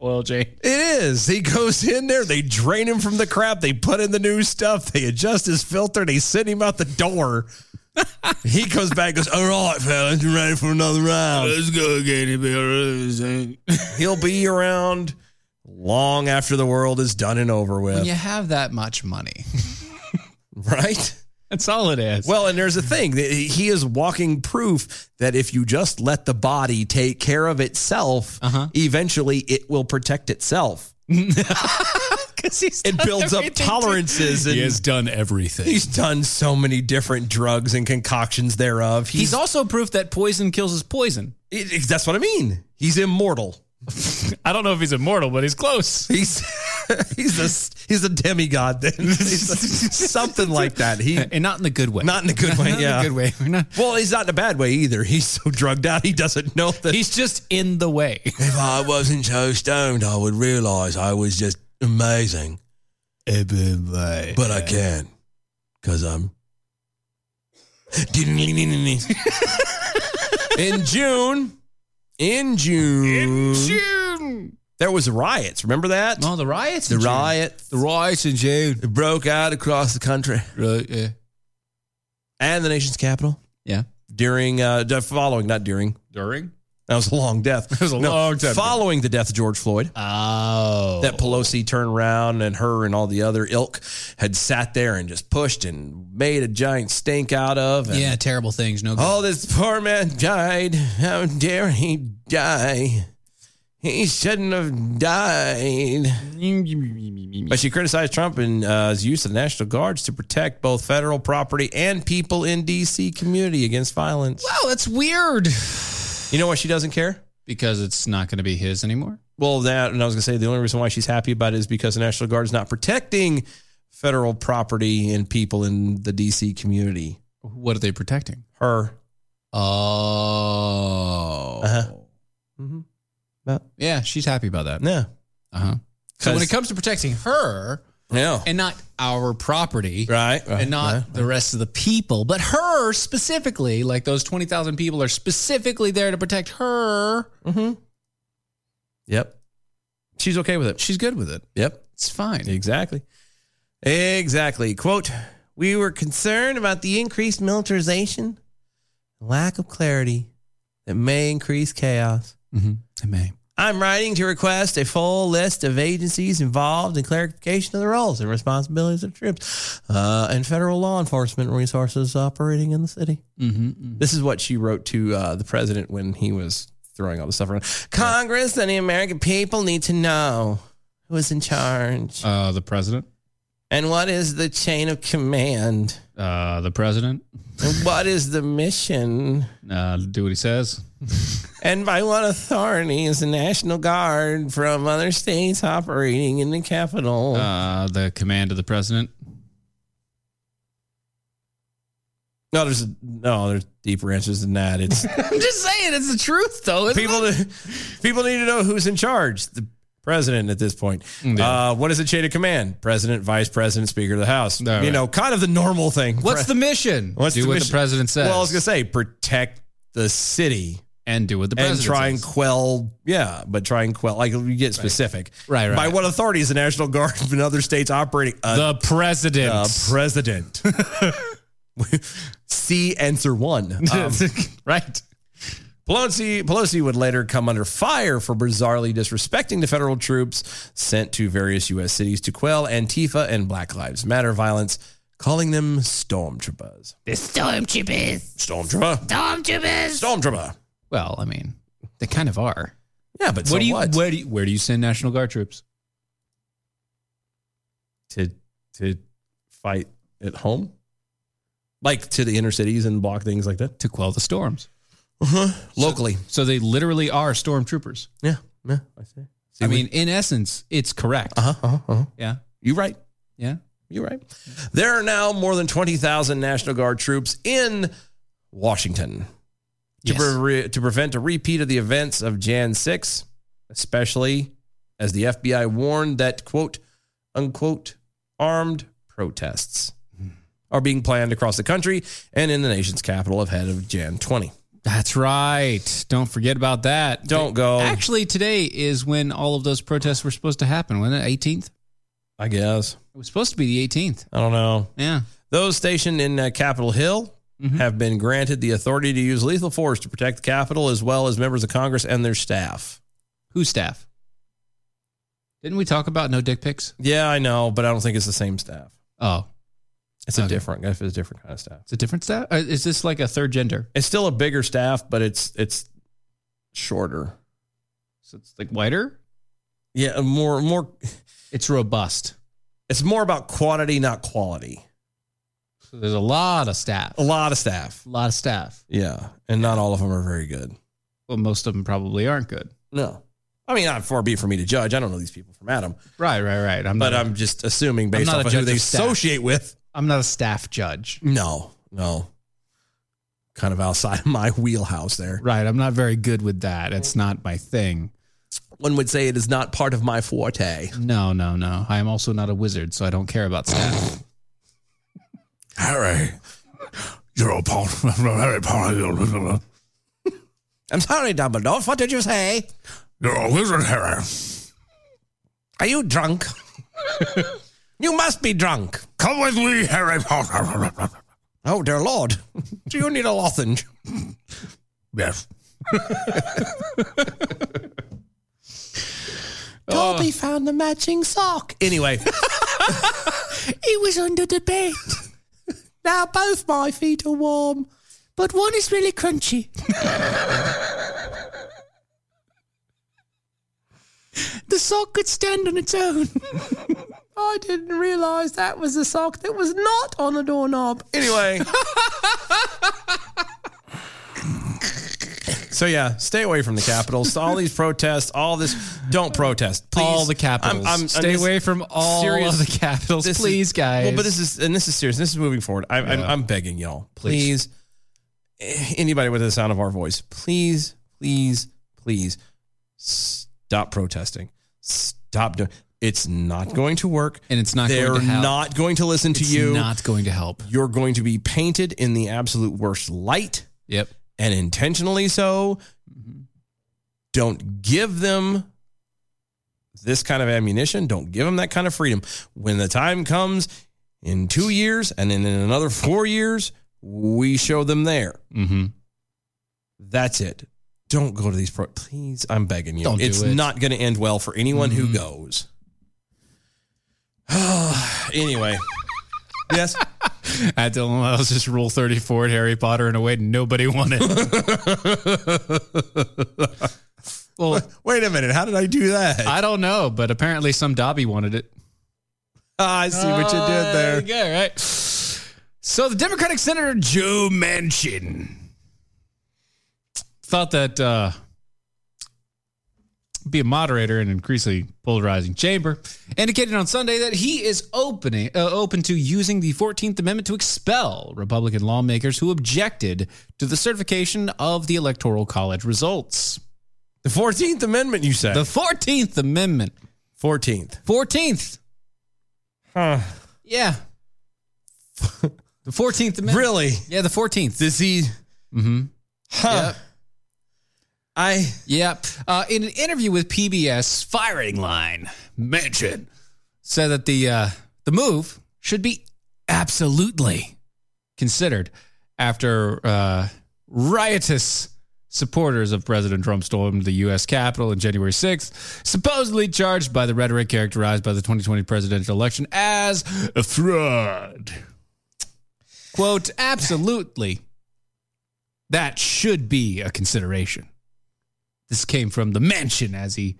Speaker 4: oil change.
Speaker 3: it is. He goes in there. They drain him from the crap. They put in the new stuff. They adjust his filter. They send him out the door. he comes back. Goes, all right, fellas, you ready for another round? Let's go get it. He'll be around long after the world is done and over
Speaker 4: When
Speaker 3: with.
Speaker 4: you have that much money,
Speaker 3: Right.
Speaker 4: that's all it is.
Speaker 3: Well, and there's a thing that he is walking proof that if you just let the body take care of itself, eventually it will protect itself.
Speaker 4: Because he's
Speaker 3: It
Speaker 4: done
Speaker 3: builds up
Speaker 4: everything to-
Speaker 3: tolerances, and
Speaker 14: He has done everything.
Speaker 3: he's done so many different drugs and concoctions thereof.
Speaker 4: He's, also proof that poison kills his poison.
Speaker 3: It- it- that's what I mean. He's immortal.
Speaker 14: I don't know if he's immortal, but he's close.
Speaker 3: He's he's a he's a demigod. Then He's a- something like that. He
Speaker 4: And not in the good way.
Speaker 3: not in a good way.
Speaker 4: Not in a
Speaker 3: yeah,
Speaker 4: good way. We're not-
Speaker 3: Well, he's not in a bad way either. He's so drugged out he doesn't know that
Speaker 4: He's just in the way.
Speaker 3: If I wasn't so stoned, I would realize I was just amazing. But I can't because I'm. in June, in June, in June, there was riots. Remember that?
Speaker 4: No, the riots.
Speaker 3: the
Speaker 4: in June.
Speaker 3: riots.
Speaker 4: The riots in June.
Speaker 3: It broke out across the country
Speaker 4: Right. Yeah.
Speaker 3: and the nation's capital
Speaker 4: Yeah.
Speaker 3: during, uh, the following, not during.
Speaker 14: During?
Speaker 3: That was a long death. That
Speaker 14: was a long time.
Speaker 3: Following the death of George Floyd.
Speaker 4: Oh.
Speaker 3: that Pelosi turned around and her and all the other ilk had sat there and just pushed and made a giant stink out of. And,
Speaker 4: yeah. Terrible things. No. Good.
Speaker 3: Oh, this poor man died. How dare he die? He shouldn't have died. But she criticized Trump and uh, his use of the National Guards to protect both federal property and people in D.C. community against violence.
Speaker 4: Wow, Oh, that's weird.
Speaker 3: You know why she doesn't care?
Speaker 4: Because it's not going to be his anymore.
Speaker 3: Well, that, and I was going to say the only reason why she's happy about it is because the National Guard is not protecting federal property and people in the D.C. community.
Speaker 4: What are they protecting?
Speaker 3: Her.
Speaker 4: Oh.
Speaker 3: Uh-huh.
Speaker 4: Yeah, she's happy about that.
Speaker 3: Yeah.
Speaker 4: Uh huh. So
Speaker 3: Uh-huh. 'Cause-
Speaker 4: when it comes to protecting her
Speaker 3: Yeah.
Speaker 4: and not our property,
Speaker 3: right.
Speaker 4: and not the rest of the people, but her specifically. Like those 20,000 people are specifically there to protect her.
Speaker 3: Mm-hmm. Yep. She's okay with it.
Speaker 4: She's good with it.
Speaker 3: Yep.
Speaker 4: It's fine.
Speaker 3: Exactly. Exactly. Quote We were concerned about the increased militarization, lack of clarity that may increase chaos.
Speaker 4: It may.
Speaker 3: I'm writing to request a full list of agencies involved and clarification of the roles and responsibilities of troops uh, and federal law enforcement resources operating in the city.
Speaker 4: Mm-hmm.
Speaker 3: This is what she wrote to uh, the president when he was throwing all the stuff around. Congress and the American people need to know who is in charge
Speaker 4: Uh, the president.
Speaker 3: and what is the chain of command
Speaker 4: Uh, the president.
Speaker 3: and what is the mission
Speaker 4: Uh, do what he says.
Speaker 3: and by what authority is the National Guard from other states operating in the capital.
Speaker 4: Uh, the command of the president.
Speaker 3: no, there's no, there's deeper answers than that. It's
Speaker 4: I'm just saying, it's the truth, though.
Speaker 3: people. People need to know who's in charge. The president at this point. Uh, what is the chain of command? President, vice president, speaker of the house. you
Speaker 4: right.
Speaker 3: know, kind of the normal thing.
Speaker 4: What's the mission?
Speaker 3: What's
Speaker 4: do what
Speaker 3: mission?
Speaker 4: the president says.
Speaker 3: Well, I was gonna say protect the city
Speaker 4: and do what the
Speaker 3: and
Speaker 4: president
Speaker 3: try
Speaker 4: says.
Speaker 3: and quell. Yeah, but try and quell. Like you get specific.
Speaker 4: Right, right.
Speaker 3: By what authority is the National Guard and other states operating? Uh,
Speaker 14: the president.
Speaker 3: the president. See answer one. Um,
Speaker 4: right.
Speaker 3: Pelosi, Pelosi would later come under fire for bizarrely disrespecting the federal troops sent to various U.S. cities to quell Antifa and Black Lives Matter violence, calling them stormtroopers.
Speaker 4: The stormtroopers.
Speaker 3: Stormtrooper.
Speaker 4: Stormtroopers.
Speaker 3: Stormtrooper.
Speaker 4: Well, I mean, they kind of are.
Speaker 3: Yeah, but
Speaker 4: what
Speaker 3: so
Speaker 4: do you,
Speaker 3: what?
Speaker 4: Where do you, where do you send National Guard troops?
Speaker 3: To to fight at home, like to the inner cities and block things like that
Speaker 4: to quell the storms
Speaker 3: uh-huh. locally.
Speaker 4: So they literally are stormtroopers.
Speaker 3: Yeah, yeah, I see.
Speaker 4: I mean, in essence, it's correct.
Speaker 3: Uh huh. Uh huh.
Speaker 4: Yeah.
Speaker 3: You right.
Speaker 4: Yeah.
Speaker 3: You're right. There are now more than 20,000 National Guard troops in Washington to, pre- to prevent a repeat of the events of Jan 6, especially as the FBI warned that, quote, unquote, armed protests are being planned across the country and in the nation's capital ahead of Jan 20.
Speaker 4: That's right. Don't forget about that.
Speaker 3: Don't go.
Speaker 4: Actually, today is when all of those protests were supposed to happen, wasn't it? 18th?
Speaker 3: I guess.
Speaker 4: It was supposed to be the 18th.
Speaker 3: I don't know.
Speaker 4: Yeah.
Speaker 3: Those stationed in uh, Capitol Hill
Speaker 4: Mm-hmm.
Speaker 3: have been granted the authority to use lethal force to protect the Capitol as well as members of Congress and their staff.
Speaker 4: Whose staff? Didn't we talk about no dick pics?
Speaker 3: Yeah, I know, but I don't think it's the same staff.
Speaker 4: Oh,
Speaker 3: It's a different. It's a different kind of staff.
Speaker 4: it's a different staff? Or is this like a third gender?
Speaker 3: It's still a bigger staff, but it's it's shorter.
Speaker 4: So it's like wider?
Speaker 3: Yeah, more more.
Speaker 4: It's robust.
Speaker 3: It's more about quantity, not quality.
Speaker 4: So there's a lot of staff.
Speaker 3: A lot of staff.
Speaker 4: A lot of staff.
Speaker 3: Yeah, and not all of them are very good.
Speaker 4: Well, most of them probably aren't good.
Speaker 3: No, I mean, not far be it for me to judge. I don't know these people from Adam,
Speaker 4: Right, right, right. I'm
Speaker 3: but
Speaker 4: not,
Speaker 3: I'm just assuming based
Speaker 4: not
Speaker 3: off
Speaker 4: a
Speaker 3: of who
Speaker 4: judge
Speaker 3: they
Speaker 4: of staff.
Speaker 3: associate with.
Speaker 4: I'm not a staff judge.
Speaker 3: No, no. Kind of outside of my wheelhouse there.
Speaker 4: Right. I'm not very good with that. It's not my thing.
Speaker 3: One would say it is not part of my forte.
Speaker 4: No, no, no. I am also not a wizard, so I don't care about staff.
Speaker 32: Harry, you're a part of Harry Potter.
Speaker 3: I'm sorry, Dumbledore. What did you say?
Speaker 32: You're a wizard, Harry.
Speaker 3: Are you drunk? you must be drunk.
Speaker 32: Come with me, Harry Potter.
Speaker 3: Oh, dear Lord. Do you need a lozenge?
Speaker 32: Yes.
Speaker 3: Toby found the matching sock. Anyway,
Speaker 11: It was under the bed. now both my feet are warm, but one is really crunchy. the sock could stand on its own. I didn't realise that was the sock that was not on a doorknob.
Speaker 3: anyway. so yeah, stay away from the capitals. All these protests, all this. Don't protest. Please.
Speaker 4: all the capitals.
Speaker 3: I'm- I'm-
Speaker 4: Stay
Speaker 3: this-
Speaker 4: away from all
Speaker 3: serious-
Speaker 4: of the capitals,
Speaker 3: This is-
Speaker 4: please, guys.
Speaker 3: Well, but this is and this is serious. This is moving forward. I, I'm,
Speaker 4: Yeah.
Speaker 3: I'm begging y'all,
Speaker 4: Please.
Speaker 3: please. eh, Anybody with the sound of our voice, please, please, please, stop protesting. Stop doing. It's not going to work.
Speaker 4: and it's not
Speaker 3: They're
Speaker 4: going to help.
Speaker 3: not going to listen to
Speaker 4: it's
Speaker 3: you.
Speaker 4: not going to help.
Speaker 3: You're going to be painted in the absolute worst light,
Speaker 4: Yep.
Speaker 3: and intentionally so.
Speaker 4: Mm-hmm.
Speaker 3: Don't give them this kind of ammunition. Don't give them that kind of freedom. When the time comes in two years and then in another four years, we show them there.
Speaker 4: Mm-hmm.
Speaker 3: That's it. Don't go to these pro. Please, I'm begging you.
Speaker 4: Don't do
Speaker 3: it's
Speaker 4: it. Mm-hmm.
Speaker 3: not going to end well for anyone who goes. anyway, yes,
Speaker 4: I don't know. That was just Rule 34 at Harry Potter in a way nobody wanted. well,
Speaker 3: Wait a minute. How did I do that?
Speaker 4: I don't know, but apparently some Dobby wanted it.
Speaker 3: Ah, I see what you did there.
Speaker 4: you go, right? So the Democratic Senator Joe Manchin thought that uh, be a moderator in an increasingly polarizing chamber, indicated on Sunday that he is opening uh, open to using the 14th Amendment to expel Republican lawmakers who objected to the certification of the Electoral College results.
Speaker 3: The 14th Amendment, you said.
Speaker 4: The 14th Amendment.
Speaker 3: 14th.
Speaker 4: 14th.
Speaker 3: Huh.
Speaker 4: Yeah. the 14th Amendment.
Speaker 3: Really?
Speaker 4: Yeah, the 14th.
Speaker 3: Does he?
Speaker 4: Mm-hmm.
Speaker 3: Huh. I.
Speaker 4: Yep. Uh, in an interview with PBS, Firing Line mentioned said that the uh, the move should be absolutely considered after uh, riotous supporters of President Trump stormed the U.S. Capitol on January 6th, supposedly charged by the rhetoric characterized by the 2020 presidential election as a fraud. Quote, absolutely. That should be a consideration. This came from the mansion as he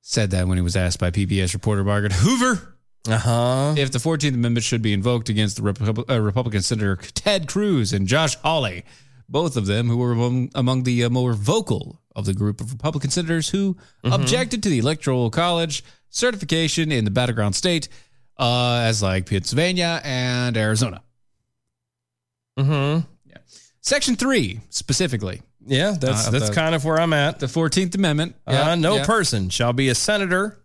Speaker 4: said that when he was asked by PBS reporter Margaret Hoover
Speaker 3: Uh-huh.
Speaker 4: if the 14th Amendment should be invoked against the Repub- uh, Republican Senator Ted Cruz and Josh Hawley, both of them who were among, among the uh, more vocal of the group of Republican senators who
Speaker 3: Mm-hmm.
Speaker 33: Mhm.
Speaker 4: objected to the Electoral College certification in the battleground state, uh, as like Pennsylvania and Arizona.
Speaker 3: Mm-hmm.
Speaker 4: Yeah. Section three specifically.
Speaker 3: Yeah, that's
Speaker 4: Uh,
Speaker 3: that's
Speaker 4: the-
Speaker 3: kind of where I'm at.
Speaker 4: The 14th Amendment.
Speaker 3: uh,
Speaker 4: Yeah,
Speaker 3: no
Speaker 4: yeah. Uh-huh.
Speaker 3: person shall be a senator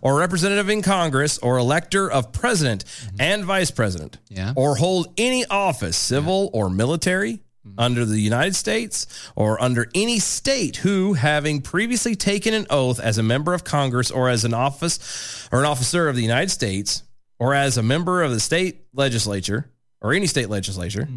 Speaker 3: or representative in Congress or elector of president
Speaker 4: Mm-hmm.
Speaker 3: and vice president or hold any office, civil or military,
Speaker 4: Mm-hmm.
Speaker 3: under the United States or under any state who, having previously taken an oath as a member of Congress or as an office or an officer of the United States or as a member of the state legislature or any state legislature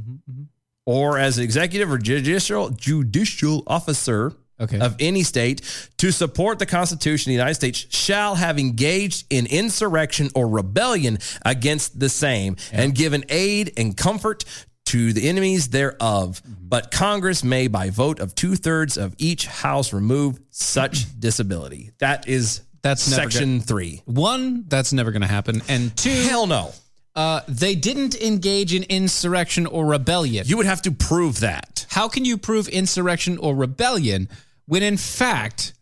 Speaker 3: or as an executive or judicial judicial officer of any state to support the Constitution of the United States shall have engaged in insurrection or rebellion against the same and given aid and comfort to the enemies thereof. But Congress may, by vote of two thirds of each house, remove such disability. That is
Speaker 4: That's never
Speaker 3: section
Speaker 4: go-
Speaker 3: three.
Speaker 4: One, that's never going to happen. And two,
Speaker 3: hell no.
Speaker 4: Uh, they didn't engage in insurrection or rebellion.
Speaker 3: You would have to prove that.
Speaker 4: How can you prove insurrection or rebellion when, in fact,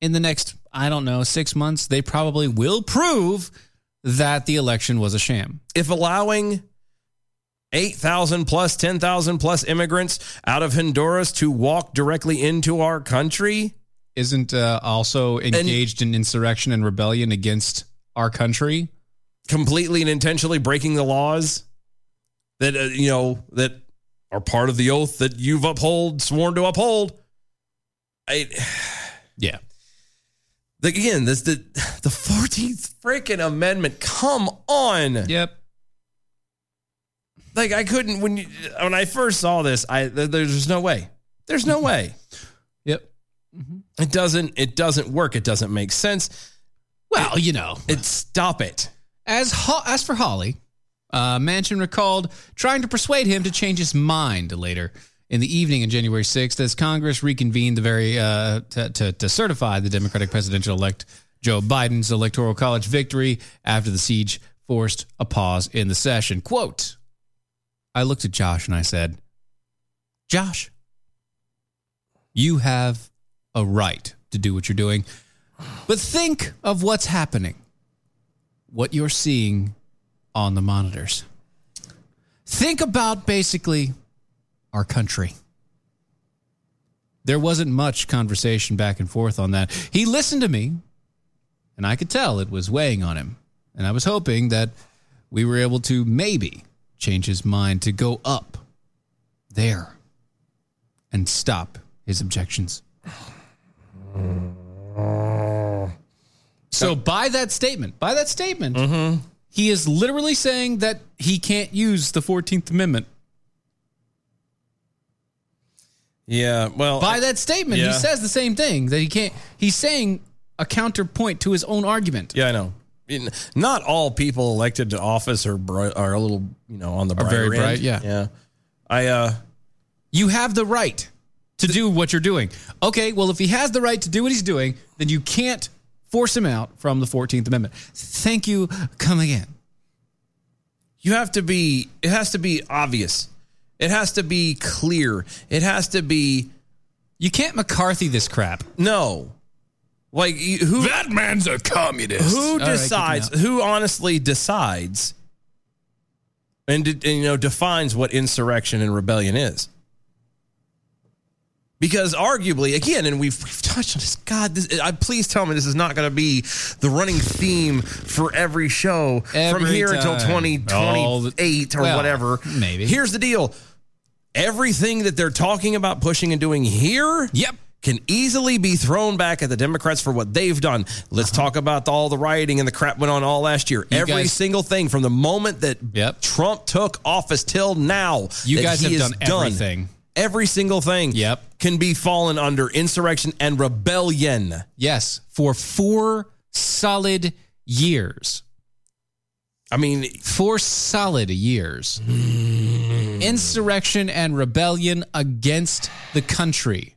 Speaker 4: in the next, I don't know, six months, they probably will prove that the election was a sham?
Speaker 3: If allowing 8,000 plus, 10,000 plus immigrants out of Honduras to walk directly into our country.
Speaker 4: Isn't uh, also engaged in insurrection and rebellion against our country?
Speaker 3: Completely and intentionally breaking the laws that, uh, you know, that are part of the oath that you've uphold, sworn to uphold. I,
Speaker 4: yeah.
Speaker 3: Like, again, this the the 14th freaking amendment. Come on.
Speaker 4: Yep.
Speaker 3: Like I couldn't when you, when I first saw this, I there- there's no way. There's no way.
Speaker 4: Yep. Mm-hmm.
Speaker 3: It doesn't it doesn't work. It doesn't make sense.
Speaker 4: Well, you know.
Speaker 3: It's stop it.
Speaker 4: As Ho- as for Holly, uh, Manchin recalled trying to persuade him to change his mind later in the evening on January 6th as Congress reconvened the very uh, to, to, to certify the Democratic presidential elect Joe Biden's electoral college victory after the siege forced a pause in the session. Quote: I looked at Josh and I said, "Josh, you have a right to do what you're doing, but think of what's happening." what you're seeing on the monitors. Think about basically our country. There wasn't much conversation back and forth on that. He listened to me, and I could tell it was weighing on him. And I was hoping that we were able to maybe change his mind to go up there and stop his objections. So by that statement, by that statement, he is literally saying that he can't use the Fourteenth Amendment.
Speaker 3: Yeah, well
Speaker 4: by that statement,
Speaker 3: yeah.
Speaker 4: he says the same thing that he can't. He's saying a counterpoint to his own argument.
Speaker 3: Yeah, I know. In- Not all people elected to office are bright, are a little, you know, on the
Speaker 4: Are
Speaker 3: brighter
Speaker 4: very bright,
Speaker 3: end.
Speaker 4: yeah.
Speaker 3: Yeah. I uh
Speaker 4: You have the right to do what you're doing. Okay, well, if he has the right to do what he's doing, then you can't force him out from the Fourteenth Amendment. Thank you. Come again.
Speaker 3: you have to be it has to be obvious it has to be clear it has to be
Speaker 4: you can't mccarthy this crap
Speaker 3: no like you- who
Speaker 11: That man's a communist.
Speaker 3: who
Speaker 11: All right, kick him
Speaker 3: decides
Speaker 11: out.
Speaker 3: who honestly decides and, de- and you know defines what insurrection and rebellion is Because arguably, again, and we've, we've touched on this. God, this, I please tell me this is not going to be the running theme for every show from
Speaker 4: Every
Speaker 3: here until
Speaker 4: time. All the-
Speaker 3: 2028 or
Speaker 4: Well,
Speaker 3: whatever.
Speaker 4: maybe.
Speaker 3: Here's the deal: everything that they're talking about, pushing, and doing here,
Speaker 4: yep,
Speaker 3: can easily be thrown back at the Democrats for what they've done. Let's talk about all the rioting and the crap went on all last year.
Speaker 4: Uh-huh. You
Speaker 3: Every
Speaker 4: guys-
Speaker 3: single thing from the moment that Trump took office till now,
Speaker 4: You
Speaker 3: that
Speaker 4: guys
Speaker 3: he
Speaker 4: have
Speaker 3: has
Speaker 4: done everything.
Speaker 3: Every single thing yep. can be fallen under insurrection and rebellion.
Speaker 4: Yes, for four solid years.
Speaker 3: I mean,
Speaker 4: four solid years.
Speaker 3: Mm.
Speaker 4: Insurrection and rebellion against the country,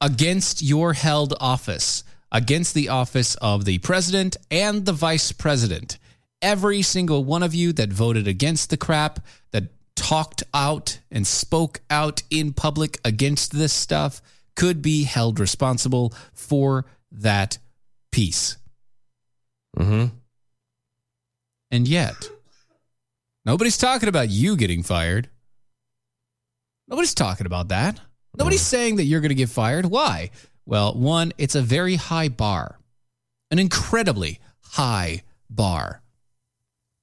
Speaker 4: against your held office, against the office of the president and the vice president. Every single one of you that voted against the crap, that talked out and spoke out in public against this stuff, could be held responsible for that piece.
Speaker 3: Mm-hmm.
Speaker 4: And yet, nobody's talking about you getting fired. Nobody's talking about that. Nobody's saying that you're going to get fired. Why? Well, one, it's a very high bar, an incredibly high bar.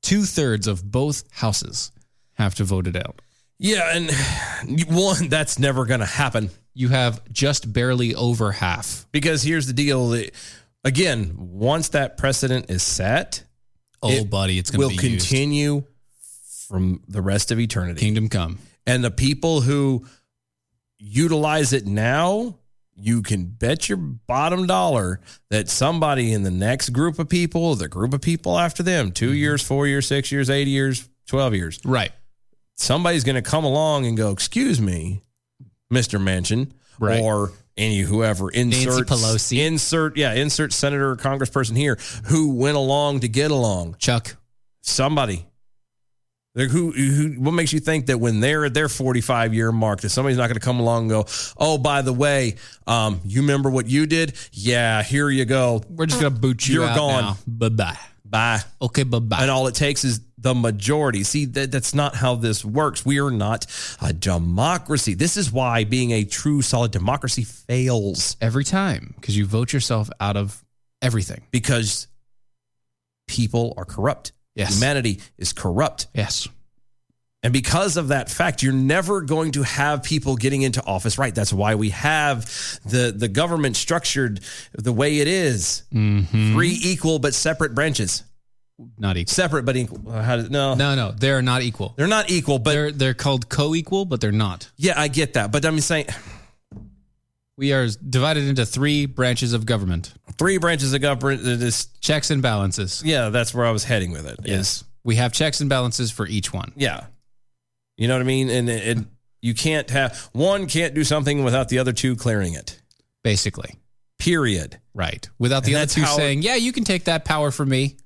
Speaker 4: Two thirds of both houses have to vote it out.
Speaker 3: Yeah, and one, that's never going to happen.
Speaker 4: You have just barely over half.
Speaker 3: Because here's the deal that, again, once that precedent is set,
Speaker 4: Oh, buddy, it's gonna
Speaker 3: will
Speaker 4: be used.
Speaker 3: continue from the rest of eternity.
Speaker 4: Kingdom come.
Speaker 3: And the people who utilize it now, you can bet your bottom dollar that somebody in the next group of people, the group of people after them, 2 years, four years, six years, eight years, 12 years.
Speaker 4: Right.
Speaker 3: Somebody's going to come along and go, Excuse me, Mr. Manchin,
Speaker 4: Right.
Speaker 3: or any whoever, insert
Speaker 4: Pelosi.
Speaker 3: insert, yeah, insert senator or congressperson here who went along to get along.
Speaker 4: Chuck.
Speaker 3: Somebody. Like who, who, what makes you think that when they're at their 45 year mark, that somebody's not going to come along and go, oh, by the way, um, you remember what you did? Yeah, here you go.
Speaker 4: We're just going to boot you
Speaker 3: You're
Speaker 4: out
Speaker 3: gone.
Speaker 4: now. Bye-bye.
Speaker 3: Bye.
Speaker 4: Okay, bye-bye.
Speaker 3: And all it takes is the majority. See, that, that's not how this works. We are not a democracy. This is why being a true, solid democracy fails
Speaker 4: every time because you vote yourself out of everything.
Speaker 3: Because people are corrupt.
Speaker 4: Yes.
Speaker 3: Humanity is corrupt.
Speaker 4: Yes.
Speaker 3: And because of that fact, you're never going to have people getting into office right. That's why we have the, the government structured the way it is. Three equal but separate branches.
Speaker 4: Mm-hmm. Not equal.
Speaker 3: Separate but equal. Uh, How does, no.
Speaker 4: No, no, they're not equal.
Speaker 3: They're not equal, but
Speaker 4: they're they're called co-equal, but they're not.
Speaker 3: Yeah, I get that. But I'm saying
Speaker 4: We are divided into three branches of government.
Speaker 3: Three branches of government uh, that is
Speaker 4: checks and balances.
Speaker 3: Yeah, that's where I was heading with it.
Speaker 4: Yes. We have checks and balances for each one.
Speaker 3: Yeah. You know what I mean? And it, it- you can't have one can't do something without the other two clearing it.
Speaker 4: Basically.
Speaker 3: Period.
Speaker 4: Right. Without the
Speaker 3: And
Speaker 4: other
Speaker 3: that's
Speaker 4: two
Speaker 3: how-
Speaker 4: saying, "Yeah, you can take that power from me."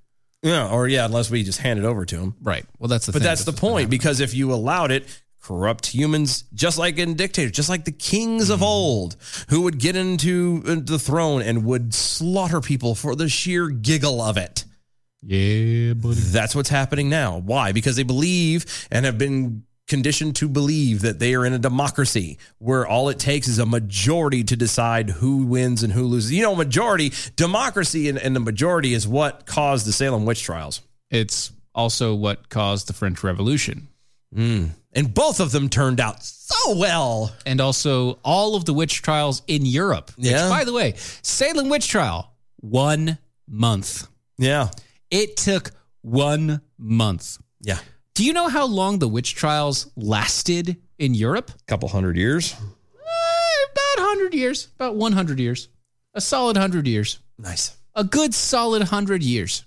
Speaker 3: Yeah, or yeah, unless we just hand it over to them.
Speaker 4: Right. Well, that's the
Speaker 3: But
Speaker 4: thing.
Speaker 3: that's the point because if you allowed it, corrupt humans, just like in dictators, just like the kings of old, who would get into uh, the throne and would slaughter people for the sheer giggle of it.
Speaker 4: Yeah, buddy.
Speaker 3: That's what's happening now. Why? Because they believe and have been conditioned to believe that they are in a democracy where all it takes is a majority to decide who wins and who loses. You know, majority, democracy and, and the majority is what caused the Salem witch trials.
Speaker 4: It's also what caused the French Revolution.
Speaker 3: And both of them turned out so well.
Speaker 4: And also all of the witch trials in Europe.
Speaker 3: Yeah.
Speaker 4: Which, by the way, Salem witch trial, one month.
Speaker 3: Yeah.
Speaker 4: It took one month.
Speaker 3: Yeah.
Speaker 4: Do you know how long the witch trials lasted in Europe? A
Speaker 3: couple hundred years.
Speaker 4: about 100 years, about 100 years. A solid 100 years.
Speaker 3: Nice.
Speaker 4: A good solid 100 years.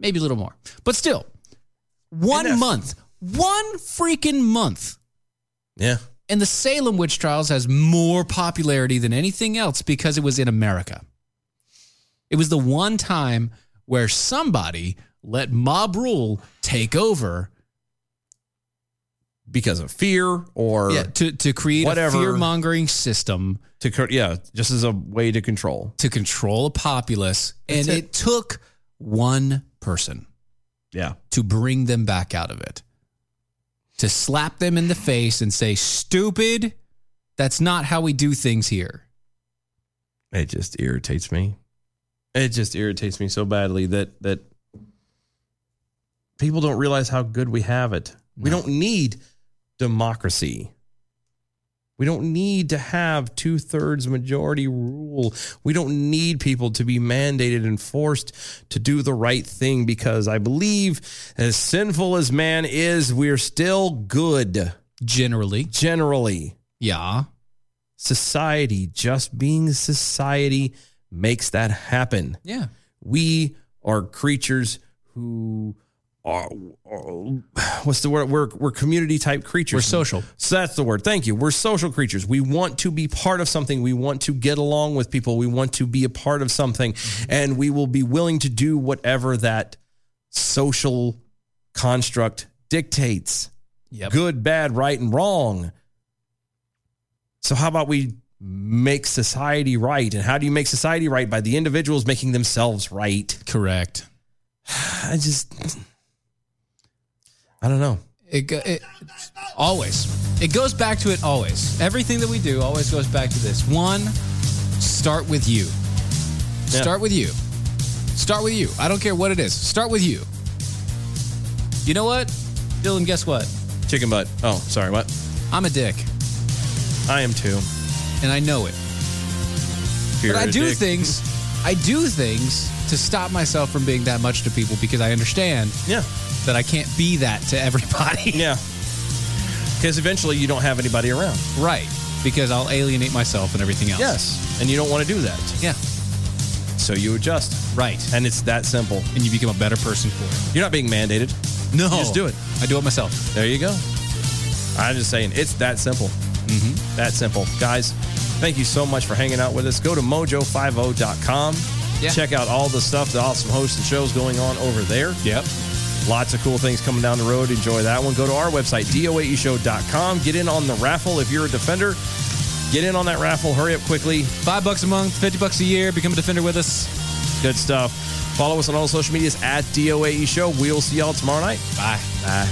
Speaker 4: Maybe a little more. But still, one
Speaker 3: Enough.
Speaker 4: month. One freaking month.
Speaker 3: Yeah.
Speaker 4: And the Salem witch trials has more popularity than anything else because it was in America. It was the one time where somebody let mob rule take over
Speaker 3: Because of fear or
Speaker 4: yeah, to, to create
Speaker 3: whatever.
Speaker 4: a fear mongering system
Speaker 3: to cur- yeah, just as a way to control.
Speaker 4: to control a populace.
Speaker 3: That's
Speaker 4: and
Speaker 3: it.
Speaker 4: it. took one person
Speaker 3: Yeah.
Speaker 4: to bring them back out of it, to slap them in the face and say, stupid, That's not how we do things here.
Speaker 3: It just irritates me. It just irritates me so badly that that people don't realize how good we have it. We don't need democracy. We don't need to have two thirds majority rule. We don't need people to be mandated and forced to do the right thing because I believe, as sinful as man is, we're still good.
Speaker 4: Generally.
Speaker 3: Generally.
Speaker 4: Yeah.
Speaker 3: Society, just being society, makes that happen.
Speaker 4: Yeah.
Speaker 3: We are creatures who are, are- what's the word? We're we're community type creatures.
Speaker 4: We're social.
Speaker 3: So that's the word. Thank you. We're social creatures. We want to be part of something. We want to get along with people. We want to be a part of something, and we will be willing to do whatever that social construct dictates. Good, bad, right, and wrong. So how about we make society right? And how do you make society right? By the individuals making themselves right.
Speaker 4: Correct.
Speaker 3: I just I don't know.
Speaker 4: It, go- it always it goes back to it always. Everything that we do always goes back to this. One, start with you. Start with you. Start with you. I don't care what it is. Start with you. You know what? Dylan, guess what?
Speaker 3: Chicken butt. Oh, sorry, what?
Speaker 4: I'm a dick.
Speaker 3: I am too.
Speaker 4: And I know it.
Speaker 3: You're
Speaker 4: but I
Speaker 3: a
Speaker 4: do
Speaker 3: dick.
Speaker 4: things I do things to stop myself from being that much to people because I understand
Speaker 3: yeah.
Speaker 4: that I can't be that to everybody.
Speaker 3: Yeah. Because eventually you don't have anybody around.
Speaker 4: Right. Because I'll alienate myself and everything else.
Speaker 3: Yes. And you don't want to do that.
Speaker 4: Yeah.
Speaker 3: So you adjust.
Speaker 4: Right.
Speaker 3: And it's that simple.
Speaker 4: And you become a better person for it.
Speaker 3: You're not being mandated.
Speaker 4: No.
Speaker 3: You just do it.
Speaker 4: I do it myself.
Speaker 3: There you go. I'm just saying, it's that simple. Mm-hmm. That simple. Guys, thank you so much for hanging out with us. Go to mojo50.com.
Speaker 4: Yeah.
Speaker 3: Check out all the stuff, the awesome hosts and shows going on over there.
Speaker 4: Yep.
Speaker 3: Lots of cool things coming down the road. Enjoy that one. Go to our website, doaeshow.com. Get in on the raffle. If you're a defender, get in on that raffle. Hurry up quickly.
Speaker 4: Five bucks a month, 50 bucks a year. Become a defender with us.
Speaker 3: Good stuff. Follow us on all the social medias at DOAE E Show. We'll see y'all tomorrow night.
Speaker 4: Bye.
Speaker 3: Bye.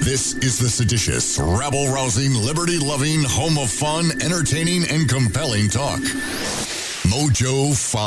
Speaker 13: This is the seditious, rabble rousing, liberty loving, home of fun, entertaining, and compelling talk. Mojo 5.